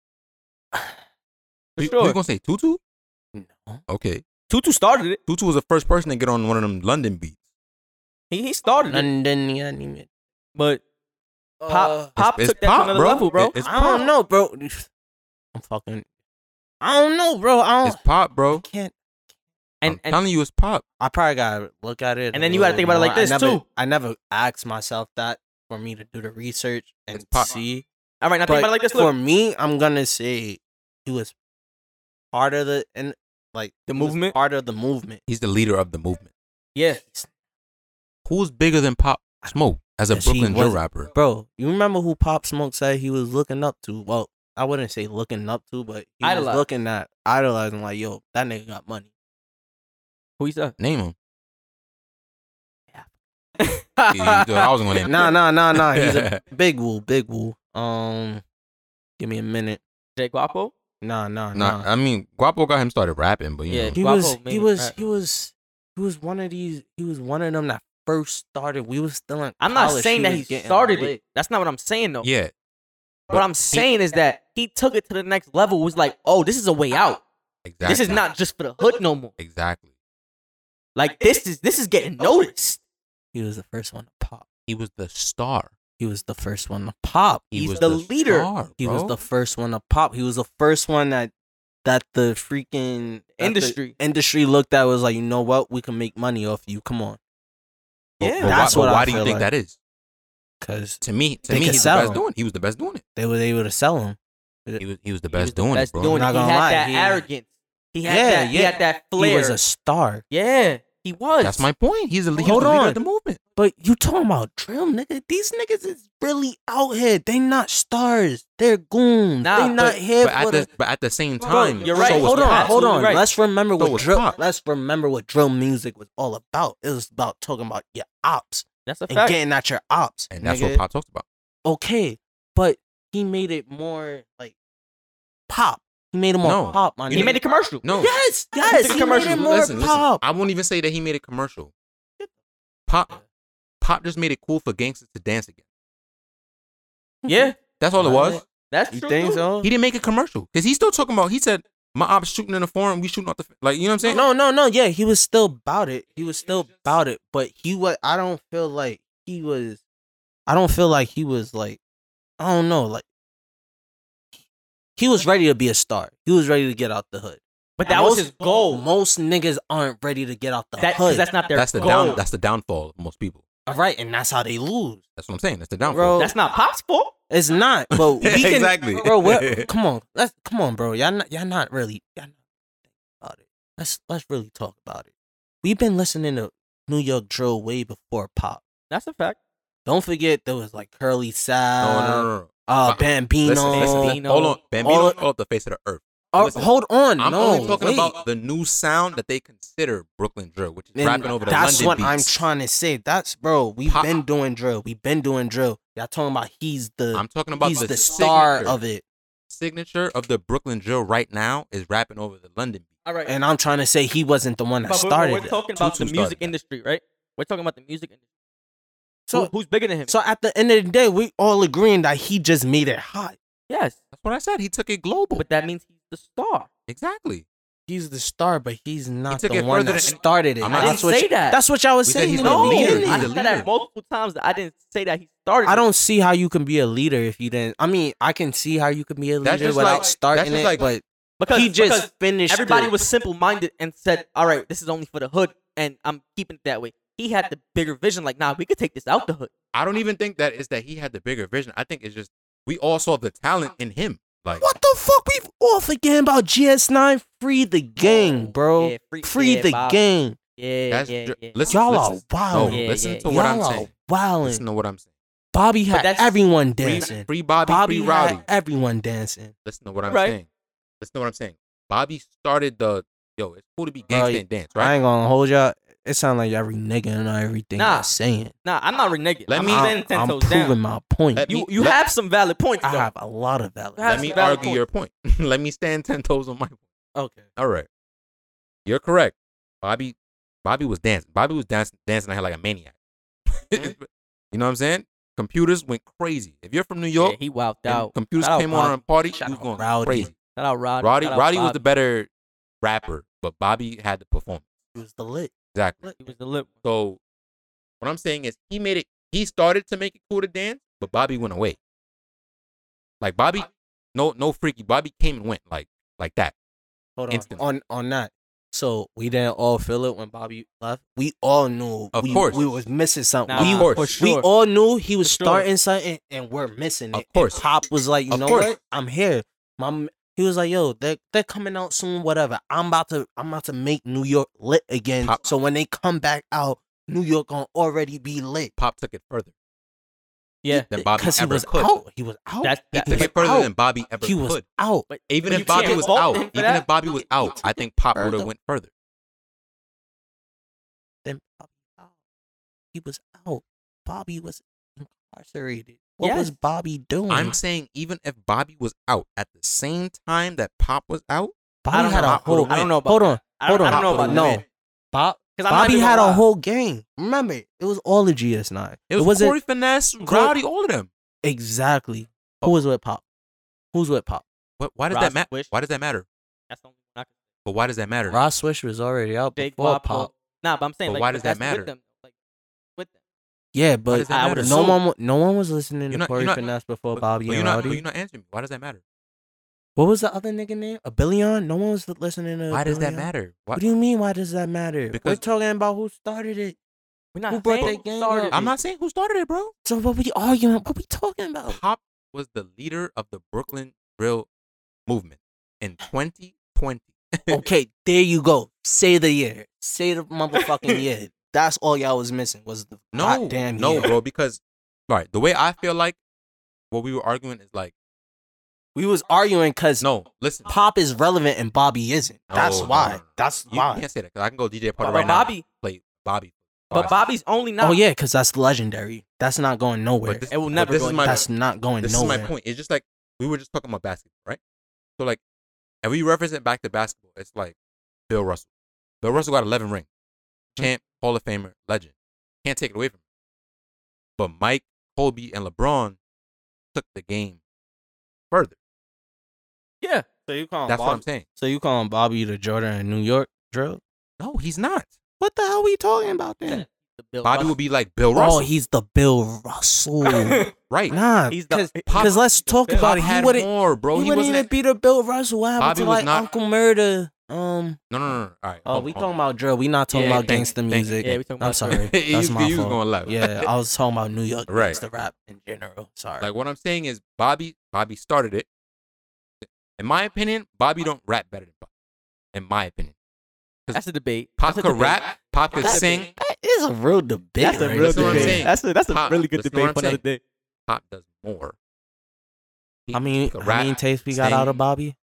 A: [SIGHS] for
B: you,
A: sure.
B: you gonna say Tutu?
C: No.
B: Okay,
A: Tutu started it.
B: Tutu was the first person to get on one of them London beats.
A: He he started it,
C: London, yeah, I mean, it-
A: but
C: Uh,
A: Pop Pop
B: it's
A: took that
B: Pop,
A: to another
B: bro.
A: level, bro.
B: It- it's
C: I don't
B: pop.
C: know, bro. I'm fucking. I don't know, bro. I don't.
B: It's pop, bro.
C: can't.
A: and
B: I'm
A: and
B: telling you, it's pop.
C: I probably gotta look at it.
A: And
C: a
A: then you gotta
C: little
A: think about it like
C: more. I
A: this,
C: never-
A: too.
C: I never asked myself that for me to do the research and
B: It's pop.
C: see.
A: all right, now think
C: But
A: about it like this.
C: for
A: Look,
C: me, I'm gonna say he was part of the and like
A: The
C: he was
A: movement?
C: part of the movement.
B: He's the leader of the movement.
A: yeah,
B: Who's bigger than Pop Smoke as a
C: Yes, he
B: Brooklyn drill
C: was.
B: rapper?
C: Bro, you remember who Pop Smoke said he was looking up to? Well, I wouldn't say looking up to, but he was
A: Idolized.
C: looking at idolizing like, yo, that nigga got money.
A: who he's up? [LAUGHS]
B: Name him. Yeah, you thought I was gonna name.
C: Nah, nah, nah, nah. He's a big woo, big woo. Um, give me a minute.
A: [LAUGHS] Jay Guapo.
C: Nah, nah, nah.
B: Nah, I mean Guapo got him started rapping, but you
A: Yeah.
B: know,
C: he
A: Guapo
C: was,
A: uh, made
C: he
A: it
C: was,
A: rap.
C: he was, he was one of these. He was one of them that first started. We was still in.
A: I'm not
C: college,
A: saying that
C: was
A: he
C: getting
A: started
C: lit.
A: it. That's not what I'm saying though.
B: yeah,
A: What I'm saying is that he took it to the next level. Was like, oh, this is a way out.
B: exactly.
A: This is not just for the hood no more.
B: exactly.
A: Like this is this is getting noticed.
C: He was the first one to pop.
B: He was the star.
C: He was the first one to pop.
B: He
A: He's
B: was
A: the leader.
B: star,
C: He was
B: bro.
C: the first one to pop. He was the first one that that the freaking that the
A: Industry.
C: industry looked at was like, you know what, we can make money off you. Come on,
B: But-
A: Yeah.
B: but
C: That's
B: why,
C: what
B: but
C: I
B: why do you
C: feel
B: think
C: like.
B: that is?
C: because
B: To me, to
C: They
B: me,
C: could
B: he's the
C: sell
B: best
C: him.
B: doing. it. He was the best doing it.
C: they were able to sell him.
B: He was, he was the
A: He was
B: best doing
A: best
B: it, bro.
A: doing
C: Not
A: it. He
C: gonna
A: had
C: lie,
A: that
C: he-
A: arrogance. He had
C: Yeah,
A: that. He
C: yeah.
A: had that flair.
C: He was a star.
A: yeah, he was.
B: That's my point. He's the, he was
C: Hold
B: the leader
C: on.
B: of the movement.
C: But you talking about drill, nigga? These niggas is really out here. They not stars. They're goons.
A: Nah,
C: they not
A: but-
C: here
B: But
C: for
B: at
C: the.
B: the but at the same
A: Bro,
B: time,
A: you're right.
B: So was
C: hold on,
B: Pop.
C: hold on.
A: Absolutely right.
C: Let's remember
B: So
C: what
B: was
C: drill.
B: Pop.
C: Let's remember what drill music was all about. It was about talking about your ops
A: That's a
C: and
A: fact.
C: getting at your ops.
B: and that's
C: nigga.
B: what Pop talks about.
C: Okay, but he made it more like pop. He made it more
B: No.
C: pop. My
A: he
C: nigga.
A: made a commercial.
B: No,
C: Yes, yes.
A: Take a
C: He made
A: commercial.
C: it more
B: listen, listen.
C: pop.
B: I won't even say that he made a commercial. Pop, Pop just made it cool for gangsters to dance again.
A: Yeah,
B: That's all it was.
A: that's
C: You
A: true.
C: think
A: dude.
C: so?
B: He didn't make a commercial because he's still talking about. He said, "My ops shooting in the forum. We shooting off the f-" like." You know what I'm saying?
C: No, no, no. Yeah, he was still about it. He was still about it. But he was. I don't feel like he was. I don't feel like he was like. I don't know. Like he was ready to be a star. He was ready to get out the hood.
A: But that was his goal.
C: Most niggas aren't ready to get out the
A: That, 'cause
C: hood.
A: that's not their
B: that's the
A: goal.
B: down. That's the downfall of most people.
C: All right, and that's how they lose.
B: That's what I'm saying. That's the downfall.
C: Bro.
A: That's not Pop's fault.
C: It's not,
B: [LAUGHS]
C: but we can.
B: Exactly.
C: bro. We're,
B: [LAUGHS]
C: come on, let's come on, bro. Y'all not, y'all not really y'all not thinking about it. Let's let's really talk about it. We've been listening to New York drill way before pop.
A: That's a fact.
C: Don't forget there was like Curly
B: No,
C: Sal,
B: no, no, no. no.
C: uh,
B: Uh,
C: Bambino.
B: Listen, listen, listen.
A: Bambino.
B: Hold on, Bambino
C: All-
B: fell off the face of the earth.
C: Uh,
B: listen.
C: hold on,
B: I'm
C: no,
B: only talking
C: wait.
B: about the new sound that they consider Brooklyn drill, which is
C: And
B: rapping over the
C: that's
B: London
C: what
B: beats.
C: I'm trying to say. That's bro. We've
B: Pop-
C: been doing drill. We've been doing drill. Y'all talking about he's the
B: I'm talking about
C: he's the,
B: the
C: star
B: signature.
C: of it,
B: signature of the Brooklyn drill right now is rapping over the London beat.
A: All right.
C: and I'm trying to say he wasn't the one that
A: But we're-
C: started
A: we're,
C: it.
A: talking about
B: Tutu
A: the
B: started
A: music
B: that.
A: industry, right? We're talking about the music industry.
C: So
A: Who- who's bigger than him?
C: So at the end of the day, we all agreeing that he just made it hot.
A: yes,
B: That's what I said. He took it global.
A: but that means he's the star.
B: exactly.
C: He's the star, but he's not
B: took
C: the
B: it
C: one
B: further
C: that
B: than-
C: started it.
B: I'm
A: I
B: not-
A: didn't
C: that's what
A: say
C: you-
A: that.
C: that's what y'all was
B: We said
C: saying.
B: he's
C: in the
B: the
A: no,
B: leader.
C: beginning.
A: I
B: He's the
A: said that
B: leader.
A: multiple times. that I didn't say that he started.
C: I
A: it.
C: don't see how you can be a leader if you didn't. I mean, I can see how you could be a
B: That's
C: leader
B: just
C: without
B: like-
C: starting
B: that's just
C: it,
B: like-
C: but
A: because
C: he just
A: because
C: finished.
A: everybody
C: it.
A: was simple minded and said, "All right, this is only for the hood," and I'm keeping it that way. He had the bigger vision. Like, nah, we could take this out the hood.
B: I don't even think that is that he had the bigger vision. I think it's just we all saw the talent in him. Like
C: What the fuck? We've all forgetting about GS9. Free the gang, bro.
A: Yeah, free,
C: Oh, Free
A: yeah,
C: the
A: Bob.
C: gang.
A: Yeah,
B: that's
A: yeah,
B: dr-
A: yeah.
B: listen,
C: Y'all are
B: listen, no,
C: wild.
A: Yeah,
B: listen
A: yeah,
B: to
A: yeah.
B: what I'm
C: Y'all are
B: saying. Listen
C: wilding.
B: to what I'm saying.
C: Bobby had
A: that's-
C: everyone
B: Free,
C: dancing.
B: free Bobby,
C: Bobby
B: free
C: had
B: Rowdy.
C: everyone dancing.
B: Listen to what I'm
A: Right.
B: saying. Listen to what I'm saying. Bobby started the yo. It's cool to be
C: Bro,
B: gangsta
C: you-
B: and dance,
C: I
B: right?
C: ain't gonna hold y'all. It sound like y'all reneging on everything
A: Nah.
C: I'm saying.
A: Nah, I'm not reneging.
B: Let
A: I'm
B: me-
A: saying
C: I'm,
A: ten
C: I'm
A: toes
C: proving
A: down.
C: my point.
B: Let
A: You
B: me-
A: you
B: let-
A: have some valid points
C: I
A: though.
C: have a lot of valid.
A: That's
B: Let me
A: a valid
B: argue your point. [LAUGHS] Let me stand ten toes on my point.
C: Okay.
B: All right, you're correct. Bobby, Bobby was dancing. Bobby was dancing, dancing out here like a maniac.
A: Mm-hmm.
B: [LAUGHS] you know what I'm saying? Computers went crazy. If you're from New
A: yeah,
B: York,
A: he wowed
B: and
A: out.
B: computers
A: Shout out
B: came on
A: Bobby.
B: and party,
C: Shout
B: he was
C: out
B: going
C: Rowdy.
B: crazy.
A: Shout out Roddy.
B: Roddy,
A: Shout out
B: Roddy was the
A: Bobby.
B: better rapper, but Bobby had the performance.
C: It was the lit.
B: Exactly.
A: He was the lip.
B: So what I'm saying is he made it he started to make it cool to dance, but Bobby went away. Like Bobby, no no freaky. Bobby came and went like like that.
C: Hold on.
B: Instantly.
C: On on that. So we didn't all feel it when Bobby left. We all knew
B: Of
C: we,
B: course.
C: we was missing something.
A: Nah,
C: we,
B: Of course.
A: for
C: we
A: sure.
C: all knew he was
A: For sure.
C: starting something and we're missing it.
B: Of course.
C: And Pop was like, you
B: Of
C: know
B: course.
C: what? I'm here. My m- he was like, yo, they're, they're coming out soon, whatever. I'm about to I'm about to make New York lit again.
B: Pop-
C: So when they come back out, New York gonna already be lit.
B: Pop took it further
A: Yeah,
B: than Bobby
C: Because he
B: ever
C: was
B: could.
C: out. He was out.
A: That's-
C: He
A: that-
B: He took
C: was
B: it further
C: out.
B: than Bobby ever
C: He was
B: could.
C: out.
A: But-
B: Even
A: but
B: if
A: you
B: Bobby
A: can't
B: was
A: fault
B: out,
A: him
B: even
A: for that.
B: if Bobby was out, I think Pop would have went further.
C: Then Bobby out. He was out. Bobby was incarcerated. What was
A: Yes.
C: Bobby doing?
B: I'm saying even if Bobby was out at the same time that Pop was out,
C: Bobby
A: I don't
C: had
A: know
C: a
A: about-
C: whole.
A: I don't know about
C: Hold on.
A: I don't,
C: Hold on.
A: I don't know about
C: No.
A: that.
C: Bob,
A: 'Cause I'm not
C: Bobby
A: even
C: had
A: gonna
C: a
A: lie.
C: whole gang. Remember, it was all the GS9.
B: it was,
C: wasn't
B: Corey Finesse,
C: Cor-
B: Rowdy, all of them.
C: exactly who was with Pop. Who's with Pop?
B: What, why does
A: Ross
B: that matter?
A: Wish.
B: Why does that matter?
A: That's the only one I can-
B: But why does that matter?
C: Ross Swish was already out
A: Jake
C: before
A: Bob,
C: Pop.
A: Nah, but I'm saying
B: But
A: like
B: why does
A: that's
B: that matter?
A: With them, like, with them.
C: Yeah,
B: Why
C: but
B: does that
A: I
B: matter?
A: would
C: no
B: So-
C: one, wa- no one was listening
B: You're
C: to
B: not-
C: Corey
B: you're not-
C: Finesse before
B: but-
C: Bobby
B: but
C: and
B: you're not,
C: Rowdy.
B: but you're not answering me. Why does that matter?
C: what was the other nigga name? A billion? No one was listening to.
B: Why does that
C: Abillion?
B: matter? Why,
C: Uh, What do you mean? Why does that matter? We're
B: Because-
C: talking about who started it.
A: We're not
C: Who brought
A: saying
C: that gang
A: started
C: up?
B: I'm
A: it.
B: not saying who started it, bro.
C: So what we arguing? What we talking about?
B: Pop was the leader of the Brooklyn drill movement in 2020.
C: okay, there you go. Say the year. Say the
B: [LAUGHS]
C: motherfucking year. That's all y'all was missing was the
B: No,
C: goddamn
B: no,
C: year.
B: bro. Because all right, the way I feel like what we were arguing is like
C: We was arguing because
B: no. Listen,
C: Pop is relevant and Bobby isn't. That's
B: No, no,
C: why.
B: no, no.
C: That's
B: you
C: why.
B: can't say that because I can go DJ
A: But
B: Potter right
A: Bobby,
B: now. Play Bobby.
A: but Bobby's only not.
C: Oh yeah, because that's legendary. That's not going nowhere.
B: But this,
A: it will
B: but
A: never
B: This
A: go
B: is my
C: that's not going
B: this
C: nowhere.
B: is my point. It's just like we were just talking about basketball, right? So like, if we reference it back to basketball, it's like Bill Russell. Bill Russell got 11 rings,
C: Hmm.
B: champ, Hall of Famer, legend. Can't take it away from him. But Mike, Kobe, and LeBron took the game further.
A: yeah.
C: So you calling
B: That's what I'm saying.
C: So you calling Bobby the Jordan in New York drill?
B: No, he's not.
C: What the hell we talking about then?
A: The Bill
B: Bobby
A: Russell.
B: would be like Bill
C: Oh,
B: Russell,
C: he's the Bill
B: [LAUGHS]
C: Russell.
B: right?
C: Nah,
A: He's the-
C: because
B: Pop-
C: let's talk
A: Bill
C: about
B: Bobby
C: it. He
B: had
C: wouldn't.
B: more, bro.
C: he,
B: He,
C: wouldn't
B: wasn't.
C: even
B: at-
C: beat up Bill Russell. What happened
B: Bobby
C: to
B: was
C: like
B: not-
C: Uncle Murder? Um.
B: no, no, no, no. All right.
C: Oh,
B: hold
C: we
B: on,
C: talking
B: hold
C: about drill. We not talking
A: Yeah, thank-
C: about gangster
B: thank-
C: music.
A: yeah, we talking
C: I'm
A: about
C: sorry.
B: on. [LAUGHS] He was-
C: That's my
B: he was
C: fault.
B: going left.
C: Yeah, I was talking about New York
B: Right.
C: gangster rap in general. Sorry.
B: Like what I'm saying is Bobby Bobby started it. In my opinion, Bobby don't rap better than Pop. In my opinion.
A: That's a debate.
B: Pop
A: That's a
B: could
A: debate.
B: rap, Pop could
A: That's a
B: sing,
A: debate.
C: that is a real debate.
A: That's a
C: right
A: real
B: Listen to what I'm
A: debate.
B: saying.
A: That's a that's a
B: Pop,
A: really good
B: listen to
A: debate
B: what
A: for
B: I'm
A: another day.
B: Pop does more. He
C: I mean,
B: could
C: how many
B: rap,
C: takes we got
B: sing.
C: out of Bobby?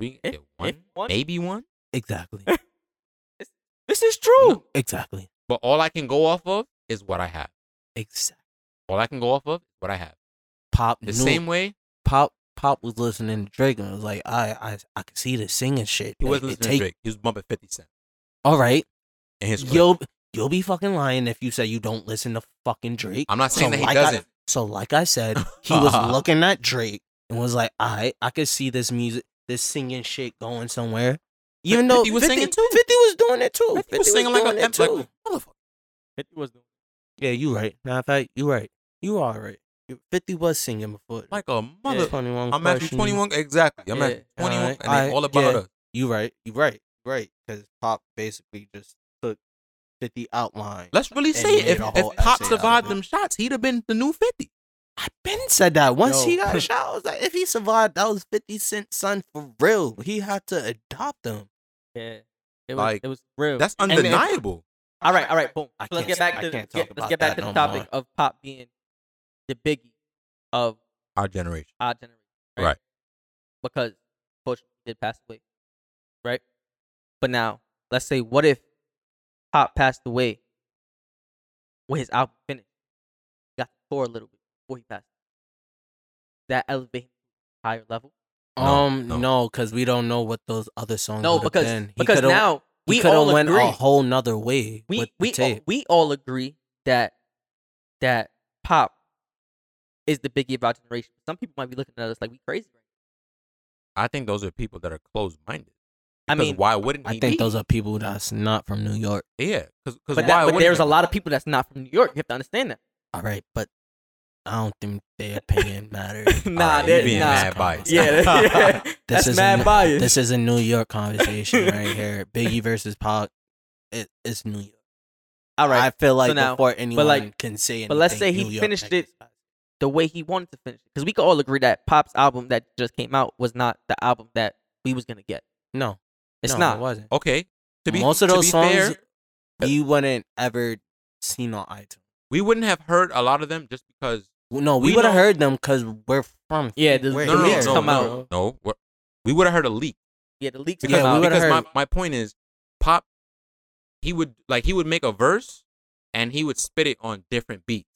B: We can
A: If-
B: get one,
A: if one-
B: maybe one.
C: Exactly.
B: [LAUGHS]
A: This is true.
C: exactly.
B: But all I can go off of is what I have.
C: Exactly.
B: All I can go off of is what I have.
C: Pop
B: The
C: knew.
B: same way
C: Pop. Pop was listening to Drake and was like, I, I, I could see the singing shit.
B: he
C: It-
B: was
C: it
B: listening
C: take-
B: to Drake. He was bumping 50 Cent.
C: All right.
B: In his clip.
C: You'll you'll be fucking lying if you say you don't listen to fucking Drake.
B: I'm not saying that he
C: like I,
B: doesn't.
C: so like I said, he [LAUGHS] was looking at Drake and was like, "I I could see this music, this singing shit going somewhere." Even though
B: 50 was singing too.
C: 50 was doing it too. 50
B: He was singing like
C: doing
B: a
C: it too.
B: like, motherfucker.
A: It was
C: yeah, you right. Matter of fact, you right. You are right. 50 was singing before.
B: Like a
A: Yeah.
B: mother.
C: 21
B: I'm at
C: Questions.
B: 21. Exactly. I'm at
A: Yeah.
B: 21.
C: Alright,
B: And they
C: alright,
B: all about
C: yeah.
B: us.
C: You right. You right. Right. Because Pop basically just took 50 outline.
B: Let's really
C: And
B: say
C: he
B: it.
C: made
B: If,
C: a whole
B: if Pop
C: essay out of
B: survived
C: it.
B: them shots, he'd have been the new 50.
C: I been said that once he
A: Yo.
C: [LAUGHS] got shot. I was like, if he survived, that was Fifty Cent son for real. He had to adopt him.
A: Yeah. It was,
B: Like,
A: it was real.
B: That's
A: And then-
B: undeniable.
A: all right, all right, boom.
C: I
A: So let's
C: can't-
A: get back
C: I
A: to get-
C: can't talk
A: let's
C: about
A: get back
C: that
A: to the
C: no
A: topic
C: more.
A: of Pop being the biggie of
B: Our generation.
A: our generation.
B: Right.
A: Because Bush did pass away. Right? But now, let's say what if Pop passed away when his album finished? He got to tour a little bit before he passed. That elevate him to a higher level.
B: No,
C: um,
B: no.
C: no, because we don't know what those other songs.
A: No,
C: would've
A: because
C: been. Oh, He
A: because
C: coulda-
A: now
C: he
A: we
C: coulda
A: all
C: went
A: agree.
C: a whole nother way. with
A: we
C: the
A: we all,
C: tape.
A: we all agree that that pop is the biggie of our generation. Some people might be looking at us like we crazy. Right?
B: I think those are people that are closed minded.
A: I
B: Because
A: mean,
B: why wouldn't he
C: I think
B: be?
C: those are people that's not from New York.
B: Yeah, because
A: but,
B: why
A: that, but
B: wouldn't
A: there's
B: they
A: a
B: be?
A: lot of people that's not from New York. You have to understand that.
C: All right, but I don't think their opinion
A: [LAUGHS]
C: matters.
A: nah,
B: you
A: they're-
B: being
A: nah.
B: mad biased.
A: Yeah,
B: [LAUGHS]
A: yeah. [LAUGHS] that's
C: is
A: mad
C: a,
A: bias.
C: This is a New
A: [LAUGHS]
C: York conversation right here. Biggie versus Pac. It, it's New York.
A: All right,
C: I feel like
A: So now-
C: before anyone
A: like-
C: can say anything,
A: but let's say he
C: New York
A: finished
C: actually-
A: it- the way he wanted to finish it, because we could all agree that Pop's album that just came out was not the album that we was gonna get.
C: No,
A: It's
C: no,
A: not.
C: It wasn't.
B: Okay. To be
C: Most of
B: to
C: those
B: be
C: songs
B: fair,
C: we wouldn't ever seen on iTunes.
B: we wouldn't have heard a lot of them just because.
C: Well, No, we,
B: We
C: would have
B: don't-
C: heard them because we're from.
A: Yeah, the-
C: we're
A: the
B: No, no,
C: here.
B: no,
A: leaks
B: no,
A: come
B: no,
A: out.
B: no, we're- we would have heard a leak.
A: Yeah, the leaks
B: because,
A: came out.
C: we would've
B: because my,
C: heard-
B: my point is pop he would like he would make a verse and he would spit it on different beats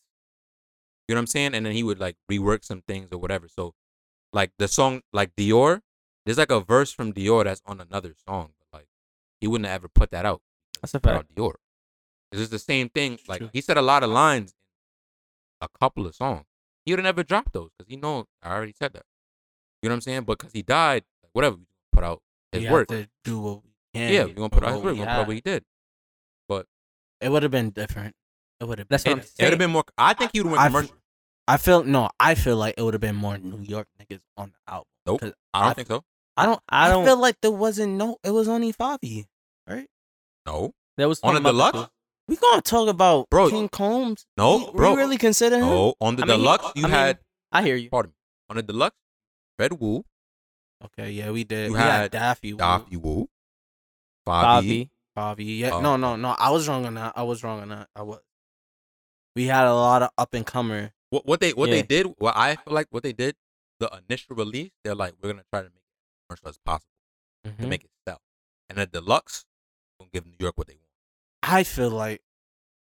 B: you know what i'm saying and then he would like rework some things or whatever so like the song like dior there's like a verse from dior that's on another song but like he wouldn't have ever put that out
A: That's a
B: without dior it's just the same thing like he said a lot of lines in a couple of songs he would have never dropped those because he knows i already said that you know what i'm saying but because he died whatever we put out his
C: We
B: work
C: Have to do what we can.
B: oh, yeah, we're gonna put out his
C: What
B: work.
C: we
B: We're gonna put out
C: have.
B: what he did.
C: It would have been different. It would have.
A: That's what I'm
B: It would
A: saying.
B: have been more. I think he would
C: I
B: have went
C: f-
B: commercial.
C: I feel no. I feel like it would have been more New York niggas on the album.
B: Nope.
C: 'cause
B: I don't
C: I-
B: think so.
C: I don't.
A: I
C: I,
A: don't-
C: feel like there wasn't no. It was only Fabi.
B: No,
A: That was
B: on the
A: talking about-
B: deluxe.
C: We gonna talk about
B: Bro.
C: King Combs?
B: No,
C: we,
B: bro. Oh.
C: We really consider him?
B: No, on the
A: I mean, he-
B: deluxe you
A: I mean-
B: had.
A: I hear you.
B: Pardon me. On the deluxe, Fred Wu,
C: Okay, yeah, we did.
B: You
C: we had,
B: had
C: Daffy.
B: Daffy Wu, Fabi.
A: Bobby.
C: Fabi. Yeah.
B: Oh.
C: No, no, no. I was wrong on that. I was wrong on that. I was. We had a lot of up and comer.
B: What what they what
A: Yeah.
B: they did? What I feel like what they did. The initial release, they're like, we're gonna try to make it as commercial as possible to
A: Mm-hmm.
B: make it sell. And the deluxe, gonna give New York what they want.
C: I feel like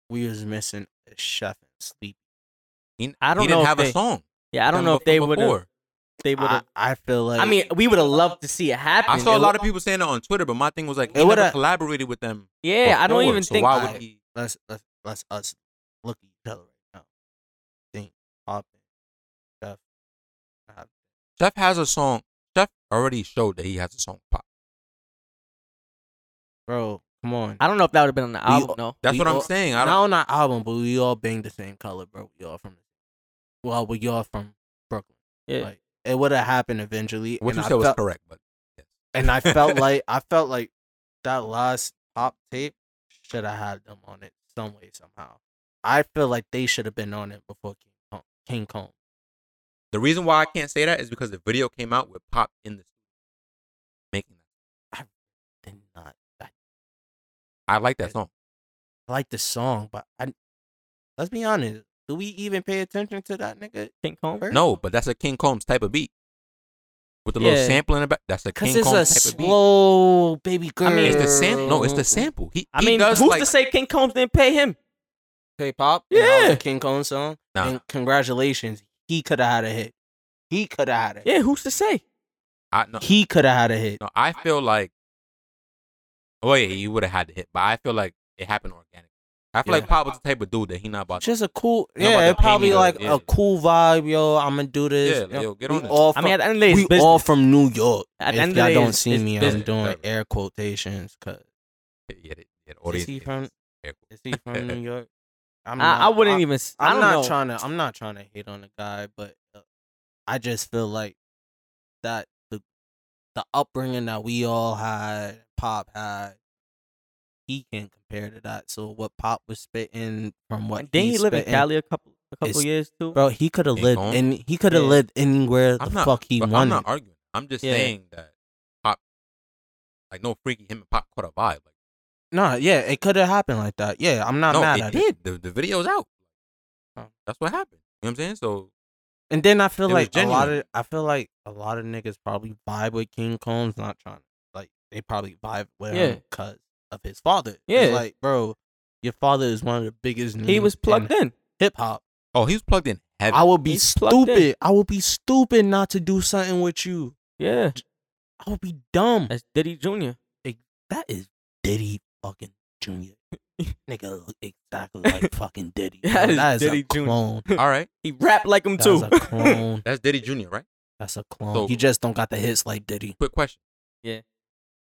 C: we was missing a chef and sleep.
B: He,
A: I don't
B: he
A: know
B: didn't
A: if
B: have
A: they-
B: a song.
A: Yeah, I don't
B: from
A: know if
B: bef-
A: they
B: from
A: would have.
B: before.
A: They would
C: I,
A: have.
C: I feel like
A: I mean, uh we would have loved to see it happen.
B: I saw a
A: It
B: lot
A: wa-
B: of people saying that on Twitter, but my thing was like,
C: It
B: he never
C: would've-
B: collaborated with them.
A: Yeah, I don't
B: before,
A: even
B: so
A: think.
B: Why would
C: I-
B: he?
C: let's let's let's us look at each other right now. Think pop and chef.
B: Chef has a song. Chef already showed that he has a song pop.
C: Bro, come on.
A: I don't know if that would have been on the
C: We-
A: album. No,
B: That's
C: We
B: what I'm
C: all-
B: saying. I
C: Not
B: don't,
C: on our album, but we all bang the same color, bro. We all from well, we all from Brooklyn.
A: yeah,
C: Like it would have happened eventually.
B: what
C: and
B: you
C: I
B: said was
C: felt-
B: correct, but
C: and
A: [LAUGHS]
C: I felt like I felt like that last pop tape should have had them on it some way somehow. I feel like they should have been on it before King Kong. King Kong.
B: the reason why I can't say that is because the video came out with pop in the studio making that.
C: Did not. I
B: I like that song.
C: like the song, but I let's be honest. Do we even pay attention to that nigga?
A: King Kong.
C: Bird?
B: No, but that's a King Combs type of beat with a little
A: Yeah.
B: sample in the back. That's a
C: Cause
B: King
C: it's a
B: Combs type of
C: slow baby girl.
A: mean-
B: beat. It's the sample. No, it's the sample. He,
A: I
B: he
A: mean,
B: does
A: who's
B: like
A: to say King Combs didn't pay him?
C: K pop. and that was
A: Yeah.
C: a King Kong song.
B: Nah.
C: And congratulations. He could have had a hit. He could have had a hit.
A: Yeah, who's to say?
B: I, no,
C: He could have had a hit.
B: no, I feel like. Oh yeah, he would have had to hit, but I feel like it happened organically. I feel like
C: Yeah.
B: Pop was the type of dude that he not about. to-
C: Just a cool,
B: Not about
C: yeah.
B: to
C: It
B: pay me
C: probably
B: to-
C: like
B: yeah.
C: a cool vibe, yo. I'm gonna do this.
B: Yeah, like, yo, get
C: we
B: on this.
C: All
A: I
C: from,
A: mean, at the end of the day, it's
C: we
A: business.
C: all from New York.
A: At the
C: if
A: end of the
C: y'all
A: day,
C: don't
A: it's-
C: see
A: it's
C: me, I'm
A: business.
C: doing
B: Whatever.
C: air quotations. Cause
B: Yeah, yeah, yeah, the
C: is
B: audience
C: he
B: hates
C: from?
B: it. Yeah.
C: Is he
B: [LAUGHS]
C: from New York? I'm
A: I, I wouldn't
C: I-
A: even. s- I
C: I'm
A: don't
C: not
A: know.
C: trying to. I'm not trying to hate on the guy, but uh, I just feel like that the the upbringing that we all had, Pop had, he can compare to that. So what Pop was spitting from what
A: Didn't
C: he
A: he live in
C: spitting-
A: Cali a couple? a couple
E: It's-
A: years too.
E: bro. He could have
B: Ain't
E: lived
B: gone.
E: and he could have
A: Yeah.
E: lived anywhere the
B: I'm not,
E: fuck he
B: but
E: wanted.
B: I'm not arguing. I'm just
A: Yeah.
B: saying that pop, like no freaky him and pop caught a vibe. Like,
C: Nah, yeah, it could have happened like that. Yeah, I'm not
B: no,
C: mad
B: it
C: at it.
B: did. The, the video's out.
C: Oh.
B: That's what happened. You know what I'm saying? So
C: And then I feel
B: It was
C: like a lot
B: genuine.
C: of I feel like a lot of niggas probably vibe with King Combs, not trying to like they probably vibe with him 'cause
A: Yeah.
C: him because of his father. It's
A: Yeah.
C: like bro, your father is one of the biggest.
A: he was plugged in.
C: hip hop.
B: oh, he was plugged in heavy.
C: I would be
A: He's plugged in.
C: stupid. I would be stupid not to do something with you.
A: Yeah,
C: I would be dumb.
A: that's Diddy Jr.
C: That is Diddy fucking [LAUGHS] Junior. Nigga look [LAUGHS] exactly like fucking Diddy. bro.
A: That is
C: that is
A: Diddy
C: a
A: Junior.
C: [LAUGHS] clone.
B: All right,
A: He rapped like him
C: That's
A: too. [LAUGHS]
C: a clone.
B: that's Diddy Jr. Right?
C: [LAUGHS] That's a clone.
B: So-
C: he just don't got the hits like Diddy.
B: Quick question.
A: Yeah.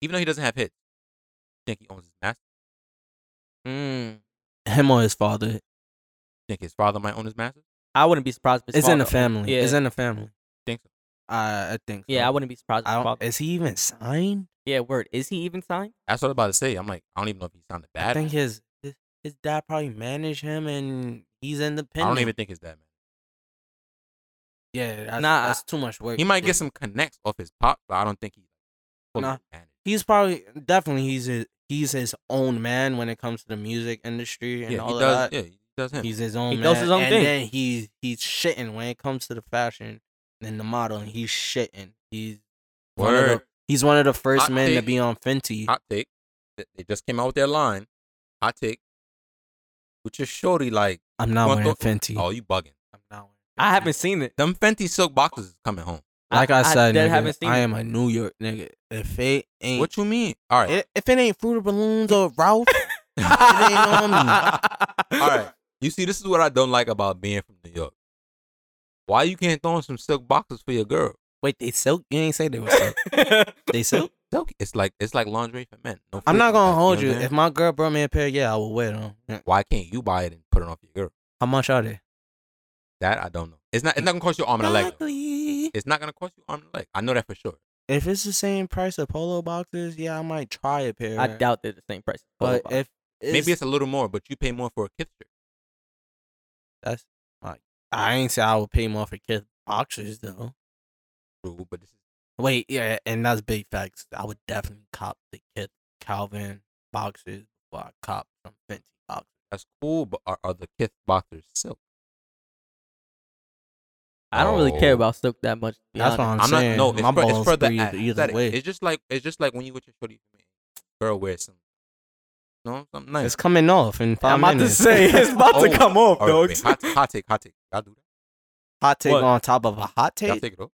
B: Even though he doesn't have hits, you think he owns his master?
A: mm.
C: Him or his father.
B: You think his father might own his master?
A: I wouldn't be surprised. If his
C: It's in
A: father-
C: the family.
A: Yeah,
C: It's in the family.
B: Think so?
C: I I think. So.
A: yeah, I wouldn't be surprised. If
C: I
A: his
C: don't.
A: father-
C: Is he even signed?
A: yeah, word. Is he even signed?
B: That's what I was about to say. I'm like, I don't even know if he sounded
C: I
B: bad. I,
C: think his, his his dad probably managed him, and he's independent.
B: don't even think his dad. Man.
C: Yeah, that's,
A: Nah,
C: that's too much work.
B: He might get some connects off his pop, but I don't think he. fully
C: Nah.
B: managed.
C: He's probably definitely he's his, he's his own man when it comes to the music industry and
B: Yeah,
C: all
B: he
C: of
B: does.
C: that.
B: Yeah, he does him.
C: He's his own.
A: He
C: man.
A: does his own
C: and
A: thing.
C: then he's he's shitting when it comes to the fashion and the modeling. He's shitting. He's one of the-
B: Word.
C: he's one of the first
B: Hot
C: men to
B: take.
C: be on Fenty.
B: Hot take. Th- They just came out with their line. Hot take. With your shorty, like,
C: I'm not
B: want
C: wearing
B: the-
C: Fenty.
B: oh, you bugging.
C: I'm not wearing.
A: I haven't seen it.
B: Them Fenty silk boxes is coming home.
C: Like I, said,
A: dead
C: nigga,
A: haven't seen
C: I
A: it.
C: am a New York nigga. If it ain't,
B: What you mean? All right,
C: i- if it ain't Fruit of Balloons or [LAUGHS] Ralph, it ain't on me.
B: all right. You see, this is what I don't like about being from New York. Why you can't throw in some silk boxes for your girl?
C: Wait, they silk? You ain't say they were silk. They silk?
B: Silk, it's like it's like lingerie for men. No
C: [LAUGHS] I'm
B: frills,
C: not gonna
B: like,
C: hold
B: know
C: you.
B: what I'm
C: If
B: saying?
C: my girl brought me a pair, yeah, I would wear them. Yeah.
B: Why can't you buy it and put it on for your girl?
C: How much are they?
B: That I don't know. It's not. It's not gonna cost you arm and a leg. though.
C: Exactly.
B: It's not gonna cost you arm and a leg. I know that for sure.
C: If it's the same price of polo boxes, yeah, I might try a pair.
A: I doubt they're the same price.
C: But
A: Polo
C: if
B: Maybe it's a little more, but you pay more for a kids shirt.
C: that's like I ain't say I would pay more for kids boxers though.
B: True, but this is
C: Wait, yeah, and that's big facts. I would definitely cop the kid Calvin boxes before I cop some Fenty boxes.
B: that's cool. But are, are the kids boxers silk?
A: I don't really care
B: No.
A: about silk that much. to be
C: That's what
A: honest.
C: I'm,
B: I'm,
C: saying.
B: not. No, it's
C: my
B: for,
C: balls
B: it's for the
C: breathe either
B: aesthetic.
C: way.
B: It's just like it's just like when you with your shorty, girl wear some, no, something nice.
C: It's coming off in 5
A: I'm about to
C: minutes.
A: say
C: [LAUGHS]
A: it's about
B: Oh,
A: to come off,
B: All
A: dog.
B: right, wait, hot, hot take, hot take. Y'all do that.
C: hot take
A: What?
C: on top of a hot
B: Y'all
C: take.
B: take it
C: [LAUGHS]
B: off.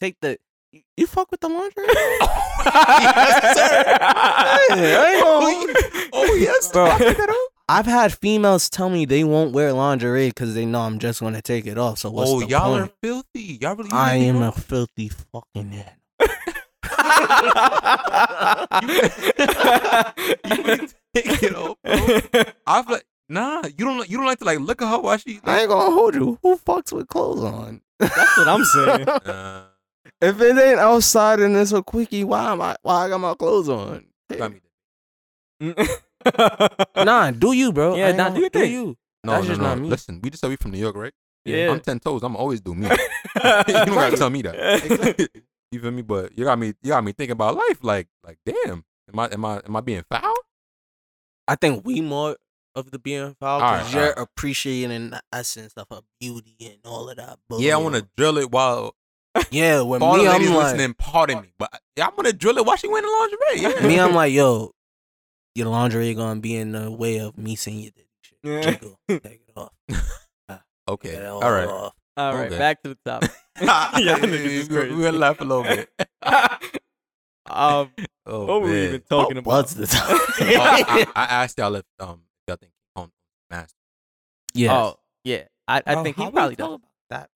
C: Take the you- you fuck with the laundry,
B: [LAUGHS] yes, sir.
C: I
B: Oh yes,
C: Bro.
B: y'all take that off.
C: I've had females tell me they won't wear lingerie because they know I'm just going to take it off. So what's
B: Oh,
C: the
B: y'all
C: point?
B: are filthy. Y'all really.
C: I
B: really
C: am
B: are.
C: a filthy fucking animal.
B: you really take it off. Bro. I feel like nah. You don't. You don't like to like look at her while she.
C: I ain't gonna hold you. Who fucks with clothes on?
A: That's what I'm
B: [LAUGHS]
A: saying.
B: Nah,
C: If it ain't outside and it's a quickie, why am I? Why I got my clothes on?
B: you got me there.
C: [LAUGHS] Nah, do you, bro?
A: Yeah,
C: I ain't
A: nah,
C: gonna-
A: do your thing.
C: you?
B: No,
C: That's
B: no,
C: just
B: no.
C: not me.
B: Listen, we just said we from New York, right?
A: Yeah.
B: I'm ten toes. I'm always [LAUGHS] do me. you don't gotta tell me that. [LAUGHS] you feel me? But you got me. You got me thinking about life. Like, like, damn. Am I? Am I? Am I being foul?
C: I think we more of the being foul
B: All
C: because
B: right,
C: you're
B: all
C: appreciating the essence of her beauty and all of that. Bullshit.
B: Yeah, I want to drill it while [LAUGHS]
C: Yeah, with
B: all
C: me,
B: the
C: I'm
B: ladies
C: like,
B: listening. Pardon me, but I, am gonna drill it while she wearing the lingerie. Yeah. [LAUGHS]
C: me, I'm like, yo, your laundry gonna be in the way of me seeing you. do shit.
A: Yeah.
C: Jiggle,
B: [LAUGHS]
C: take it off.
B: okay.
C: Get it
B: All right.
C: off.
A: All right,
B: Okay.
A: back to the topic.
B: yeah, [LAUGHS]
A: Y'all niggas is crazy.
B: We gonna laugh a little bit.
A: [LAUGHS] um,
B: Oh,
A: what were we
B: man.
A: even talking
C: What
A: about?
C: was the
B: Oh,
A: [LAUGHS]
C: topic?
B: [LAUGHS] I, I I asked y'all if um y'all think on master.
C: Yes.
A: Oh, yeah. I,
B: Oh,
A: I think he probably does.
C: about that.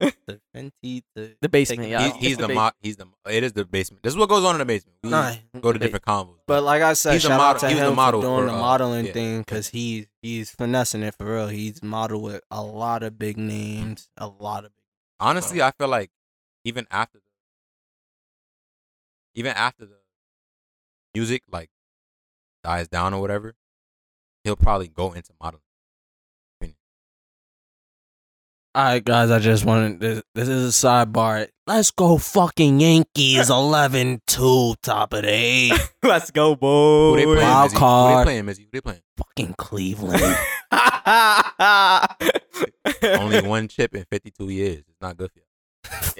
C: the Fenty, the
A: The basement, yeah.
B: He's,
A: it's
B: he's
A: the
B: the
A: base-
B: mo- He's the. It is the basement. This is what goes on in the basement. We
C: Nah,
B: go to
A: the
B: different combos.
C: but like I said,
B: He's a
C: shout
B: model-
C: out to
B: he was a
C: him
B: model
C: for doing
B: for,
C: the
B: uh,
C: modeling
B: yeah,
C: thing because he's he's finessing it for real. He's modeled with a lot of big names, a lot of. uh,
B: honestly, I feel like even after the even after the music like dies down or whatever, he'll probably go into modeling.
D: All right, guys, I just wanted this. This is a sidebar. Let's go fucking
C: [LAUGHS]
D: Yankees 11 2, top of the eight.
A: [LAUGHS] Let's go,
B: Who
A: boy.
B: they playing?
D: Wild
B: Mizzy? Who they
D: card.
B: playing? Mizzy? Who they playing?
D: fucking Cleveland.
A: [LAUGHS]
B: Only one chip in 52 years. It's not good for you.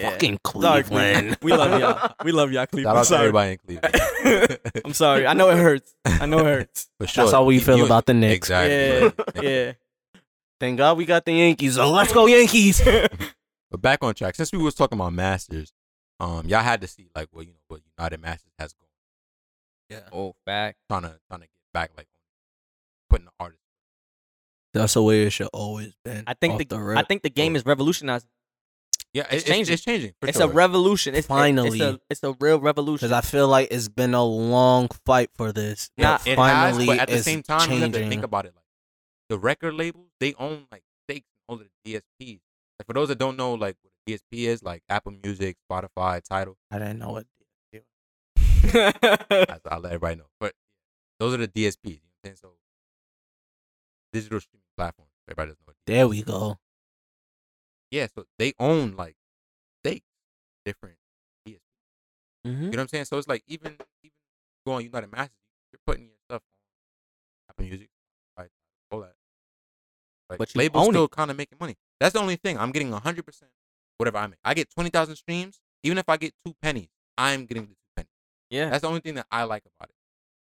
D: fucking
A: Sorry,
D: Cleveland.
C: [LAUGHS]
A: Cleveland. We love y'all. We love y'all,
B: Shout
A: Cleveland. I'm
B: out to
A: sorry.
B: everybody in Cleveland.
A: I'm sorry. I know it hurts. I know it hurts.
B: [LAUGHS] for sure.
D: That's how we feel about the Knicks.
B: Exactly.
A: [LAUGHS]
B: Yeah.
A: Yeah.
D: Thank God we got the Yankees. So let's go Yankees.
B: But back on track. Since we was talking about Masters, um, y'all had to see like what you know what United Masters has going.
A: Oh, back.
B: Trying to trying to get back like putting the artist.
D: That's the way it should always been.
A: I think
D: Off
A: the,
D: rip.
A: I think the game is revolutionized.
B: Yeah,
A: It's
B: it's, changing.
A: changing.
B: It's changing. for
A: It's
B: sure.
A: a revolution. It's
D: Finally.
A: It's a, it's a real
C: because
A: revolution.
C: I feel like it's been a long fight for this.
B: Yeah,
A: Not
B: it
C: finally
B: has, but at the
C: is
B: same time, you have to
C: changing.
B: think about it. Like the record labels, they own like stakes in all of the DSPs. Like for those that don't know, like what a DSP is, like Apple Music, Spotify, Title.
D: I didn't know it.
B: I, I'll let everybody know. But those are the DSPs. You know what I'm saying? So digital streaming platforms. Everybody doesn't know. What
D: There we go.
B: yeah, so they own like stakes, different.
C: Mm-hmm.
B: You know what I'm saying? So it's like even even going United Masters, you're putting your stuff on Apple Music, like all that. Like
A: But you
B: labels
A: own
B: still kind of making money. That's the only thing. I'm getting 100 percent whatever I make. I get 20,000 streams, even if I get two pennies, I'm getting the two pennies.
A: [LAUGHS] yeah.
B: That's the only thing that I like about it.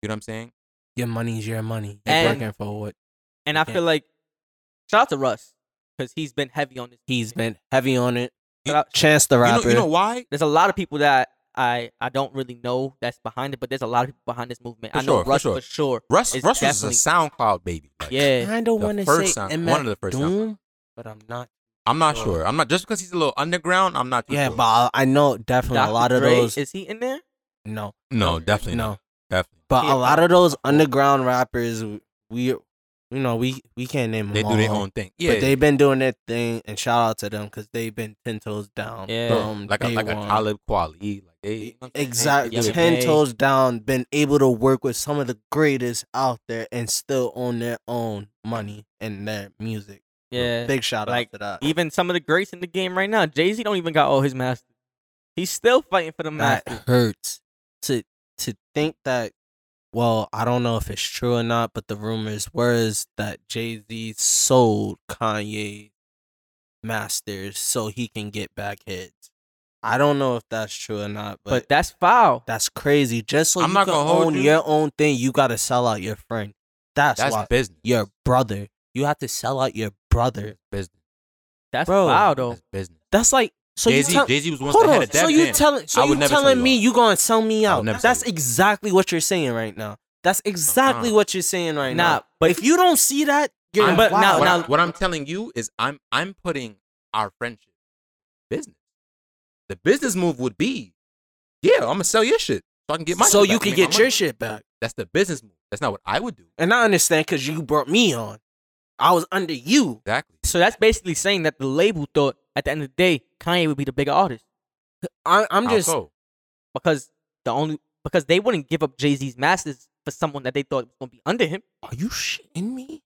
B: You know what I'm saying?
D: Your money's your money. You're
A: And-
D: working for what
A: And I
D: Yeah.
A: feel like shout out to Russ because he's been heavy on this.
D: he's been heavy on it.
B: You-
D: Chance the
B: You know,
D: rapper.
B: you know why?
A: There's a lot of people that I I don't really know that's behind it, but there's a lot of people behind this movement.
B: For
A: I know
B: sure, for
A: Russ
B: sure.
A: for sure.
B: Russ
A: It's
B: Russ was a
A: definitely-
B: SoundCloud baby. Like,
A: Yeah.
D: kind of
B: the
D: want to
B: first
D: say
B: sound-
D: M.
B: one of the first sound-
D: Doom, but I'm not.
B: I'm not
D: Sure.
B: sure. I'm not just because he's a little underground. I'm not. Too
C: Yeah,
B: sure.
C: but I- I know definitely a
A: Dr.
C: lot of
A: Dre,
C: those.
A: Is he in there?
C: No,
B: no, definitely
C: no.
B: not. Definitely.
C: But
A: Yeah.
C: a lot of those underground rappers, we, you know, we we can't name them
B: They
C: all,
B: do their own thing. Yeah,
C: but they've been doing their thing, and shout out to them because they've been ten toes down.
A: Yeah.
C: from
B: like a,
C: day
B: like a
C: one.
B: Talib Kweli. Like they, you know what I'm saying?
C: Exactly,
A: Yeah,
C: ten
A: they-
C: toes down. Been able to work with some of the greatest out there, and still own their own money and their music.
A: Yeah.
C: Big shout
A: Like,
C: out to that.
A: even some of the greats in the game right now. Jay Z don't even got all his masters. He's still fighting for the
C: that
A: masters.
C: hurts to to think that well i don't know if it's true or not but the rumors were is that jay-z sold kanye masters so he can get back hits i don't know if that's true or not
A: But,
C: but,
A: that's foul.
C: that's crazy just so
B: I'm
C: you
B: not
C: can
B: gonna hold
C: own
B: you.
C: your own thing you gotta sell out your friend that's,
B: That's
C: why
B: business.
C: your brother you have to sell out your brother
B: That's business.
A: That's
C: Bro.
A: foul Oh, though.
B: That's business.
C: that's like so
B: Jay
C: you
B: Z.
C: tell-
B: Jay Z was once
C: Hold
B: the head
C: on.
B: of Def
C: So you
B: Jam.
C: telling
B: I
C: so
B: would
C: you
B: never tell
C: telling
B: you
C: me
B: off.
C: you gonna sell me
B: I would
C: out?
B: never
C: That's
B: tell you.
C: exactly what you're saying right now. That's exactly
B: Uh-uh.
C: what you're saying right
A: Nah,
C: now. But if you don't see that, you're
B: I'm-
A: but now-
B: what,
C: wild.
B: I-
A: now-
B: what I'm telling you is, I'm I'm putting our friendship business. The business move would be, yeah, I'm gonna sell your shit so I can get my.
C: so
B: shit
C: you
B: back,
C: can
B: make my
C: get your
B: money.
C: shit back.
B: That's the business move. That's not what I would do.
C: And I understand because you brought me on. I was under you.
B: Exactly.
A: So that's basically saying that the label thought at the end of the day Kanye would be the bigger artist
C: I, I'm
B: How
C: just
B: so?
A: because the only because they wouldn't give up Jay Z's masters for someone that they thought was gonna be under him.
C: Are you shitting me?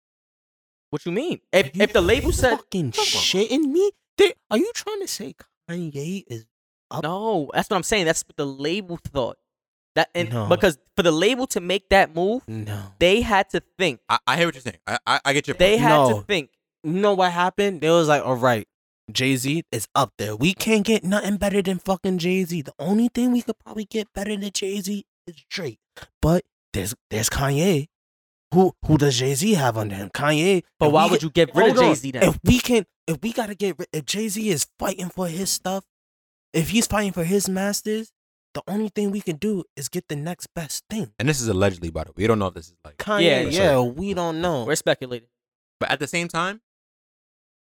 A: What you mean? If
C: You
A: if the label said
C: fucking
B: Come on.
C: shitting me, They- are you trying to say Kanye is
A: no, that's what I'm saying. That's what the label thought. That and
C: No.
A: because for the label to make that move,
C: no?
A: they had to think.
B: I, I hear what you're saying. I I, I get your.
A: They
B: point.
A: had
C: No.
A: to think.
C: you know what happened? They was like, all right, Jay Z is up there. We can't get nothing better than fucking Jay Z. The only thing we could probably get better than Jay Z is Drake. But there's there's Kanye. Who who does Jay Z have under him? Kanye.
A: But
C: If
A: why
C: we
A: would
C: can-
A: you get rid of
C: Hold
A: Jay
C: on.
A: Z then?
C: If we can, if we gotta get rid, if Jay Z is fighting for his stuff, if he's fighting for his masters, the only thing we can do is get the next best thing.
B: And this is allegedly, by the way. We don't know if this is like.
A: Yeah,
C: Kanye, yeah,
A: for
C: we don't know.
A: We're speculating.
B: But at the same time,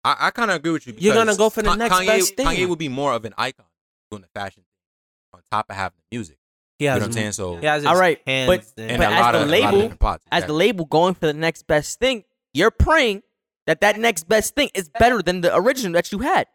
B: I, I kind of agree with you.
C: You're gonna
B: because
C: go for the
B: Ka-
C: next
B: Kanye,
C: best thing.
B: Kanye would be more of an icon doing the fashion thing on top of having the music.
C: He
B: You know
C: has
B: what I'm saying? So
C: He has his
A: All right,
C: hands
A: but-
C: in.
B: and
A: But
B: a
A: as
B: lot
A: the
B: of, a lot
A: label-
B: of different pots.
A: as the label going for the next best thing, you're praying that that next best thing is better than the original that you had.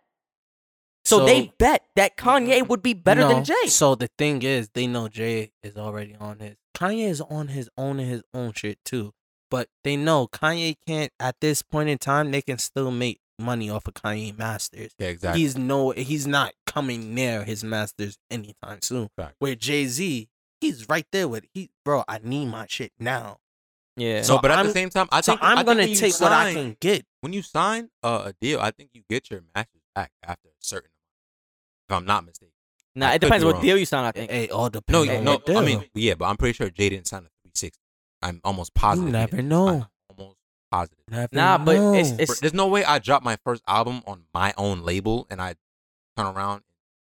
A: So, they bet that Kanye would be better
C: No.
A: than Jay.
C: So the thing is, they know Jay is already on his. Kanye is on his own and his own shit too. But they know Kanye can't at this point in time. They can still make money off of Kanye Masters.
B: Yeah, exactly.
C: He's no, he's not coming near his masters anytime soon.
B: Fact.
C: Where Jay Z, he's right there with he, bro. I need my shit now,
A: Yeah.
B: no, but at
C: I'm-
B: the same time, I
C: so
B: think I
C: I'm
B: think
C: gonna
B: when you
C: take what I
B: sign-
C: can get.
B: When you sign uh, a deal, I think you get your matches back after a certain. If I'm not mistaken.
A: nah,
B: I
A: it
B: could
A: depends
B: be
A: what
B: wrong.
A: deal you sign. I think.
C: Hey, all depends.
B: No,
A: Yeah,
B: yeah,
C: on
B: no.
C: what deal.
B: I mean, yeah, but I'm pretty sure Jay didn't sign a 360. I'm almost positive.
C: you
B: he
C: never
B: didn't.
C: know.
B: I'm almost positive.
C: Never
A: Nah, but it's
C: know.
A: it's
B: There's no way I dropped my first album on my own label and I turn around.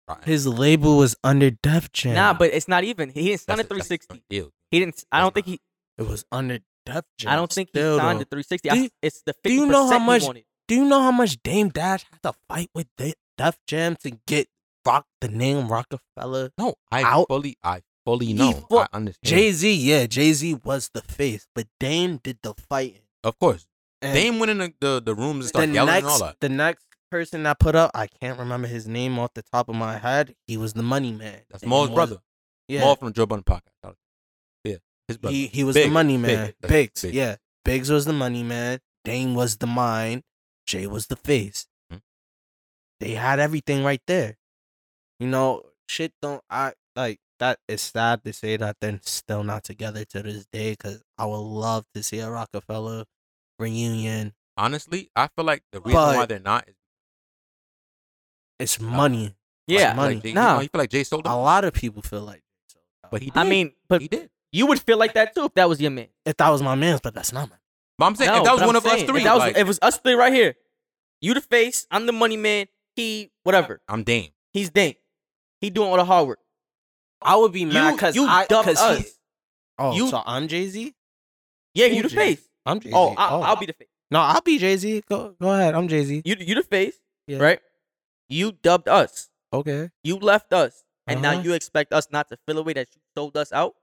B: And try.
C: his label was under Def Jam.
A: nah, but it's not even. He didn't sign
B: That's
A: a
B: a- that's a
A: 360.
B: different deal.
A: He didn't. I
B: That's
A: don't think
B: not-
A: he.
C: it was under Def Jam.
A: I don't think he
C: still,
A: signed
C: though.
A: a 360.
C: Do
A: I-
C: you-
A: it's the 50
C: do you know how much-
A: He wanted.
C: Do you know how much Dame Dash had to fight with De- Def Jam to get Rock the name Rockefeller?
B: No, I
C: Out.
B: fully, I fully know.
C: fu-
B: I understand.
C: Jay Z, yeah, Jay Z was the face, but Dame did the fighting.
B: of course.
C: And
B: Dame went in the, the, the rooms and
C: the
B: started yelling
C: next,
B: and all that.
C: the next person I put up, I can't remember his name off the top of my head. He was the money man.
B: That's
C: And
B: Maul's
C: Maul-
B: brother.
C: Yeah,
B: Maul from the Joe Budden podcast. Yeah, his brother.
C: he he was the
B: Big,
C: money
B: big,
C: man.
B: that's
C: Biggs,
B: big.
C: yeah, Biggs was the money man. Dame was the mind. Jay was the face.
B: Mhm.
C: They had everything right there. You know, shit don't I like that. It's sad to say that they're still not together to this day. Because I would love to see a Rockefeller reunion.
B: Honestly, I feel like the reason why
C: But-
B: they're not is
C: It's money.
A: Yeah.
C: money.
B: Like Jay,
A: Nah.
B: you feel like Jay sold
C: A
B: them,
C: lot of people feel like. so. uh,
B: but he. Did.
A: I mean, but
B: he did.
A: you would feel like that too if that was your man.
C: if that was my man's, but that's not my.
B: But I'm saying
A: No,
B: if that
A: but
B: was
A: I'm
B: one of
A: saying,
B: us
A: if
B: three,
A: that was,
B: like,
A: if it was us three right here, you the face, I'm the money man. He whatever.
B: I'm Dame.
A: He's Dame. He doing all the hard work.
C: I would be mad
A: You-
C: because
A: you
C: I
A: dubbed
C: because
A: us.
C: he. Oh,
A: You-
C: so I'm Jay Z.
A: Yeah, you
C: Who
A: the
C: Jay?
A: face.
C: I'm Jay Z.
A: Oh, I, I'll be the face.
C: No, I'll be Jay Z. Go, go ahead. I'm Jay Z.
A: You you the face,
C: Yeah.
A: right? You dubbed us.
C: Okay.
A: You left us, and now
C: Uh-huh.
A: you expect us not to feel a way that you sold us out.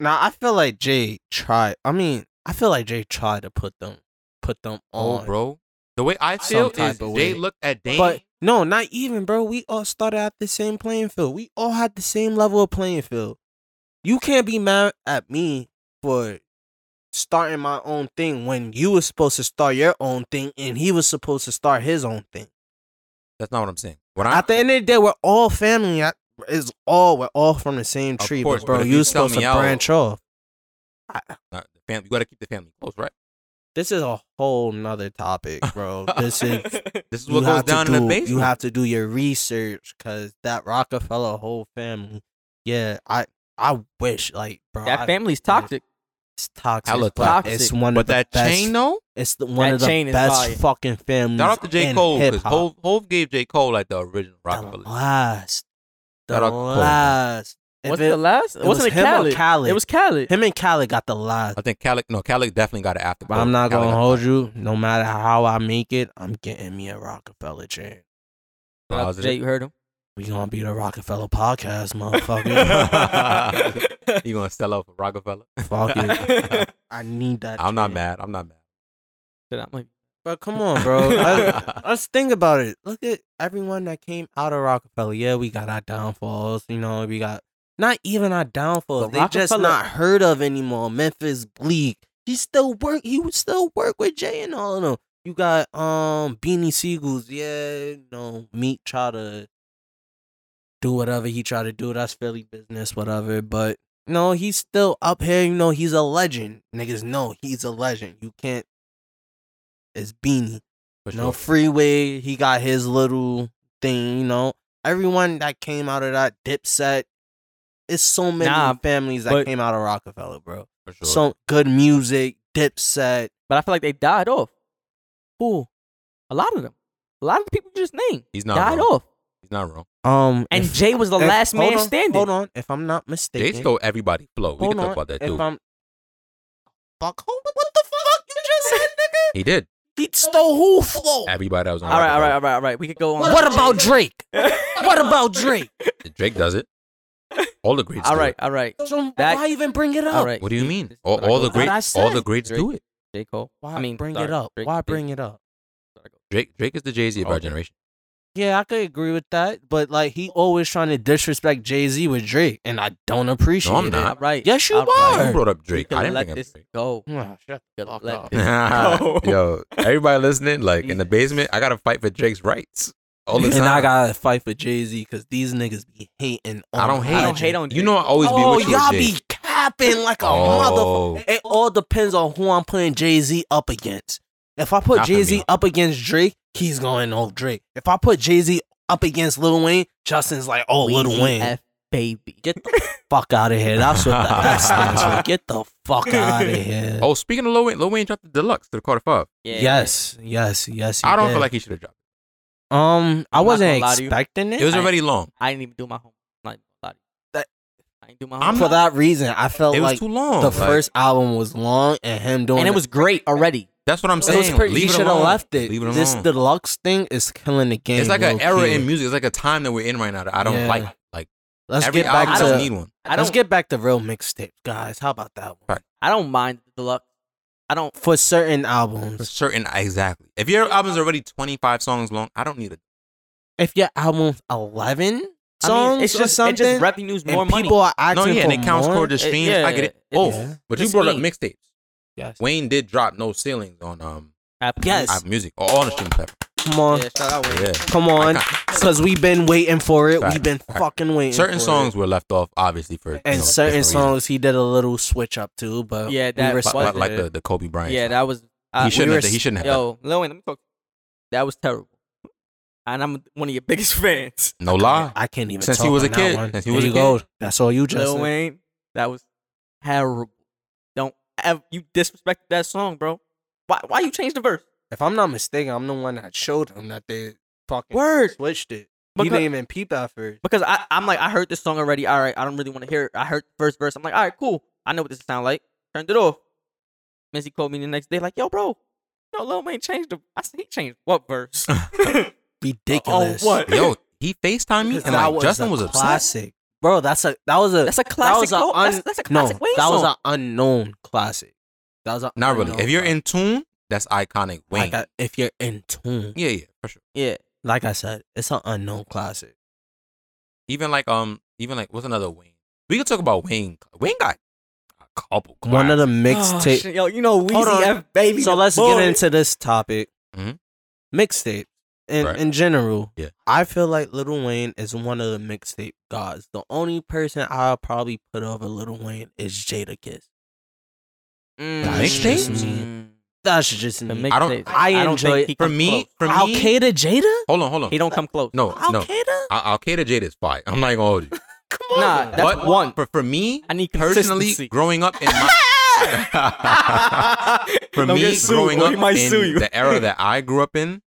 C: Now I feel like Jay tried. I mean, I feel like Jay tried to put them, put them
B: Oh,
C: on,
B: bro. The way I feel
C: Some type
B: is
C: of
B: Jay
C: way.
B: looked at Dame.
C: But no, not even, bro. We all started at the same playing field. We all had the same level of playing field. You can't be mad at me for starting my own thing when you was supposed to start your own thing and he was supposed to start his own thing.
B: that's not what I'm saying. When I,
C: At the end of the day, we're all family. I- It's all we're all from the same
B: Of
C: tree,
B: course,
C: but bro.
B: but if
C: you
B: you
C: was
B: sell
C: supposed to
B: me out-
C: branch off.
B: not the family, you got to keep the family close, right?
C: This is a whole nother topic,
B: [LAUGHS]
C: bro. this is
A: [LAUGHS]
B: This is
C: you
B: what goes
C: have to
B: down in
C: do,
B: the basement.
C: You have to do your research because that Rockefeller whole family. Yeah, I I wish like bro, I-
A: that family's toxic.
C: it's toxic.
B: Hella
C: but
A: toxic.
C: It's one of
B: but
C: the
B: that
C: best,
B: chain though,
C: It's the, one
A: That
C: of the
A: chain is
C: best
A: fire.
C: fucking families.
B: shout out to J
C: in
B: Cole because
C: hip-hop.
B: Hove, Hove gave J Cole like the original
C: the
B: Rockefeller.
C: last, the
B: Shout out to Cole, man.
C: last. If
A: What's
C: it-
A: the last?
C: it was
A: Wasn't it
C: him
A: Khaled?
C: or Khaled?
A: It was Khaled.
C: him and Khaled got the last.
B: I think Calic, no, Calic definitely got it after.
C: But
B: Cole.
C: I'm not
B: Calic [LAUGHS]
C: gonna
B: got it
C: hold
B: after.
C: you. No matter how I make it, I'm getting me a Rockefeller chain.
A: Shout out to Jay,
B: Positive.
A: you heard him.
C: We gonna be the Rockefeller podcast,
B: [LAUGHS]
C: motherfucker.
A: [LAUGHS]
B: You gonna sell out for Rockefeller?
C: Fuck it. I need that.
B: I'm not
C: chain.
B: mad. I'm not mad.
A: Shit, I might-
C: But come
B: [LAUGHS]
C: on, bro. Let- Let's think about it. Look at everyone that came out of Rockefeller. Yeah, we got our downfalls. You know, we got not even our downfalls.
A: But
C: they just
A: Rockefeller-
C: not heard of anymore. Memphis Bleak. He still work. He would still work with Jay and all of them. You got um Beanie Siegels. Yeah, you know, Meek try to do whatever he try to do. That's Philly business, whatever. But no, he's still up here. You know, he's a legend. Niggas know he's a legend. You can't. It's Beanie.
B: For
C: No
B: sure.
C: freeway. He got his little thing, you know. Everyone that came out of that dipset, it's so many
A: Nah,
C: families that
A: but-
C: came out of Rockefeller, bro.
B: for sure.
C: So good music, dipset.
A: But I feel like they died off.
C: Who?
A: A lot of them. A lot of the people you just named
B: he's not
A: died
B: wrong.
A: off.
B: He's not wrong.
C: Um
A: And
C: if-
A: Jay was the
C: if-
A: last
C: hold
A: man
C: on,
A: standing.
C: Hold on, if I'm not
B: They
C: mistaken.
B: stole everybody flow. We
C: hold
B: can talk
C: on,
B: about that
C: if
B: too.
C: I'm Fuck hold on, what the fuck you just said, nigga?
B: He did.
C: He stole who flow?
B: Everybody that was on.
A: All right, all
B: Rockefeller.
A: right, all right, all right. We could go on.
C: What about Drake?
A: [LAUGHS]
C: What about Drake?
B: Drake does it. All the greats.
A: all
B: do
A: right,
B: it.
A: all right,
C: So
A: That-
C: why even bring it up?
A: all right.
B: What do you mean?
A: This is
B: All,
A: what I
B: all
A: go
B: the
A: with.
C: great- I
B: greats. All the
C: said.
B: greats do it.
A: J. Cole.
C: Why
A: I mean,
C: bring it
A: sorry,
C: up?
A: Drake-
C: Why
A: Drake-
C: bring it up?
B: Drake. Drake is the Jay Z of our
A: Okay.
B: generation.
C: Yeah, I could agree with that, but like he always trying to disrespect Jay Z with Drake, and I don't appreciate
B: No, I'm
C: it.
B: not.
A: All right.
C: Yes, you
A: All
B: I
C: are.
B: brought up
A: You
B: Drake.
A: can
B: I didn't
A: let
B: bring up
A: this
B: Drake.
A: go.
C: Oh, shut the
A: You
C: fuck
A: can let
C: up.
B: [LAUGHS]
A: this go.
B: Yo, everybody listening, like in the basement, I gotta fight for Drake's rights all the time.
C: [LAUGHS] And
B: I,
C: I gotta fight for Jay Z because these niggas be hating. On
B: don't hate.
A: I don't hate on
B: You
A: Drake.
B: know, I always be
C: Oh,
B: with you.
C: y'all
B: with Jay.
C: be capping like a
B: Oh.
C: motherfucker. It all depends on who I'm putting Jay Z up against. If I put
B: Not for me.
C: Jay Z up against Drake, he's going oh Drake. If I put Jay Z up against Lil Wayne, Justin's like oh Lil
A: Weezy
C: Wayne.
A: E F, baby.
C: Get the fuck out of here. That's what the
B: [LAUGHS]
C: F stands for. Get the fuck out of here.
B: Oh, speaking of Lil Wayne, Lil Wayne dropped the deluxe to the quarter five.
A: Yeah.
C: [LAUGHS] Yes, yes, yes. he
B: I don't
C: did.
B: feel like he should have dropped.
C: Um, I
A: I'm not
C: wasn't
A: gonna lie to you.
C: expecting it.
B: It was
A: I-
B: already long.
A: I didn't even do my homework. I'm not even gonna lie to you.
C: That-
A: I didn't do my
B: I'm
A: homework.
C: for that reason, I felt
B: It was
C: like
B: too long.
C: the
B: like,
C: first album was long and him doing
A: and it was great already.
B: That's what I'm
C: It was
B: saying.
C: pretty.
B: Leave
C: He
B: it
C: should have
B: alone.
C: left it.
B: Leave it
C: this
B: alone.
C: deluxe thing is killing the game.
B: It's like an
C: low-key.
B: era
C: [LAUGHS]
B: in music. It's like a time that we're in right now that I don't
C: Yeah.
B: like. Like
C: Let's
B: every
C: get back
B: album
C: to.
B: doesn't need one.
A: I
C: let's
A: don't.
C: get back to real mixtapes, guys. How about that one?
B: Right.
A: I don't mind the deluxe. I don't.
C: For certain
B: For
C: albums,
B: certain, exactly. If your album's already 25 songs long, I don't need it.
C: if your album's eleven
A: I
C: songs
A: mean, it's
C: or
A: just
C: something,
A: it just revenues more
C: and
A: money.
C: people are asking
B: No, yeah,
C: for
B: and it counts
C: more,
B: toward the
A: It-
B: streams. I get it.
A: yeah,
B: Oh,
A: it's-
B: but
A: it's
B: you brought up
A: mean.
B: mixtapes.
C: Yes.
B: Wayne did drop no ceilings on um
A: Apple
C: Yes.
A: Music.
B: Apple music or on the stream platform.
C: Come on,
A: Yeah, shout out Wayne.
B: Yeah.
C: come on, because we've been waiting for it.
B: Fact.
C: We've been
B: Fact.
C: fucking waiting.
B: Certain
C: for it.
B: songs were left off, obviously, for you
C: and
B: know,
C: certain
B: different reasons.
C: songs he did a little switch up to, but
A: Yeah,
C: we
A: that
B: Like-
C: respect
A: was
B: like, like the, the Kobe Bryant.
A: Yeah,
B: song.
A: that was. I-
B: shouldn't
A: were
B: have-
A: s-
B: he shouldn't have
A: Yo, Lil Wayne, let me talk. That was terrible. And I'm one of your biggest [LAUGHS] fans.
B: no lie.
C: I can't even.
B: Since
C: talk
B: he was a
C: on that
B: kid.
C: one.
B: Since he
C: There
B: was a
C: you
B: kid.
C: go. That's all you
A: Lil
C: just.
A: Wayne, that was terrible. Don't ever you disrespected that song, bro. Why why you change the verse?
C: If I'm not mistaken, I'm the one that showed him that they fucking
A: Word.
C: switched it.
A: Because- Oh,
C: he didn't even peep at first.
A: Because I I'm like I heard this song already. All right, I don't really want to hear it. I heard the first verse. I'm like, all right, cool. I know what this sound like. Turned it off. Missy called me the next day, like, yo, bro, no, Lil Wayne changed the. I said he changed what verse?
C: Ridiculous.
A: Oh, what?
B: Yo, he FaceTime me
C: Because
B: and
C: that
B: like
C: was
B: Justin
C: a
B: was upset.
C: classic, bro. That's a that was a
A: That's a classic.
C: was a
A: Lil- that's,
C: un-
A: that's a
C: no.
A: classic Wayne
C: that was
A: song.
C: an unknown classic. That was a
B: Not really.
C: unknown
B: If you're
C: classic.
B: in tune, that's iconic Wayne.
C: like I, if you're in tune,
B: yeah, yeah, for sure.
A: yeah,
C: like I said, it's an unknown classic.
B: Even like um, even like what's another Wayne? We could talk about Wayne. Wayne got a couple.
C: One of the
A: Oh,
C: mixtape.
A: shit, yo, you know Weezy
C: on.
A: F baby.
C: so
A: the
C: let's
A: boy.
C: get into this topic
B: Mhm.
C: mixtape in,
B: Right.
C: in general
B: Yeah.
C: i feel like Lil wayne is one of the mixtape gods the only person i'll probably put over Lil wayne is jada kiss
A: Mm.
B: The
C: mixtape?
A: Mm.
C: that's just
A: The
C: me
A: mixtape.
B: I don't-
C: I enjoy
A: think he
C: it.
B: for
A: comes
B: me,
A: close.
B: for
C: al
B: me.
C: qaeda jada
B: Hold on, hold on.
A: he don't come close.
B: No,
C: al
B: no.
C: qaeda
B: Al Qaeda Jade is fire. I'm not even gonna hold you.
C: come on
A: Nah, that's
B: But
A: one.
B: For for me,
A: I need
B: personally,
A: consistency.
B: growing up
A: [LAUGHS]
B: in my [LAUGHS] for
A: Don't
B: me
A: get sued,
B: growing
A: or
B: up
A: he might
B: in
A: sue you.
B: the
A: [LAUGHS]
B: era that I grew up in,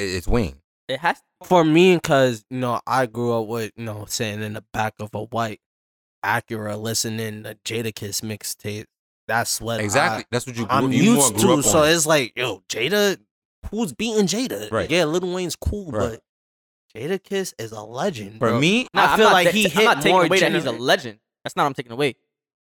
B: i- it's Wayne.
A: It has. To,
C: for me because you know i grew up with you know sitting in the back of a white acura listening to jada kiss mixtape that's what I,
B: Exactly. That's what you grew,
C: I'm
B: you more
C: used
B: grew
C: to.
B: up
C: So
B: on.
C: it's like, yo, Jada, who's beating Jada?
B: Right.
C: Yeah, Lil Wayne's cool,
B: Right.
C: but Jada Kiss is a legend.
B: for
C: bro.
B: me,
A: nah,
C: I
A: I'm
C: feel
A: not
C: like
A: ta-
C: he
A: I'm
C: hit
A: not taking
C: more
A: away that he's a
C: gener-
A: legend. That's not what I'm taking away.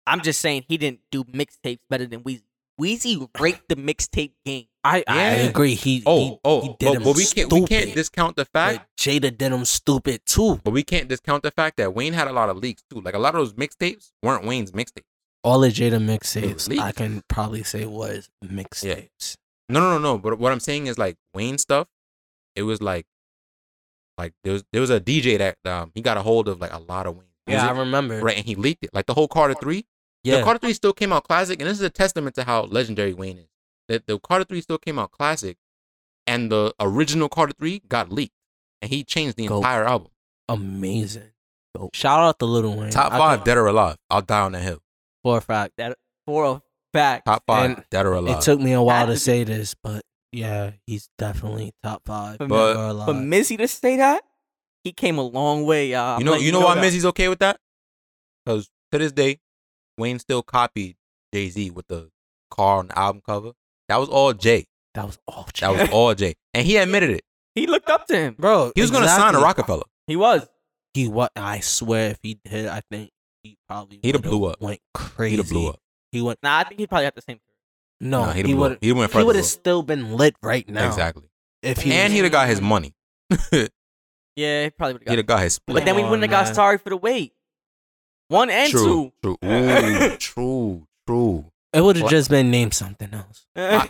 A: I'm just saying he didn't do mixtapes better than Weezy. Weezy raped the mixtape game.
C: I, I
B: Yeah.
C: agree. He
B: oh,
C: he,
B: oh,
C: he did
B: but,
C: him
B: but we can't we can't
C: stupid,
B: discount the
C: but
B: fact
C: Jada did him stupid too.
B: But we can't discount the fact that Wayne had a lot of leaks too. Like a lot of those mixtapes weren't Wayne's mixtapes.
C: All of Jada mixtapes,
B: leaked.
C: I can probably say was mixtapes.
B: No, no, no, no. But what I'm saying is like Wayne stuff. It was like, like there was there was a DJ that um he got a hold of like a lot of Wayne.
C: Yeah, I remember.
B: right, and he leaked it. Like the whole Carter Three. The
C: Yeah,
B: Carter Three still came out classic, and this is a testament to how legendary Wayne is. That the Carter Three still came out classic, and the original Carter Three got leaked, and he changed the
C: Go.
B: entire album.
C: amazing. Shout out to Lil Wayne.
B: Top
C: I
B: five,
C: can-
B: dead or alive. I'll die on that hill.
C: for a fact.
A: That for a fact.
B: Top five,
C: And
B: dead or alive.
C: It took me a while
A: Had
C: to
A: to be-
C: say this, but yeah, he's definitely top five.
A: For
B: But-
C: Never alive.
A: For Missy to say that, he came a long way. y'all. I'm
B: you know,
A: letting
B: you know why
A: that.
B: Mizzy's okay with that? Because to this day, Wayne still copied Jay Z with the car on the album cover. That was all Jay.
C: That was all.
B: That
C: Jada. [LAUGHS]
B: was all Jay, and he admitted it.
A: He looked up to him.
C: bro.
B: He was gonna sign a Rockefeller.
A: He was.
C: He what? I swear, if he did, I think he probably
B: He'd have
C: would've
B: blew up.
C: Went
B: He
C: crazy.
B: done blew up.
C: He went.
A: Nah, I think he probably had the same.
C: No,
B: Nah, he,
C: he
B: would.
C: would.
B: He went
C: He
B: further.
C: would have
B: bro.
C: still been lit right now.
B: Exactly.
C: If he
B: And
C: was-
B: [LAUGHS] he'd have got his money.
A: Yeah, he probably would have got.
B: He'd have got his split.
A: But then we
D: Come
A: wouldn't have
D: on,
A: got
D: man.
A: sorry for the wait. One and
B: true,
A: two.
B: true, Ooh, true, true.
C: It would have
B: What?
C: just been named something else.
A: [LAUGHS] nah,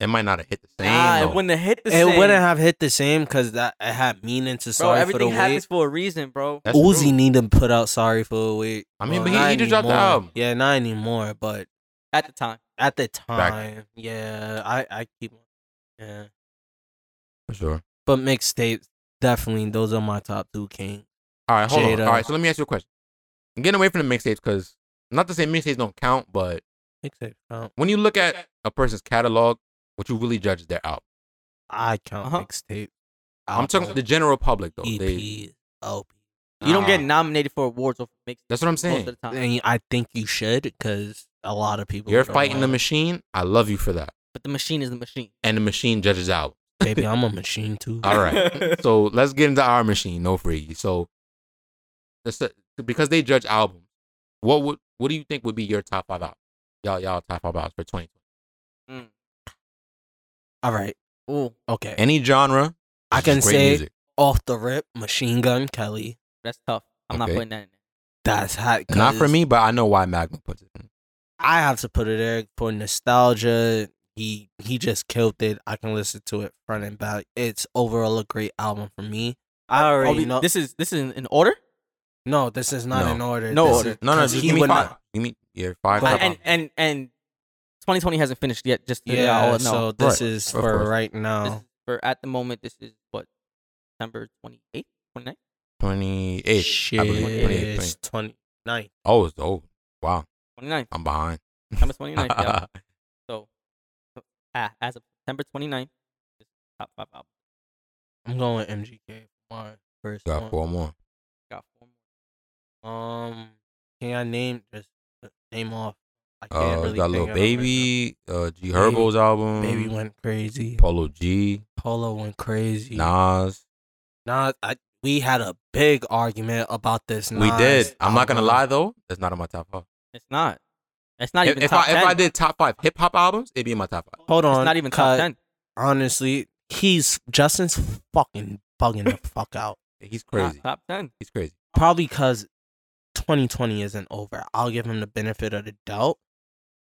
B: It might not have hit the same.
A: it
B: though.
A: wouldn't have hit the
C: it
A: same.
C: wouldn't have hit the same because that it had meaning to
A: Bro,
C: sorry for the
A: everything happens
C: wait.
A: for a reason, bro.
B: That's
C: Uzi
B: true.
C: need to put out sorry for a wait.
B: I mean,
C: Well,
B: but he-
C: not
B: he just dropped the
C: anymore.
B: album.
C: Yeah, not anymore. But
A: At the time.
C: at the time, yeah, I I keep. Yeah,
B: For sure.
C: but mixtapes definitely those are my top two king.
B: All right, hold on.
C: Jada.
B: All right, so let me ask you a question. I'm getting away from the mixtapes because not to say mixtapes don't count, but
C: Mixtape count.
B: when you look at a person's catalog, what you really judge is their album.
C: I count
A: Uh-huh.
C: mixtape. E
B: I'm talking to the general public though.
C: EP,
B: Oh, They-
C: LP.
A: E You don't get
C: Uh-huh.
B: Nah.
A: nominated for awards or mixed
B: That's what I'm
A: most of
B: saying.
A: the time.
C: And I think you should because a lot of people.
B: Uh-huh. You're
C: don't
B: fighting the
C: like-
B: machine. I love you for that.
A: But the machine is the machine.
B: And the machine judges out.
C: Baby, I'm a machine too.
B: All
A: [LAUGHS]
B: right. so let's get into our machine, no free. So let's- because they judge albums, what would what do you think would be your top five albums? Y'all y'all top five albums for 2020.
C: All right.
A: Ooh,
C: Okay.
B: Any genre.
C: I
B: it's
C: can
B: just great
C: say
B: music.
C: off the rip, Machine Gun Kelly.
A: that's tough. I'm not
B: Okay.
A: putting that in there.
C: That's hot.
B: not
C: 'cause
B: for me, but I know why Magnum puts it. in.
C: I have to put it there for nostalgia. He he just killed it. I can listen to it front and back. It's overall a great album for me. I
A: Oh,
C: already
A: we-
C: know.
A: This is this is in, in order?
C: no, this is not
B: No.
C: in order.
A: No
C: This
A: order.
C: is-
B: No, no,
C: 'cause
B: just
C: he
B: give me
C: would
B: five.
C: not-
B: Give me your five.
C: But-
B: top
A: and,
B: albums.
A: and and 2020 hasn't finished yet, just to
C: Yeah.
A: yeah, all know.
C: So this
B: Right.
C: is uh,
B: Of
C: for
B: course.
C: right
A: This
C: now.
A: is for at the moment this is what September 28th, 29th?
B: 28. I believe. 28,
C: Shit,
B: 28.
C: it's 29.
B: Oh, it's old. Wow.
C: [LAUGHS]
A: 29th.
B: I'm behind.
A: September 29th. yeah. So ah, as of September 29th, this is top five album.
C: I'm going with MGK. Mine, First
B: Got
C: one.
B: four more.
A: Got four more.
C: Um, can I name just name off? I
B: Uh, got
C: think
B: Lil
C: of it right now.
B: Baby, Mm. uh, G Herbo's album,
C: Baby went crazy.
B: Polo G,
C: Polo went crazy.
B: Nas.
C: Nas, I, we had a big argument about this.
B: we
C: Nas
B: did. I'm not gonna
C: album.
B: lie though, that's not in my top five.
A: It's not. It's not
B: If,
A: even
B: if
A: top
B: I
A: 10.
B: if I did top five hip hop albums, it'd be in my top five.
C: Hold on.
A: it's not even top
C: cut.
A: 10.
C: Honestly, he's Justin's fucking bugging the [LAUGHS] fuck out.
B: He's
A: Not
B: crazy.
A: top 10.
B: He's crazy.
C: Probably because 2020 isn't over. I'll give him the benefit of the doubt,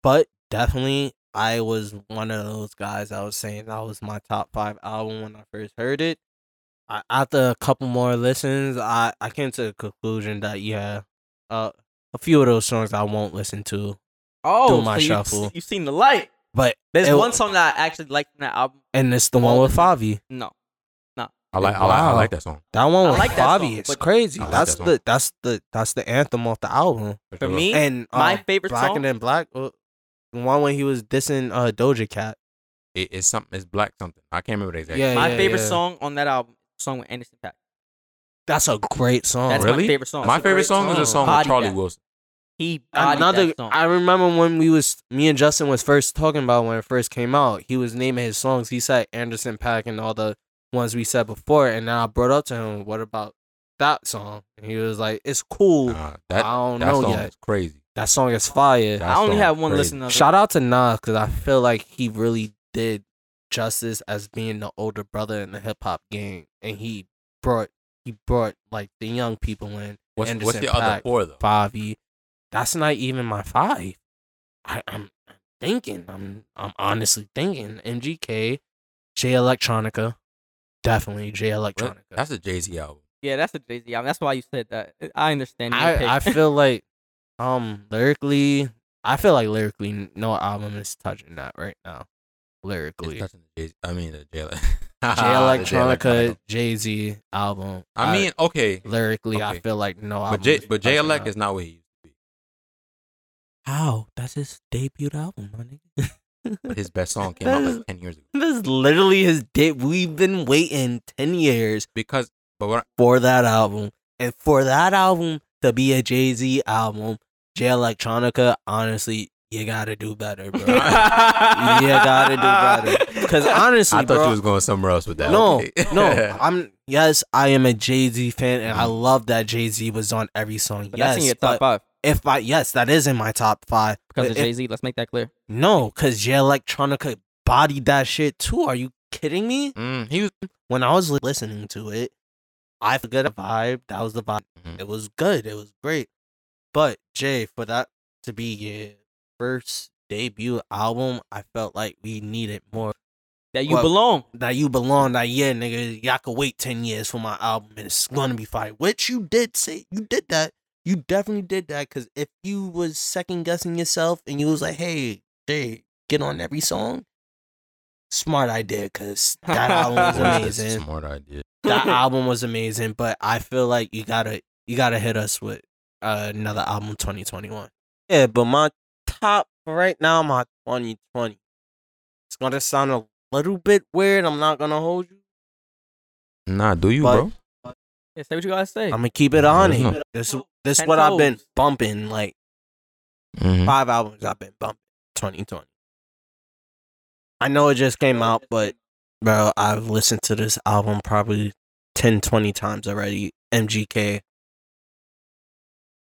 C: but definitely. I was one of those guys. I was saying that was my top five album when I first heard it. I, after a couple more listens, I, I came to the conclusion that yeah, uh, a few of those songs I won't listen to.
A: Oh,
C: my
A: so you-
C: shuffle.
A: You've seen the light.
C: But
A: There's
C: it-
A: one song that I actually liked from that album.
C: and it's the one
A: All
C: with
A: the time.
C: Favi.
A: No,
B: I like I like, I
C: Wow.
B: like that song.
C: That one
A: I
C: with
A: like that
C: Favi,
A: song,
C: it's
A: but-
C: crazy.
B: I like
C: that's
B: that song.
C: the that's the that's the anthem off the album.
A: for
B: sure.
A: me,
C: And uh,
A: my favorite
C: Black
A: song.
C: and then Black, uh, the one when he was dissing uh, Doja Cat.
B: it, it's something. It's black something. I can't remember the exact.
C: Yeah,
A: my
C: yeah,
A: favorite
C: yeah.
A: song on that album, is a song with Anderson Paak.
C: That's a great song.
A: That's
B: really?
A: my favorite song.
B: My favorite song is a song with
A: Body
B: Charlie
A: that.
B: Wilson.
A: He bodied
C: Uh, Another,
A: that song.
C: I remember when we was me and Justin was first talking about when it first came out. He was naming his songs. He said Anderson Pack and all the ones we said before. And then I brought up to him, "What about that song?" And he was like, "It's cool.
B: Nah, Uh, that
C: I don't
B: that
C: know
B: song
C: yet.
B: is crazy.
C: That song is fire."
B: That
A: I only
B: song
A: have
B: is
A: one
B: crazy.
A: listen of it.
C: Shout out to Nas because I feel like he really did justice as being the older brother in the hip hop game, and he brought he brought like the young people in.
B: What's,
C: Anderson
B: what's the other
C: Paak,
B: four though?
C: Favi. That's not even my five. I, I'm I'm thinking. I'm I'm honestly thinking. MGK, J Electronica, definitely J
B: Really?
C: Electronica.
B: That's a Jay Z album.
A: yeah, that's a Jay Z album. That's why you said that. I understand. your pick.
C: I, I feel like um lyrically I feel like lyrically no album is touching that right now.
B: It's
C: Lyrically. J
B: touching the Jay. I mean the [LAUGHS] Jay. Jay
C: Ah, Electronica, Jay Z album.
B: I mean, okay,
C: lyrically I
B: okay.
C: feel like no album.
B: but Jay,
C: is
B: but Jay
C: touching
B: Elect
C: that.
B: is not where he used to be.
C: How? That's his debut album, my nigga. [LAUGHS]
B: But his best song came out like ten years ago.
C: This is literally his date. We've
A: [LAUGHS]
C: been waiting 10 years
B: Because, but what?
C: for that album. And for that album to be a Jay Z album, Jay Electronica, honestly, you gotta do better, bro. [LAUGHS] you gotta do better. Because honestly,
B: I thought
C: bro,
B: you was going somewhere else with that.
C: no,
B: Okay. [LAUGHS]
C: no, I'm yes, I am a Jay Z fan, and I love that Jay Z was on every song.
A: But
C: yes,
A: that's in your top
C: but
A: five
C: if I yes, that is in my top five.
A: because
C: But
A: of
C: if-
A: Jay Z. Let's make that clear.
C: no, because Jay Electronica bodied that shit too. Are you kidding me?
B: Mm, he was
C: When I was li- listening to it, I forgot the vibe. That was the vibe.
A: Mm-hmm.
B: Mhm.
C: It was good. It was great. But Jay, for that to be your first debut album, I felt like we needed more.
A: That you
C: Well-
A: belong.
C: That you belong. That yeah, nigga, y'all could wait ten years for my album and it's gonna be fine. Which you did say you did that. You definitely did that because if you was second guessing yourself and you was like, hey, Jay, get on every song. Smart idea, cause that album was
B: Boy, that's a
C: amazing
B: Smart idea.
C: [LAUGHS] that album was amazing, but I feel like you gotta you gotta hit us with uh, another album 2021.
F: Yeah, but my top for right now, my 2020.
C: It's gonna sound a little bit weird. I'm not gonna hold you.
B: Nah, do you,
C: But-
B: bro?
A: Yeah, say what you gotta say.
C: I'm gonna keep it on
B: Yeah.
C: it. This this
A: Ten
C: what I've been
A: toes.
C: bumping like
B: Mhm.
C: five albums I've been bumping 2020. I know it just came out, but bro, I've listened to this album probably 10, 20 times already. MGK.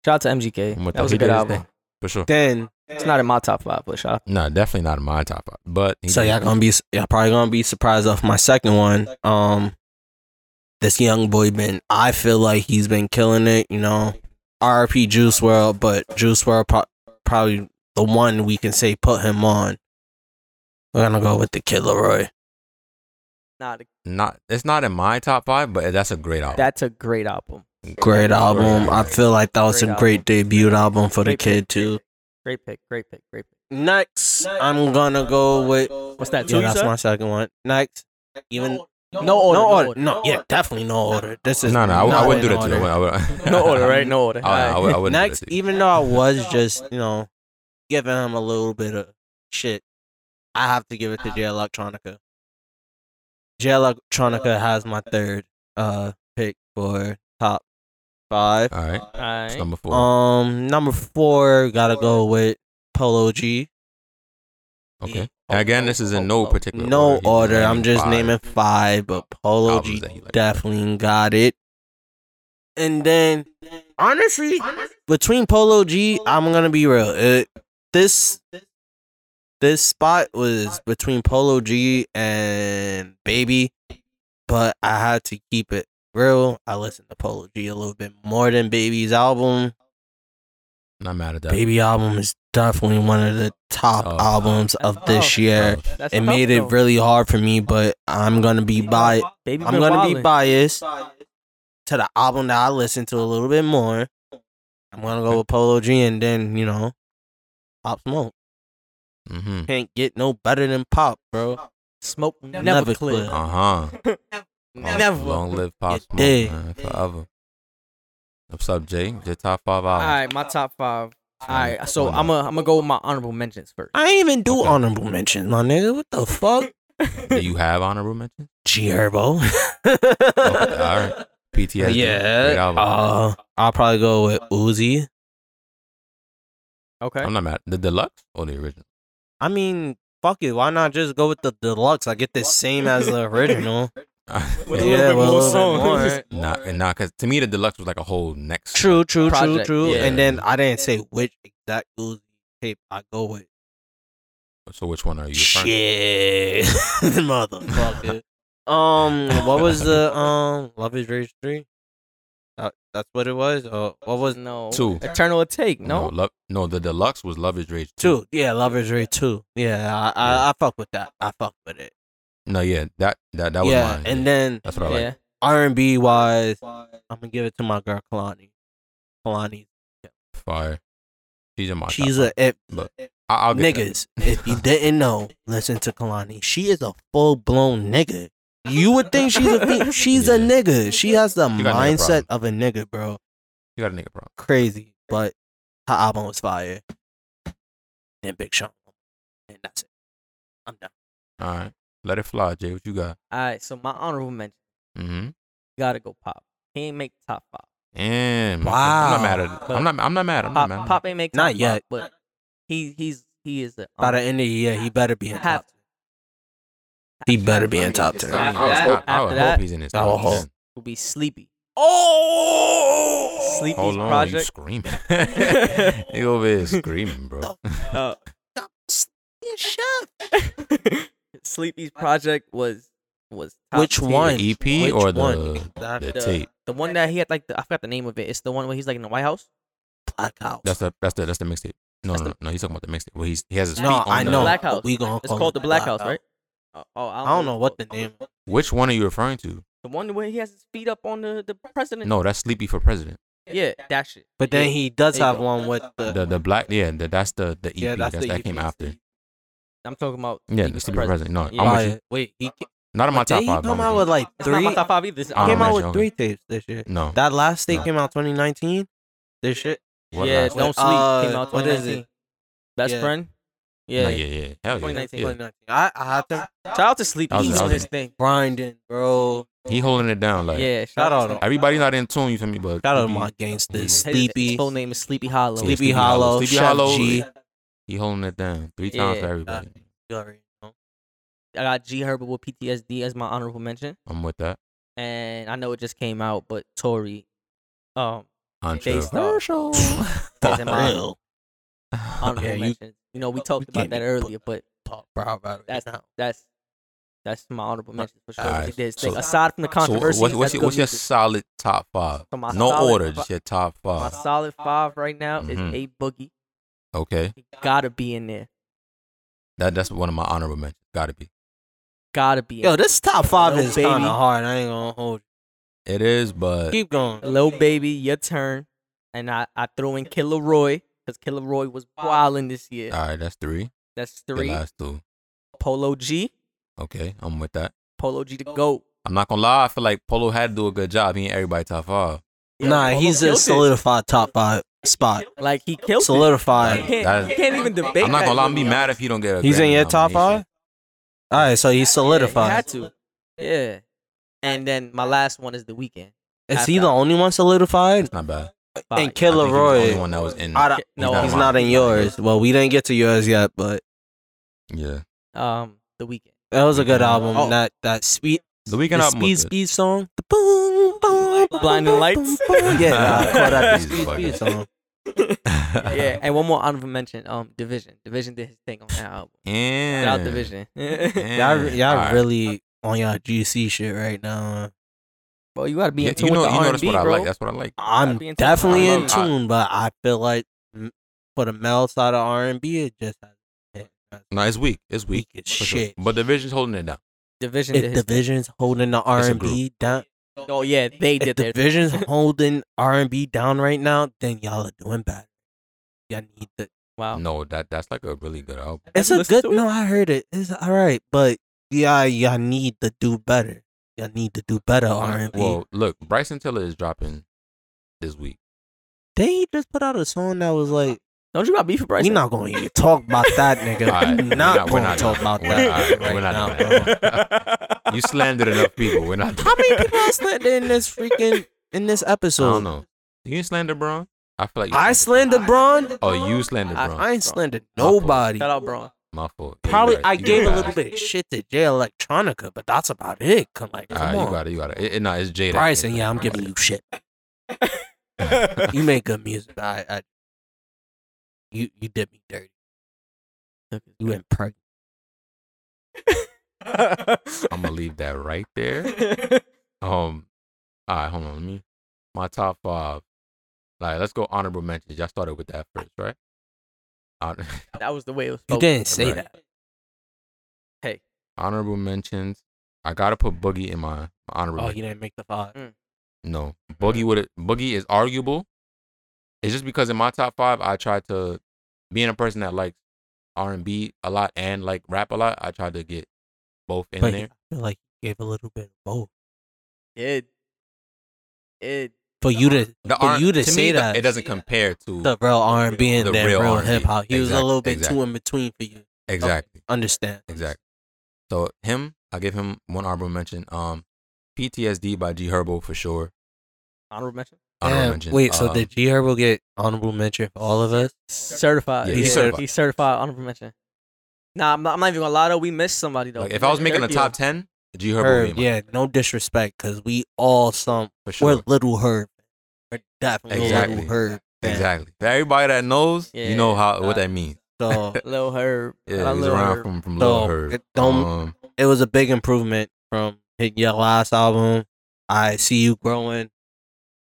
A: shout out to MGK.
B: I'm with
A: that was
B: He
A: a good
B: did his
A: album.
B: thing, for sure.
C: Then
A: It's not in my top five, but shout out.
B: No, definitely not in my top five. But he
C: So
B: did.
C: y'all gonna be y'all probably gonna be surprised off my second one. Um, this young boy been I feel like he's been killing it. You know, RP Juice World, but Juice World pro- probably the one we can say put him on. We're gonna go with the Kid Leroy.
A: Nah, th-
B: not. It's not in my top five, but that's a great album.
A: that's a great album.
C: Great album. I feel like that was
A: Great
C: a great debut album for the
A: Great pick,
C: kid too.
A: Great pick. Great pick. Great pick.
C: Next, I'm gonna go with
A: What's that? Two
C: yeah,
A: you
C: that's
A: said?
C: my second one. Next, even
A: No order,
C: no
A: no
C: order,
A: order.
C: no, yeah, definitely no order. This
B: no,
C: is
B: no, I,
C: not
B: I wouldn't do
C: in
B: that to you. I
C: order. [LAUGHS]
B: wouldn't- I
A: No
B: wouldn't-
A: order, [LAUGHS]
B: [LAUGHS]
A: right? No order.
B: I, I, would- I wouldn't do
C: Next,
B: that to you.
C: even though I was just, you know, giving him a little bit of shit, I have to give it to J Electronica. J Electronica has my third uh pick for top five.
B: All right,
A: All right.
B: it's number four.
C: Um, number four, gotta go with Polo G.
B: okay.
C: oh,
B: And again, this is in no particular
C: No
B: He's
C: order. I'm
B: naming
C: just
B: five.
C: naming five, but Polo
B: albums
C: G
B: that he liked.
C: definitely got it. And then, honestly, between Polo G, I'm gonna be real. It, this this spot was between Polo G and Baby, but I had to keep it real. I listened to Polo G a little bit more than Baby's album.
B: Not mad at that.
C: Baby album is definitely one of the top
B: Oh.
C: albums of this
A: Oh.
C: year.
A: That's
C: It
A: tough,
C: made it
A: though.
C: really hard for me, but I'm gonna be bi.
A: Baby,
C: I'm
A: been
C: gonna be
A: wildin'.
C: biased to the album that I listen to a little bit more. I'm gonna go with Polo G, and then you know, Pop Smoke
B: Mm-hmm.
C: can't get no better than Pop, bro.
A: Smoke never,
C: Never
A: clear.
C: clear.
B: Uh huh.
C: Never.
B: Long live Pop Smoke,
C: did.
B: man, forever. What's up, Jay? Your top five
A: All right,
B: albums.
A: my top five. All right, so
B: Why
A: I'm
B: not?
A: gonna I'm gonna go with my honorable mentions first.
C: [LAUGHS]
A: [LAUGHS]
C: I ain't even do
B: Okay.
C: honorable mention, my nigga. What the fuck,
B: Do you have honorable
C: [LAUGHS]
B: mentions?
C: G Herbo?
B: alright.
C: [LAUGHS]
B: PTSD. Great
C: Yeah.
B: album.
C: Uh, I'll probably go with Uzi.
A: Okay.
B: I'm not mad. The deluxe or the original?
C: I mean, fuck it. Why not just go with the deluxe? I get the same as the original.
B: [LAUGHS]
A: With a little
C: yeah,
A: bit
C: well,
A: more
C: a little bit
A: songs.
C: more.
B: Nah, and nah, cause to me the deluxe was like a whole next.
C: [LAUGHS] True, true,
A: Project,
C: true, true.
A: yeah.
C: And then I didn't say which exact Uzi tape I go with.
B: So which one are you? referring to?
C: Shit, [LAUGHS] motherfucker. um, what was the um Love Is Rage three? Uh, that's what it was. Or what was
A: no
B: Two.
A: Eternal Attack. No.
B: no, love, no. The deluxe was Love Is Rage two.
C: two? Yeah, Love Is Rage two. Yeah, I, I I fuck with that. I fuck with it.
B: No, yeah, that that that was
C: yeah,
B: mine.
C: and
B: yeah.
C: then
B: that's what I like.
A: yeah.
C: R and B wise, I'm gonna give it to my girl Kalani. Kalani,
B: Fire. She's in my. top
C: she's a it.
B: But I- I'll get to that.
C: niggas, if you didn't know, listen to Kalani. She is a full blown nigga. You would think
B: [LAUGHS]
C: she's a fe- she's a
B: Yeah.
C: nigga. She has the
B: She got a nigga
C: mindset of a nigga, bro.
B: You got a nigga problem.
C: Crazy, but her album was fire. And Big Sean, and that's it. I'm done.
B: All right, let it fly, Jay. What you got?
A: All right, so my honorable mention
B: Mm-hmm.
A: gotta go Pop. He ain't make top five.
B: Damn.
C: Wow.
B: I'm not mad at. I'm not. I'm not mad. I'm
A: Pop,
B: not mad.
A: Pop ain't make top
C: Not
A: five,
C: yet.
A: but he he's he is the
C: By the end of the year, he better be in
A: Have-
C: top. He better be in top ten.
A: After
B: I, was- I-
A: that-
B: Oh, I would
A: after that-
B: hope he's in his
C: I will
B: top
C: hope.
B: 10.
A: will be Sleepy.
C: Oh,
A: Sleepy's
B: Hold on, you
A: project.
B: screaming.
A: [LAUGHS]
B: [LAUGHS] you over here screaming, bro.
A: uh,
C: shut.
A: [LAUGHS] Sleepy's uh, project was was top
C: Which
A: tier. E
C: one?
B: The EP or
C: Which
B: the
C: one?
B: the
A: The,
B: tape?
A: the one that he had like the, I forgot the name of it. It's the one where he's like in the White House.
C: Black House.
B: That's the that's the that's the mixtape. No, no, no, no, he's talking about the mixtape. Well, he's he has his
A: No,
B: feet on
C: I
B: the-
C: know.
A: Black
C: but
A: House.
C: We gonna
A: It's
C: call
A: called
C: it
A: the Black House, right? Uh, oh,
C: I don't know what the name.
B: Which one are you referring to?
A: The one where he has his feet up on the the president.
B: No, that's Sleepy for President.
A: Yeah, that shit.
C: But then he does
A: There you
C: have
A: go.
C: one with the.
B: The the black yeah, the, that's the the EP.
C: Yeah, that's
B: that's
C: the
B: that
C: EP.
B: came after.
A: I'm talking about.
B: Yeah,
A: Sleepy
B: the Sleepy for
A: President.
B: President. No,
A: Yeah.
B: I'm
C: Oh,
B: with you.
C: yeah. Wait, he ca-
B: Not in my
C: did
B: top
C: he
B: five.
C: come
B: I'm
C: out
B: with
C: with like
A: It's not
C: three?
A: my top five either. This is-
B: I don't
C: Came out
B: know,
C: with
B: Joker.
C: three tapes this year.
B: you. no.
C: That last tape
B: No.
C: came out 2019. This shit.
B: What
A: yeah,
B: last-
A: Don't Sleep came
C: Uh,
A: out
C: what is
A: 2019.
C: it?
A: Best
C: Yeah.
A: friend. Yeah.
B: No, yeah, yeah. Hell yeah.
A: 2019.
B: yeah.
C: 2019. I, I have to
A: Shout out to Sleepy.
B: That was-
A: He's
B: that
A: on
B: was-
A: his thing.
C: grinding, bro.
B: He holding it down. Like
A: yeah.
C: Shout out
A: to
C: to-
B: everybody not in tune. You feel me? But
C: Shout out to
B: he-
C: my gangsters.
A: Sleepy. His-
C: Sleepy,
A: His full name is Sleepy Hollow.
B: Yeah,
C: Sleepy Hollow,
B: Sleepy
C: Chef
B: Hollow.
C: G.
B: He holding it down three times
A: Yeah.
B: for everybody.
C: You already know.
A: I got G Herbal with PTSD as my honorable mention,
B: I'm with that.
A: and I know it just came out, but Tori,
B: [LAUGHS]
A: um,
B: Untrue.
A: Based off- [LAUGHS]
B: [LAUGHS]
A: is in my
C: Real.
A: honorable
C: Yeah, you-
A: mention. You, know,
B: [LAUGHS]
A: we talked about
C: can't
A: that
C: be-
A: earlier, but
C: Talk proud about it.
A: That's-
C: now.
A: that's that's my honorable mention for sure.
B: Alright,
A: They did his thing.
B: so-
A: Aside from the
B: So
A: controversy,
B: what's, what's,
A: that's
B: your,
A: good
B: what's your
A: music.
B: solid top five?
A: So my
B: no uh,
A: solid
B: order,
A: fi-
B: just your top
A: my
B: five.
A: solid five right now
B: Mhm.
A: is a boogie.
B: Okay,
A: He gotta be in there.
B: that that's one of my honorable mentions. Gotta be.
A: Gotta be. In
C: Yo, this top five
A: Lil
C: is
A: Baby.
C: kind of hard. I ain't gonna hold.
B: It is,
C: You.
B: but
C: Keep going.
A: there. Lil baby, your turn. And I I throw in Killer Roy because Killer Roy was wilding this year.
B: all right, that's three.
A: That's
B: The
A: three.
B: last two.
A: Polo G,
B: Okay, I'm with that.
A: Polo G to
B: Oh.
A: go.
B: I'm not gonna lie. I feel like Polo had to do a good job. He ain't everybody top five.
C: Nah, he's a solidified top five spot.
A: Like he killed it. You
C: Solidified.
A: can't,
B: That-
A: you can't even debate.
B: I'm not
A: that.
B: gonna lie. I'm be mad if he don't get. A
C: He's in
B: Grammy
C: your top five.
B: nomination.
C: All right, so
A: Yeah,
C: he's
A: he had
C: solidified.
A: to. Yeah. And then my last one is the weekend.
C: Is he the only one solidified?
B: It's not bad.
A: Fire.
B: I
C: Killer
B: think he was the only
C: Roy.
B: one that was in.
C: I don't-
A: No,
B: not
C: he's
B: mine.
C: not in yours. Well, we didn't get to yours yet, but
B: Yeah,
A: Um, the
B: [LAUGHS]
A: weekend.
C: that was a good album.
A: Oh.
C: That that speed,
B: the weekend
C: the
B: album.
C: speed,
B: was good.
C: speed song. The boom, boom, boom,
A: Blinding
C: boom,
A: lights.
C: boom, boom. Yeah,
B: [LAUGHS]
C: nah, I caught that
B: Jesus
C: speed, speed
B: fucking- [LAUGHS]
C: song.
A: Yeah, and one more honorable mention. Um, Division. Division did his thing on that album.
B: And
A: Shout out Division. [LAUGHS]
C: Y'all,
B: and-
C: y'all
B: all right.
C: really on y'all GC shit right now.
A: Well, you gotta be
B: Yeah,
A: in tune
B: you know,
A: with the
B: you
A: R&B,
B: know that's what I
A: bro.
B: like. That's what I like.
C: I'm
A: be in tune.
C: definitely
B: I
C: in
B: love- I-
C: tune, but I feel like m- for the male side of R and B, it just has
B: No, it's weak. It's weak.
C: weak as
B: for sure.
C: shit.
B: But Division's holding it down.
A: Division did
C: If
A: his
C: divisions holding the R
B: It's a
C: and B down,
A: thing. Oh yeah, they
C: if
A: did their
B: [LAUGHS]
C: divisions holding R and B down right now, then y'all are doing bad. Y'all need to.
A: wow.
B: No, that that's like a really good album.
C: It's
A: you
C: a
A: listened
C: good.
A: to it?
C: No, I heard it. It's all right, but yeah, y'all need to do better. Y'all need to do better R and B.
B: Well, look, Bryson Tiller is dropping this week.
C: Then he just put out a song that was like,
A: Don't you got beef with
C: we
A: Bryson?
C: not going to talk about that, nigga.
B: Alright,
C: we
B: we're
C: not,
B: not- we're
C: going to
B: not
C: talk
B: doing-
C: about
B: we're
C: that.
B: not- alright,
C: right
B: we're not
C: now,
B: doing
C: bro.
A: [LAUGHS]
B: You slandered enough people. We're
C: [LAUGHS]
B: not. I
C: many people I slandered in this freaking in this episode?
B: don't know. You ain't slander Braun. I feel like you
C: I slandered Braun.
B: Oh, you slander
A: I-
B: Braun.
C: I ain't slandered
B: My fault.
C: nobody.
A: Shout out, bro.
B: My fault. Yeah, you
C: Probably
B: got it.
C: I
B: You
C: gave
B: got
C: a little
B: it.
C: bit of shit to Jay Electronica, but that's about it. Come like,
B: All
C: come
B: right, Ah, you
C: on,
B: got it. You got it. it, it nah, it's Jada.
C: Bryson. Yeah, I'm giving you shit. you
B: [LAUGHS]
C: make good music. I, I, you, you did me dirty. You impregnant.
B: I'm gonna leave that right there. Um, all right, hold on. Let me. My top five. All right, let's go honorable mentions. Y'all started with that first, right? Hon-
A: [LAUGHS]
B: [LAUGHS]
A: that was the way it was.
C: You
A: spoken.
C: didn't say
B: Right.
C: that.
B: honorable mentions. I gotta put Boogie in my, my honorable.
C: Oh,
B: mention.
C: you didn't make the five.
B: No, Boogie would. Boogie is arguable. It's just because in my top five, I tried to being a person that likes R and B a lot and like rap a lot. I tried to get both in
C: but
B: there.
C: I feel like you gave a little bit of both.
A: Did. Did.
C: For you to,
B: The
C: for
B: R-
C: you to
B: me,
C: say
B: the-
C: that,
B: it doesn't compare to
C: the real R and B and
B: The
C: then
B: real
C: real,
B: R&B.
C: hip hop. He was a
B: Exactly,
C: little bit
B: exactly.
C: too in between for you.
B: exactly.
C: Understand?
B: Exactly. So him, I give him one honorable mention. Um, PTSD by G Herbo for sure.
A: Honorable mention.
B: Honorable
C: Damn,
B: mention.
C: Wait, so
B: Uh,
C: did G Herbo get honorable mention for all of us?
A: Certified.
B: Yeah,
A: he's,
B: he's
A: certified.
B: certified.
A: He's certified. Honorable mention. Nah, I'm not, I'm not even gonna lie though. We missed somebody though.
B: like
A: We
B: if I was
A: missed
B: making a
A: Herb,
B: top ten, G Herbo
C: Herb,
B: would be mine,
C: yeah, no disrespect, because we all some
B: for sure.
C: we're little Herb. We're definitely
B: Exactly.
C: little Herb. fans.
B: Exactly. For everybody that knows, you know
A: Yeah.
B: how what that means. [LAUGHS]
C: So, [LAUGHS]
A: yeah. Lil Herb.
B: Yeah,
A: My
B: he was
A: Lil
B: around
A: Herb.
B: from from
C: So,
B: Lil Herb.
C: it don't-
B: um,
C: it was a big improvement from Hit your last album. I see you growing.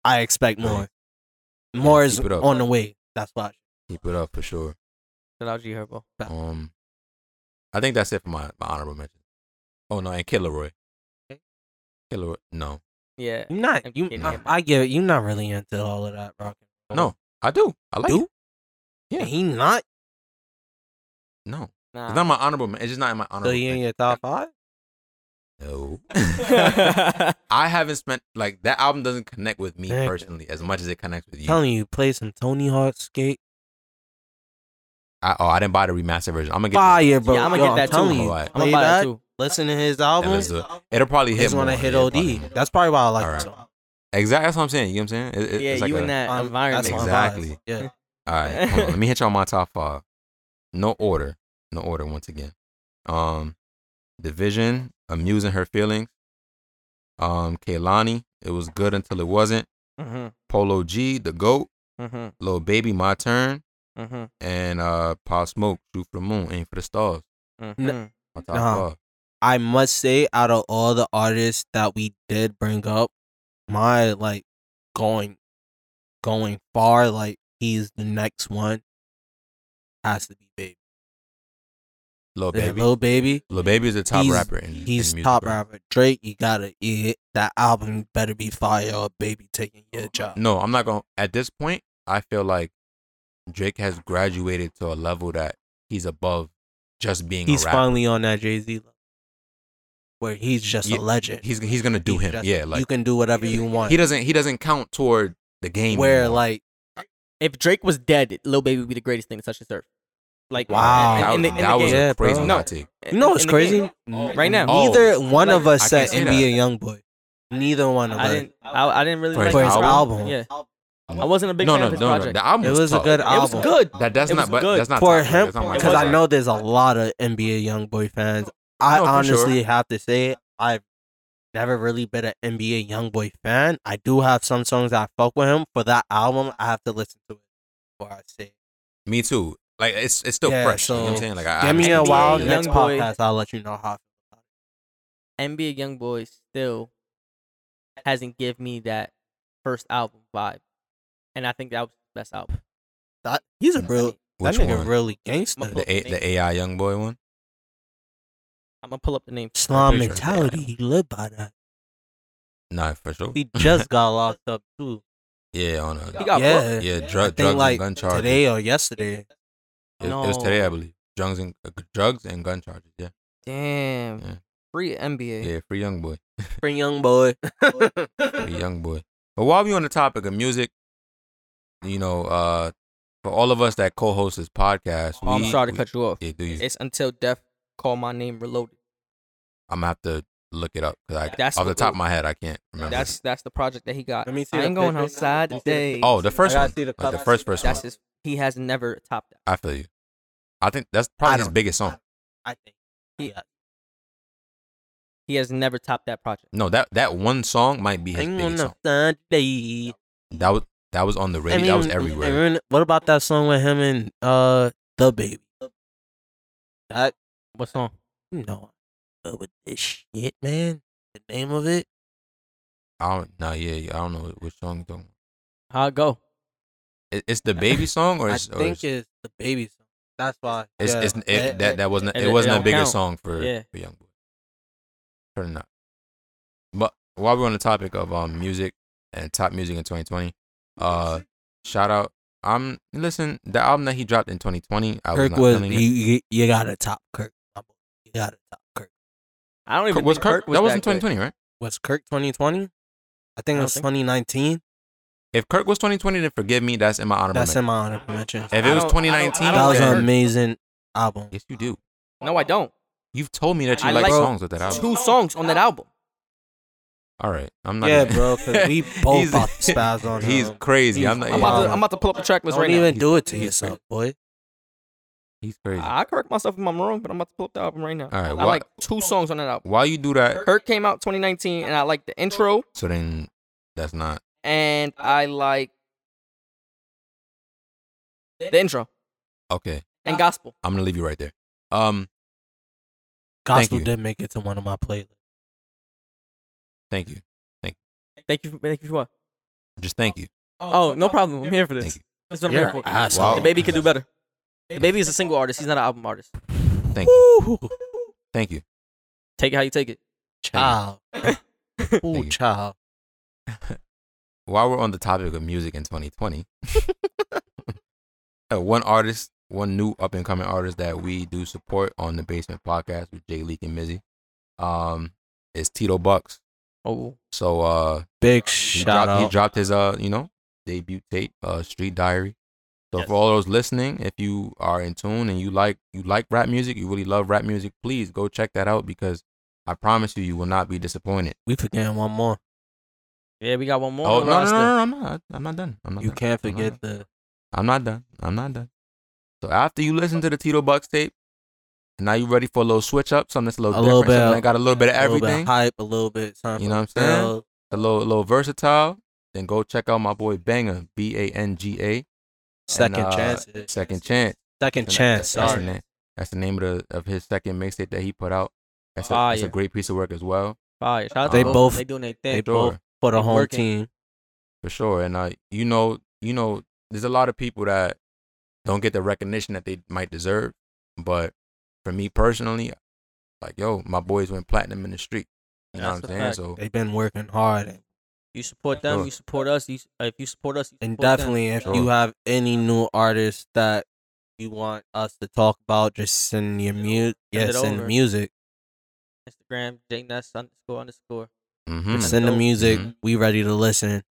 C: I expect more. More is
B: keep it up.
C: on the way. That's why.
B: Keep it up for sure.
A: Shout out G Herbo.
B: Um, I think that's it for my, my honorable mention. Oh no, and Killeroy. Killeroy, no,
A: Yeah.
C: You're not.
A: I'm
C: You,
A: kidding.
C: I, I get it. You're not really into all of that rock. and roll.
B: no, I do. I like
C: Oh. Do?
B: it. Yeah.
C: He not.
B: No,
A: Nah. [LAUGHS]
B: it's not my honorable. men- It's just not in my
C: Ah. So
B: honorable.
C: he in
B: mention.
C: your top five?
B: No, [LAUGHS] I haven't spent like that album doesn't connect with me
C: Nigga.
B: personally as much as it connects with you.
C: Telling you, play some Tony Hawk skate.
B: I, oh, I didn't buy the remastered version. I'm gonna get
C: Fire, bro.
A: yeah, I'm gonna get
C: Yo,
A: that
C: telling
A: too.
C: You,
B: Alright. I'ma
A: I'm gonna
C: play
A: buy that
C: that.
A: too.
C: Listen to his
B: That
C: album.
B: is a- it'll probably hit.
C: He's
B: more.
C: want to hit
B: Yeah, probably
C: OD.
B: more.
C: That's probably why I like
B: Alright.
C: the song.
B: Exactly that's what I'm saying. You know what I'm saying? It- it-
A: Yeah,
B: it's like
A: you
B: a-
A: in that
C: Um,
A: environment.
C: that's my
B: Exactly.
C: vibe. Yeah.
B: All
A: [LAUGHS]
B: right, hold on. let me hit y'all my top five. No order, no order. Once again, um, division, amusing her feelings. Um, Kaylani, it was good until it wasn't.
A: Mm-hmm.
B: Polo G, the goat.
A: Mm-hmm.
B: Little baby, my turn.
A: Mm-hmm.
B: And uh, Pop Smoke, shoot for the moon, aim for the stars.
A: Mm-hmm.
B: My top
C: Nah.
B: five.
C: I must say, out of all the artists that we did bring up, my like going going far, like he's the next one. Has to be baby.
B: Little
C: Yeah,
B: Oh, baby,
C: Lil baby.
B: little baby is the top
C: he's-
B: rapper. In, in
C: He's
B: music,
C: top
B: bro.
C: rapper. Drake, you gotta eat that album. Better be fire, or baby taking your job.
B: No, I'm not going. to At this point, I feel like Drake has graduated to a level that he's above just being
C: he's
B: a rapper.
C: finally on that Jay Z level, where he's just
B: Yeah,
C: a legend.
B: He's he's gonna do
C: He's
B: him.
C: just-
B: Yeah, like
C: you can do whatever you want.
B: he doesn't he doesn't count toward the game
C: where
B: anymore.
C: like
A: If Drake was dead, Lil Baby would be the greatest thing to touch this earth. Like
C: Wow.
A: in-
B: that,
A: in the-
B: was-
A: in the
B: that was
A: game.
C: Yeah,
B: a crazy
C: bro.
A: No.
B: hot take.
C: You know what's
A: In the game.
C: crazy?
A: Right now.
B: Oh.
C: Neither one
A: Like,
C: of us
B: I
C: said
B: can see
C: NBA Youngboy. Neither one of
A: I
C: us.
A: didn't. I, I didn't really
B: For
A: like
B: his
A: that
C: album?
A: Yeah. I wasn't a big
B: No,
A: fan
B: no,
A: of
B: no,
A: his
B: no,
A: project.
B: The album
C: It was a
B: tough.
C: good
A: It was
C: album.
A: good.
B: That that's
A: It
B: not
A: was
B: but
A: good.
B: that's not
C: for
B: top,
C: him
B: that's not my
C: because
B: top.
C: I know there's a lot of NBA YoungBoy fans. I
B: No, Oh, for sure.
C: honestly have to say I've never really been an NBA YoungBoy fan. I do have some songs that I fuck with him. For that album, I have to listen to it before I say.
B: Me too. Like it's it's still
C: Yeah,
B: fresh. you know what I'm
C: so
B: saying? Like I, I
C: Give me a
A: NBA
B: haven't
C: while.
B: seen it yet.
C: Next
A: Youngboy-
C: podcast, I'll let you know how.
A: NBA YoungBoy still hasn't give me that first album vibe, and I think that was the best album.
C: That he's a real.
B: Which
C: that nigga
B: one?
C: really gangster.
A: Motherfucker.
B: The a, the AI young boy one.
A: I'm gonna pull up the name.
C: Slum
B: Pretty sure.
C: mentality. He lived by that.
B: Nah, for sure.
C: He
B: [LAUGHS]
C: just got locked up too.
B: Yeah, on a
A: He got
C: yeah.
A: booked.
B: yeah
C: I
B: drug
C: think,
B: drugs
C: like,
B: and gun charges.
C: today or yesterday.
B: it, it was
A: No.
B: today, I believe. Drugs and uh, drugs and gun charges. Yeah,
A: Damn.
B: Yeah.
A: Free NBA.
B: yeah. Free young boy.
C: Pretty young boy.
B: a young boy. But while we on the topic of music, you know, uh, for all of us that co-host this podcast,
A: Oh, I'm
B: we-
A: sorry to
B: we-
A: cut you off.
B: Yeah, do you?
A: It's until death call my name reloaded.
B: I'm gonna have to look it up because I
A: That's
B: off the
A: what-
B: top of my head I can't remember.
A: That's that's the project that he got.
C: Let me see
A: I
C: the
A: ain't going
C: picture.
A: outside
C: Let me see the
A: today.
B: oh, the first
C: I gotta
B: one,
C: see the
B: like the
C: cover.
B: first first
A: that's
B: one.
A: his. He has never topped that.
B: I feel you. I think that's
C: I
B: probably his
C: don't-
B: biggest song.
C: I think. Yeah.
A: He has never topped that project.
B: No, that that one song might be his biggest song.
C: Sunday.
B: That was that was on the radio. that was everywhere.
C: everyone- what about that song with him and uh the baby? That
A: What song?
C: you know, but with this shit, man. The name of it.
B: I don't. Nah, yeah, yeah, I don't know which song. You're talking about.
A: How it go?
B: It, it's the baby song or
C: I
B: it's or
C: think
B: it's,
C: it's the baby song. That's why.
B: It's,
C: yeah.
B: it's it, that that wasn't
A: it-
B: it,
A: it
B: wasn't a
A: don't
B: bigger
A: count.
B: song for,
A: Yeah.
B: for YoungBoy. Probably not. But while we're on the topic of um music and top music in 2020, uh, shout out. Um, listen, the album that he dropped in 2020, I was
C: Kirk
B: not
C: was
B: feeling
C: you,
B: it.
C: you. You got to top Kirk. You got to top Kirk.
A: I don't even.
B: Kirk- was
A: think
B: Kirk, that was in
A: good.
B: 2020, right?
C: Was Kirk 2020? I think
A: I
C: it was
A: don't think-
C: 2019.
B: If Kirk was 2020, then forgive me. That's in my honorable
C: That's
B: mention.
C: in my honor mention.
B: If it
A: I don't- I
B: was
A: don't- I
B: 2019,
A: don't
C: That was
A: like
C: an
A: Kirk.
C: amazing album.
B: yes, you do.
A: No, I don't.
B: You've told me that you
A: I
B: like,
A: like-
B: songs with that album.
A: Two songs on that album.
B: All right, I'm not.
C: Yeah,
B: even-
C: bro.
B: [LAUGHS]
C: Cause we both
B: He's-
C: about to spaz on
B: [LAUGHS]
C: him.
B: He's crazy. I'm not.
A: I'm about,
B: yeah,
A: to, I'm about to pull up the track list
C: Don't
A: right
C: even
B: now.
C: do it to
B: He's-
C: yourself, boy.
B: he's crazy.
A: now. I correct myself if I'm wrong, but I'm about to pull up the album right now.
B: All right,
A: I
B: why-
A: like two songs on that album.
B: While you do that,
A: Kirk came out 2019, and I like the intro,
B: so then that's not
A: and I like the intro
B: Okay,
A: and gospel.
B: I'm gonna leave you right there. Um,
C: Gospel
B: you.
C: did make it to one of my playlists.
B: Thank you.
A: Thank you. Thank you for what?
B: Just thank you.
A: Oh, no problem. I'm here for
B: Thank
A: this.
B: you.
A: That's what I'm
D: You're
A: here for.
D: an asshole.
B: Wow.
A: The baby can do better. The baby is a single artist. He's not an album artist.
B: Thank you.
D: Ooh,
B: Thank you.
A: Take it how you take it.
C: Ah.
D: child. Ooh,
B: Thank you.
D: child.
B: While we're on the topic of music in 2020, [LAUGHS] uh, one artist, one new up and coming artist that we do support on the Basement Podcast with Jay Leak and Mizzy, um, is Tito Bucks.
A: Oh,
B: So uh,
C: Big
B: he,
C: shout
B: dropped, he
C: out.
B: dropped his uh, you know, debut tape, uh, Street Diary. So
D: Yes.
B: for all those listening, if you are in tune and you like you like rap music, you really love rap music, please go check that out because I promise you, you will not be disappointed.
C: We forgetting one more.
A: yeah. We got one more.
B: Oh
A: on the
B: no, no, no,
A: roster.
B: no, no, I'm not. I'm not done. I'm not
C: You
B: done.
C: can't
B: I'm not
C: forget
B: done.
C: the
B: I'm not done. I'm not done. So after you listen to the Tito Bucks tape, and now you ready for a little switch up, something that's a little
C: A little
B: different, something
C: bit-
B: that got a little bit of
C: a little bit
B: everything,
C: hype, a little bit. Time
B: You
C: for
B: know what I'm
C: the
B: saying?
C: girls.
B: a little, a little versatile. Then go check out my boy Banger, B A N G A,
C: Second
B: uh,
C: chance.
B: Second Chance.
C: Second
B: That's-
C: chance.
B: That's,
C: Sorry.
B: the name, that's the name of the of his second mixtape that he put out. That's a,
A: Ah,
B: that's a
A: yeah.
B: great piece of work as well,
A: Fire. Shout out
B: They
A: to them.
C: both-
A: They doing their
C: They
A: thing.
B: Sure.
C: both for the
A: Keep
C: home
A: working.
C: team.
B: for sure. And uh, you know, you know, there's a lot of people that don't get the recognition that they might deserve. But for me personally, like yo, my boys went platinum in the street. You know
A: That's
B: what
A: a
B: I'm
A: fact.
B: saying? So
C: They've been working hard,
A: You support them.
B: Sure.
A: You support us. You, uh, if you support us, you
C: and
A: support them.
C: definitely if
B: Sure.
C: you have any new artists that you want us to talk about, just send your music.
A: Send it
C: Yes, send the
A: over.
C: music.
A: Instagram jness underscore underscore.
B: mhm.
C: Send the
A: Mhm.
C: music.
B: Mhm.
C: We ready to listen.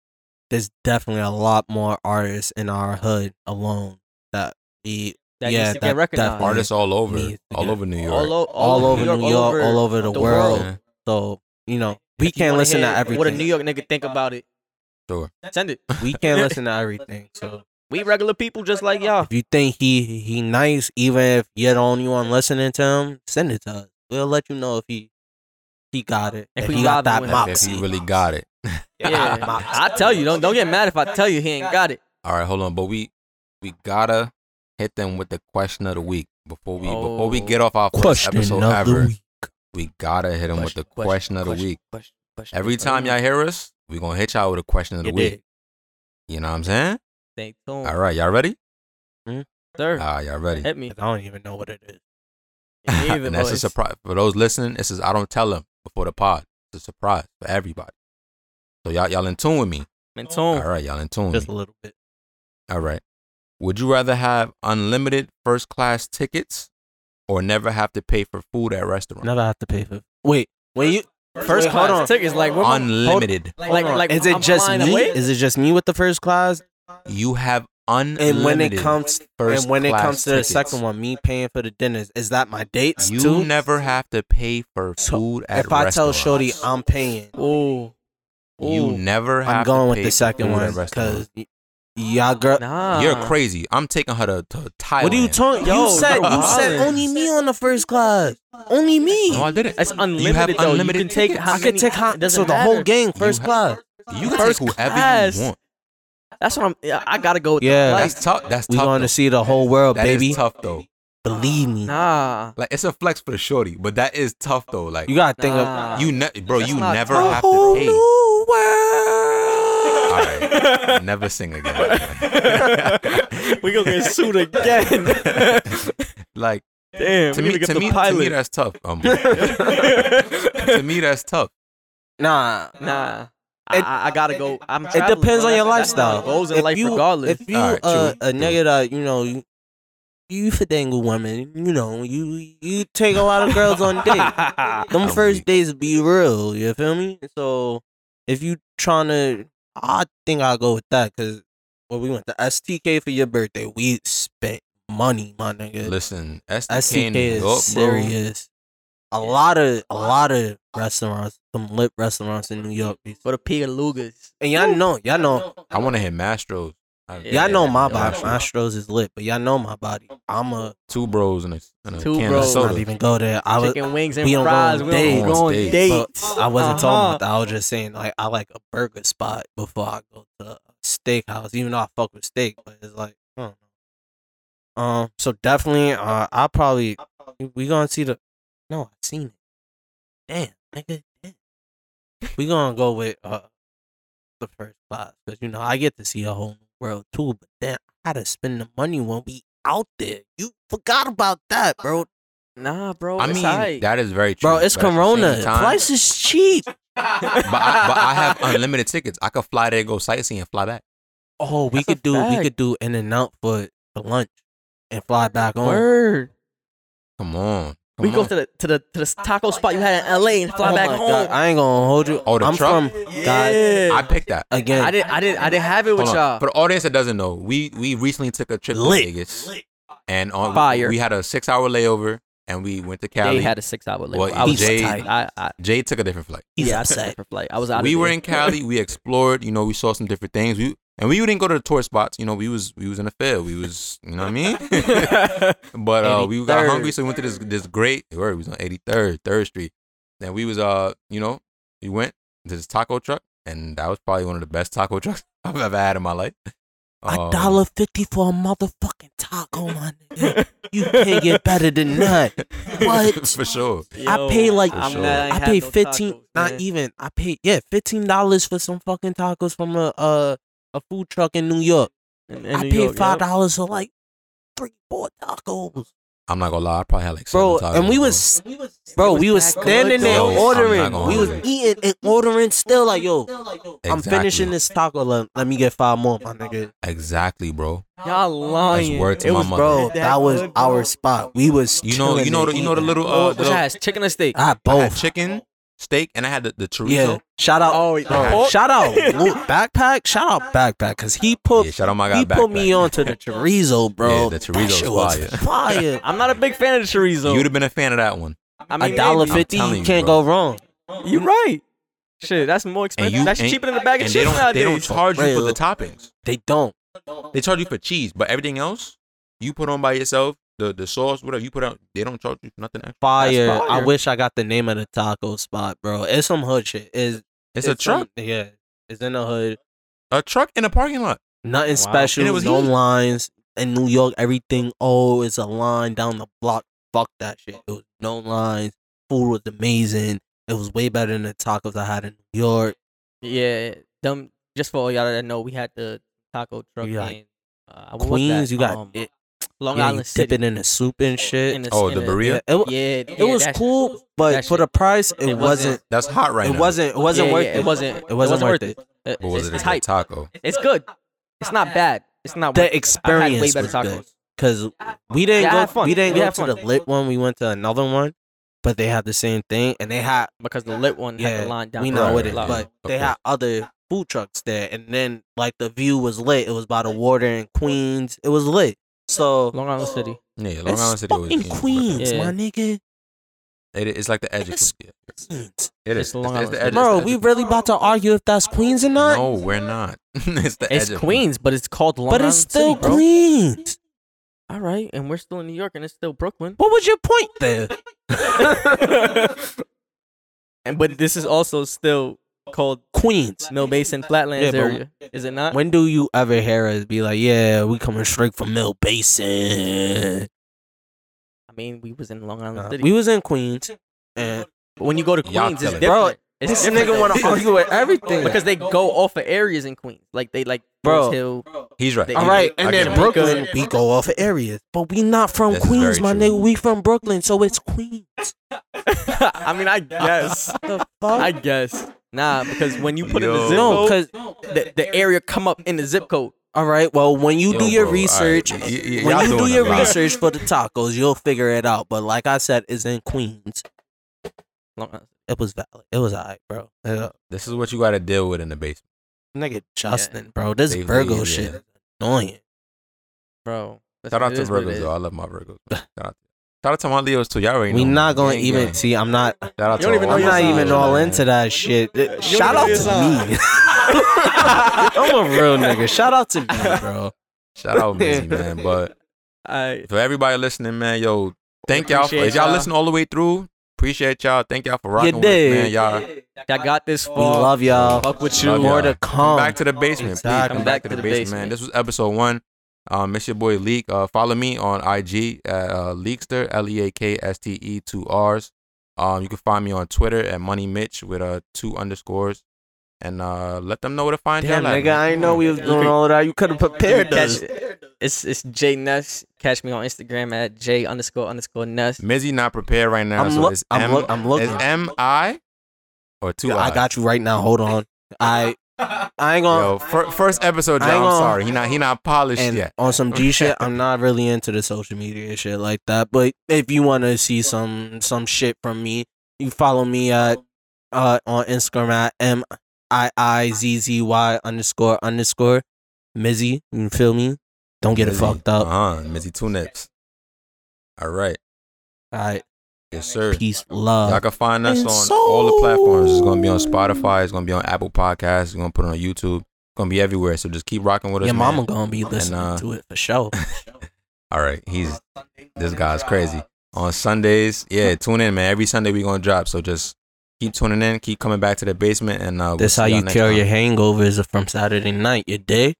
C: There's definitely a lot more artists in our hood alone that we
A: That
C: Yeah,
A: needs to
C: that- that
A: get recognized.
C: part
B: artists all over,
C: Me,
B: all
C: yeah.
B: over New York.
A: all, o-
C: all over New York, all over the,
A: the world.
C: world.
B: Yeah.
C: So you know
A: If
C: we
A: you
C: can't
A: wanna
C: listen to
A: hear What a New
C: everything.
A: York nigga think about it.
B: Sure.
A: Send it.
C: we can't listen to everything. So
A: We regular people just like y'all.
C: if you think he he nice, even if you're the only one listening to him, send it to us. We'll let you know if he he got it.
A: If
C: If,
A: we
C: he
A: vibing
C: got that
A: with him.
B: If
C: moxie.
B: you really got it.
A: Yeah. I tell you, don't don't get mad if I tell you he ain't got it.
B: All right, hold on, but we we gotta hit them with the question of the week before we before we
A: Oh.
B: get off our first episode ever.
C: week.
B: We gotta hit them with the question, of the week.
A: question, question,
B: Every
A: question.
B: time y'all hear us, we gonna hit y'all with a question of the
C: You
B: week.
C: dig?
B: You know what I'm saying?
A: Stay tuned.
B: All right, y'all ready?
A: Sir,
B: Ah, y'all ready?
A: hit me.
C: I don't even know what it is.
A: Even
B: [LAUGHS] and that's a
A: boys.
B: surprise for those listening. This is I don't tell them before the pod. It's a surprise for everybody. So y'all y'all in tune with me.
A: In
B: All
A: tune.
B: right, y'all in tune. With
C: Just a
B: me.
C: little bit.
B: All right. Would you rather have unlimited first class tickets or never have to pay for food at restaurants?
C: Never have to pay for. Wait, when you
A: First
C: Wait, hold on.
A: class tickets like where my-
B: Unlimited.
A: like like
C: is it
A: I'm
C: just
A: flying
C: me?
A: away?
C: Is it just me with the first class?
B: You have unlimited.
C: And when it comes
B: first
C: and when it
B: class
C: comes to the
B: tickets.
C: second one, me paying for the dinners, is that my dates
B: you
C: too?
B: never have to pay for
C: So,
B: food at
C: if I tell
B: restaurants.
C: Shorty I'm paying,
A: Ooh.
B: you
A: Ooh.
B: never have
C: I'm
B: to
C: going with
B: pay
C: the second
B: for food at
C: one
B: restaurants.
C: because y'all girl.
A: Nah.
B: You're crazy. I'm taking her to, to Thailand.
C: What are you talking?
A: Yo,
C: you said
A: you're
C: you said
A: wildin'.
C: only me on the first class. Only me.
B: No, I didn't.
A: That's unlimited though. You
B: unlimited
A: can take
B: tickets.
A: how
C: I could
A: many-
C: take
A: it
C: hot.
A: doesn't
C: So the whole
A: matter.
C: gang first
B: have-
C: class.
B: You can
A: First
B: take whoever
A: class.
B: you want.
A: That's what I'm I gotta go with the
C: Yeah.
A: flight.
B: That's tough. That's
C: We
B: tough.
C: going
B: though.
C: to see the whole world,
B: That is
C: baby.
B: tough though.
C: Believe me.
A: Nah.
B: Like it's a flex for the shorty, but that is tough though. Like
C: You
B: you,
C: gotta think of
A: Nah.
B: ne- bro,
A: That's
B: you
A: not
B: never
A: tough.
B: have to pay.
C: world.
B: All
C: [LAUGHS]
B: right, never sing
A: [LAUGHS]
B: again.
A: we gonna get sued again.
B: [LAUGHS] like
A: [LAUGHS] Damn,
B: to
A: we
B: me,
A: need to get
B: to
A: the
B: me, to me,
A: pilot.
B: that's tough. Um, to me, that's tough.
C: Nah,
A: [LAUGHS] nah,
C: It-
A: I, I gotta go. I'm
C: it
A: traveling,
C: depends
A: bro.
C: on your
A: That's- that's
C: lifestyle.
A: my Goals in
C: If
A: life,
C: you-
A: regardless.
C: If you
B: Alright,
C: uh,
B: true,
C: a
B: true.
C: nigga that you know you, you fidangle women, you know you you take a lot of
A: [LAUGHS]
C: girls on dates. Them
B: I'm
C: first
B: weak.
C: days be real. You feel me? So if you trying to, I think I'll go with that because when we went to STK for your birthday, we spent money, my nigga.
B: Listen, SDK
C: STK
B: in New
C: is
B: York, bro.
C: serious. A lot of a lot of restaurants, some lit restaurants in New York, be
A: For the pig and lugas.
C: and y'all know, y'all know,
B: I want to hit Mastros. I-
A: Yeah,
C: y'all know my
B: yeah,
C: body.
B: Mastros.
C: My Astros is lit, but y'all know my body. I'm a.
B: Two bros and a, and a
A: Two
B: can
A: bros.
B: of
C: Let's not
B: soda.
C: even go there. I was.
A: Chicken wings and
C: we don't go
A: fries.
C: on
A: We don't
B: dates.
A: go on
B: Dates.
C: but
A: dates.
C: I wasn't talking
A: Uh-huh.
C: about that. I was just saying like I like a burger spot before I go to a steakhouse. Even though I fuck with steak, but it's like, I don't know. Um. So definitely, uh, I probably we gonna see the. No, I seen it. Damn, nigga. damn. we gonna go with uh the first class because you know I get to see a whole new world too. But then I gotta spend the money when we out there. You forgot about that, bro.
A: Nah, bro.
B: I
A: it's
B: mean,
A: aight.
B: that is very true.
C: Bro, it's
B: but at the same
C: Corona.
B: time-
C: Price is cheap.
B: but, I, but I
C: [LAUGHS]
B: have
A: [LAUGHS]
B: unlimited tickets. I could fly there, go sightseeing, and fly back.
C: Oh, we
A: That's a
C: could do we
A: fact.
C: could do in and out for for lunch and fly back on.
A: word.
B: Come on. Come
A: we go
B: on.
A: to the to the to the taco spot you had in L.A. and fly
C: Oh
A: back
C: my
A: home.
C: God, I ain't gonna hold you.
B: Oh, the
C: I'm
B: truck?
C: from
A: Yeah.
B: I picked that.
C: again.
A: I didn't I didn't I didn't have it with
B: Hold on.
A: y'all.
B: For the audience that doesn't know, we we recently took a trip
C: Lit.
B: to Vegas, and on
A: Fire.
B: We had a six hour layover, and we went to Cali.
A: They had a six hour labor.
B: Well,
A: I was
B: Jay-
A: tired. I, I
B: Jay took a different flight.
C: He's
A: yeah, I
C: upset.
A: said for flight. I was out.
B: we
A: of
B: were
A: there. [LAUGHS]
B: in Cali. We explored. You know, we saw some different things. We and we didn't go to the tourist spots. You know, we was we was in the field. We was you know what
A: [LAUGHS]
B: I mean. but uh, we got
A: 83rd.
B: hungry, so we went to this this great. Where we was on 83rd, Third Street, and we was uh you know we went to this taco truck, and that was probably one of the best taco [LAUGHS] trucks I've ever had in my life.
C: A
B: Um,
C: dollar fifty for a motherfucking taco, my nigga. You can't get better than that.
B: [LAUGHS]
C: What?
B: Um, for sure.
C: I pay like
B: For sure.
C: I paid fifteen, not even. I paid yeah, fifteen dollars for some fucking tacos from a a, a food truck in New York. I paid five dollars for like three, four tacos,
B: I'm not gonna lie. I probably had like
C: bro.
B: seven tacos,
C: and we
B: bro.
C: was, bro, we was
A: back
C: standing
A: good,
C: there
A: though.
B: I'm
C: ordering.
B: not gonna
C: We was
B: hold
C: eating and ordering still. Like yo, I'm
B: Exactly.
C: finishing this taco. Let, let me get five more, my nigga.
B: exactly, bro.
A: Y'all lying.
B: That's word to
C: It
B: my
C: was
B: mother.
C: bro.
A: That
C: That was
A: good, bro.
C: our spot. We was
B: You know, you know, the, you know the little uh,
A: Which
B: the-
A: has chicken and steak.
C: I
B: I had
C: both.
B: chicken, steak, and I had the, the chorizo.
C: Yeah, shout out.
A: Oh, yeah.
C: Bro,
A: Oh.
C: shout out Lil
B: [LAUGHS]
C: backpack. Shout out backpack because he put
B: Yeah, shout out my guy
C: he put me
B: Backpack.
C: onto the
B: [LAUGHS]
C: chorizo, bro.
B: Yeah, the
C: that
B: chorizo's
C: shit was
B: fire. [LAUGHS]
C: fire.
A: I'm not a big fan of the chorizo.
B: You'd have been a fan of that one.
A: I
C: A
A: mean,
C: dollar
A: maybe.
C: fifty,
B: telling
C: you
B: you,
C: can't
B: bro.
C: go wrong.
A: [LAUGHS] You right. Shit, that's more expensive.
B: you-
A: that's
B: and-
A: cheaper than a bag of
B: And they
A: chips
B: don't they don't
A: nowadays.
B: charge you for the
C: Real.
B: toppings.
C: They don't.
B: They charge you for cheese, but everything else you put on by yourself. The the sauce, whatever you put on, they don't charge you for nothing. Extra.
C: Fire.
A: That's fire.
C: I wish I got the name of the taco spot, bro. It's some hood shit. It's,
B: It's, a truck,
C: some- yeah, it's in the hood.
B: a truck in a parking lot.
C: Nothing
A: Wow.
C: special.
B: And it was
C: no
B: heat.
C: lines in New York. Everything. Oh, it's a line down the block. Fuck that shit. It was no lines. Food was amazing. It was way better than the tacos I had in New York.
A: Yeah, dumb. Just for all y'all that know, we had the taco truck
C: Yeah.
A: in uh, what was
C: Queens,
A: that?
C: you got
A: Um,
C: it,
A: Long
C: yeah, you
A: Island
C: dip
A: City.
C: it in the soup and shit.
A: in
B: Oh,
A: in
B: the burrito?
C: yeah, it, wa-
A: Yeah,
C: it
A: yeah,
C: was
A: that's-
C: cool, but
A: that
C: for
A: shit-
C: the price, it,
A: it
C: wasn't.
A: wasn't-
B: That's hot right
C: it
B: now.
C: wasn't. It wasn't
A: yeah,
C: worth
A: yeah,
C: it.
A: it wasn't.
C: It wasn't worth it.
A: It,
B: What was it?
A: it's
B: It's a
A: hype.
B: taco.
A: It's good. It's not bad. It's not. worth
C: The
A: it. I've had way
C: experience
A: better
C: was
A: tacos.
C: good because we didn't
A: Yeah, I had
C: go.
A: fun.
C: We didn't
A: We
C: go
A: had
C: to
A: fun.
C: the lit one. We went to another one, but they had the same thing, and they had
A: because the lit one had
C: yeah.
A: the line down.
C: We
A: the
C: know
B: Right,
C: what
A: block.
C: it,
B: right,
A: Like,
C: but
B: right.
C: they
B: Of
C: had other food trucks there, and then like the view was lit. It was by the water in Queens. It was lit. So
A: Long Island City.
B: Yeah, Long Island
C: it's
B: City was
C: fucking
B: yeah,
C: Queens,
A: Yeah.
C: my nigga.
B: It, it's like the edge.
C: It's-
B: of,
C: Queens.
B: it is.
A: It's Long
B: It's, it's
A: Island
B: the edge.
C: Bro,
B: it's the
C: we
B: edge
C: really about to argue if that's Queens or
B: of,
C: not.
B: no, we're not. [LAUGHS] it's the
A: It's
B: edge.
A: Queens, but it's called Long
C: but
A: Island
C: it's still
A: City, bro.
C: Queens.
A: All right, and we're still in New York, and it's still Brooklyn.
C: What was your point there?
A: and but this is also still called
C: Queens.
A: Snow Basin Flatlands
C: Yeah, but-
A: area, is it not?
C: When do you ever hear us be like, yeah, we coming straight from Mill Basin?
A: I mean, Uh-huh. we was in Long Island
C: Nah,
A: City.
C: we was in Queens, and
A: but when you go to
B: Y'all
A: Queens, it's
B: killing it.
A: different.
C: Bro,
A: it's
C: this
A: different
C: nigga
A: though. [LAUGHS]
C: want to argue with everything.
A: because they go off of areas in Queens, like they like
C: Bro.
A: Rose Hill.
B: He's right.
A: All
C: All
B: he's
C: right,
B: I
C: and
B: get
C: then
B: it.
C: Brooklyn, we go off of areas, but we not from
B: This is
C: Queens,
B: very
C: my
B: true.
C: nigga. We from Brooklyn, so it's Queens.
A: I mean,
B: [LAUGHS]
A: I guess,
C: The fuck?
A: I guess. Nah, because when you put in the
B: Yo.
A: zip
C: no,
A: code,
C: because
A: the, the area come up in the zip code.
C: all right, well, when you
B: Yo,
C: do your
B: bro, all right.
C: research,
B: Y- y- y- y'all
C: when you do
B: doing a
C: your
B: lot.
C: research for the tacos, you'll figure it out. But like I said, it's in Queens.
A: Long Island.
C: It was valid. It was alright, bro. Yeah.
B: This is what you got to deal with in the basement.
C: Nigga Justin, bro. This
B: They-
C: Virgo
B: yeah.
C: shit is annoying.
A: bro. that's-
B: Shout out
A: it
B: to
A: is what it
B: Virgos,
A: is.
B: though. I love my Virgos. man. Shout out, shout out to my Leos too. Y'all already
C: We
B: know.
C: not gonna
B: Gang,
C: even
B: gang.
C: see. I'm not.
B: Shout out
A: You don't
B: to
A: even know
B: all
C: I'm
A: your
C: not
B: my
C: even
B: Leos,
C: all
B: man.
C: into that shit. Shout out to
A: your sign.
C: me. [LAUGHS] I'm a real nigga. [LAUGHS] Shout
B: [LAUGHS]
C: out to me, bro.
B: Shout out
C: [LAUGHS]
B: Mizzy, man. But
A: I
B: for everybody listening, man, yo, thank y'all. For,
A: Appreciate
B: if y'all
A: y'all.
B: listen all the way through, appreciate y'all. Thank y'all for rocking with us, man.
C: did.
B: Y'all
A: I got this
C: We
A: far.
C: love y'all.
A: Fuck with
B: Love
A: you.
B: y'all.
C: More to
B: come
C: come.
D: Oh,
B: back to the basement. Please
C: Exactly.
B: come back to the basement, man. This was episode one. Um, it's your boy Leek. Uh, follow me on IG at uh, Leekster L E A K S T E two R's. Um, you can find me on Twitter at Money Mitch with uh two underscores, and uh, let them know where to find
D: Damn,
B: y'all at,
D: nigga,
B: man.
D: I didn't know we was doing all of that. You could have prepared us.
A: It's it's Jay Ness. Catch me on Instagram at J underscore underscore Ness.
B: Mizzy not prepared right now,
D: I'm
B: so
D: look-
B: it's
D: I'm
B: M-
D: look- I'm looking.
B: It's M I or two
D: I
B: I.
D: got you right now. Hold on. I I ain't gonna.
B: Yo, fir- first episode,
D: I ain't
B: John. I'm
D: gonna-
B: sorry, he not he not polished
D: and
B: yet.
D: on some G shit,
B: [LAUGHS]
C: I'm not really into the social media shit like that. But if you want to see some some shit from me, you follow me at uh on Instagram at m i i z z y underscore underscore Mizzy. You feel me? Don't get it
B: Mizzy.
C: fucked up.
B: Uh-huh, Mizzy two nips. All right,
C: All right,
B: yes sir.
C: peace,
B: Y'all
C: love.
B: can find us
C: Uh, And
B: on all the platforms. It's
C: so-
B: gonna be on Spotify. It's gonna be on Apple Podcasts. It's gonna put it on YouTube. It's gonna be everywhere. So just keep rocking with us.
C: Your
B: man.
C: mama gonna be listening
B: uh,
C: to it
B: [LAUGHS]
C: for sure.
B: All right, he's this guy's crazy. On Sundays, yeah, tune in, man. Every Sunday we gonna drop. So just keep tuning in. Keep coming back to the basement, and uh, we'll
C: That's
B: see
C: how
B: y'all
C: you
B: next
C: cure
B: time.
C: your hangovers from Saturday night. You dig?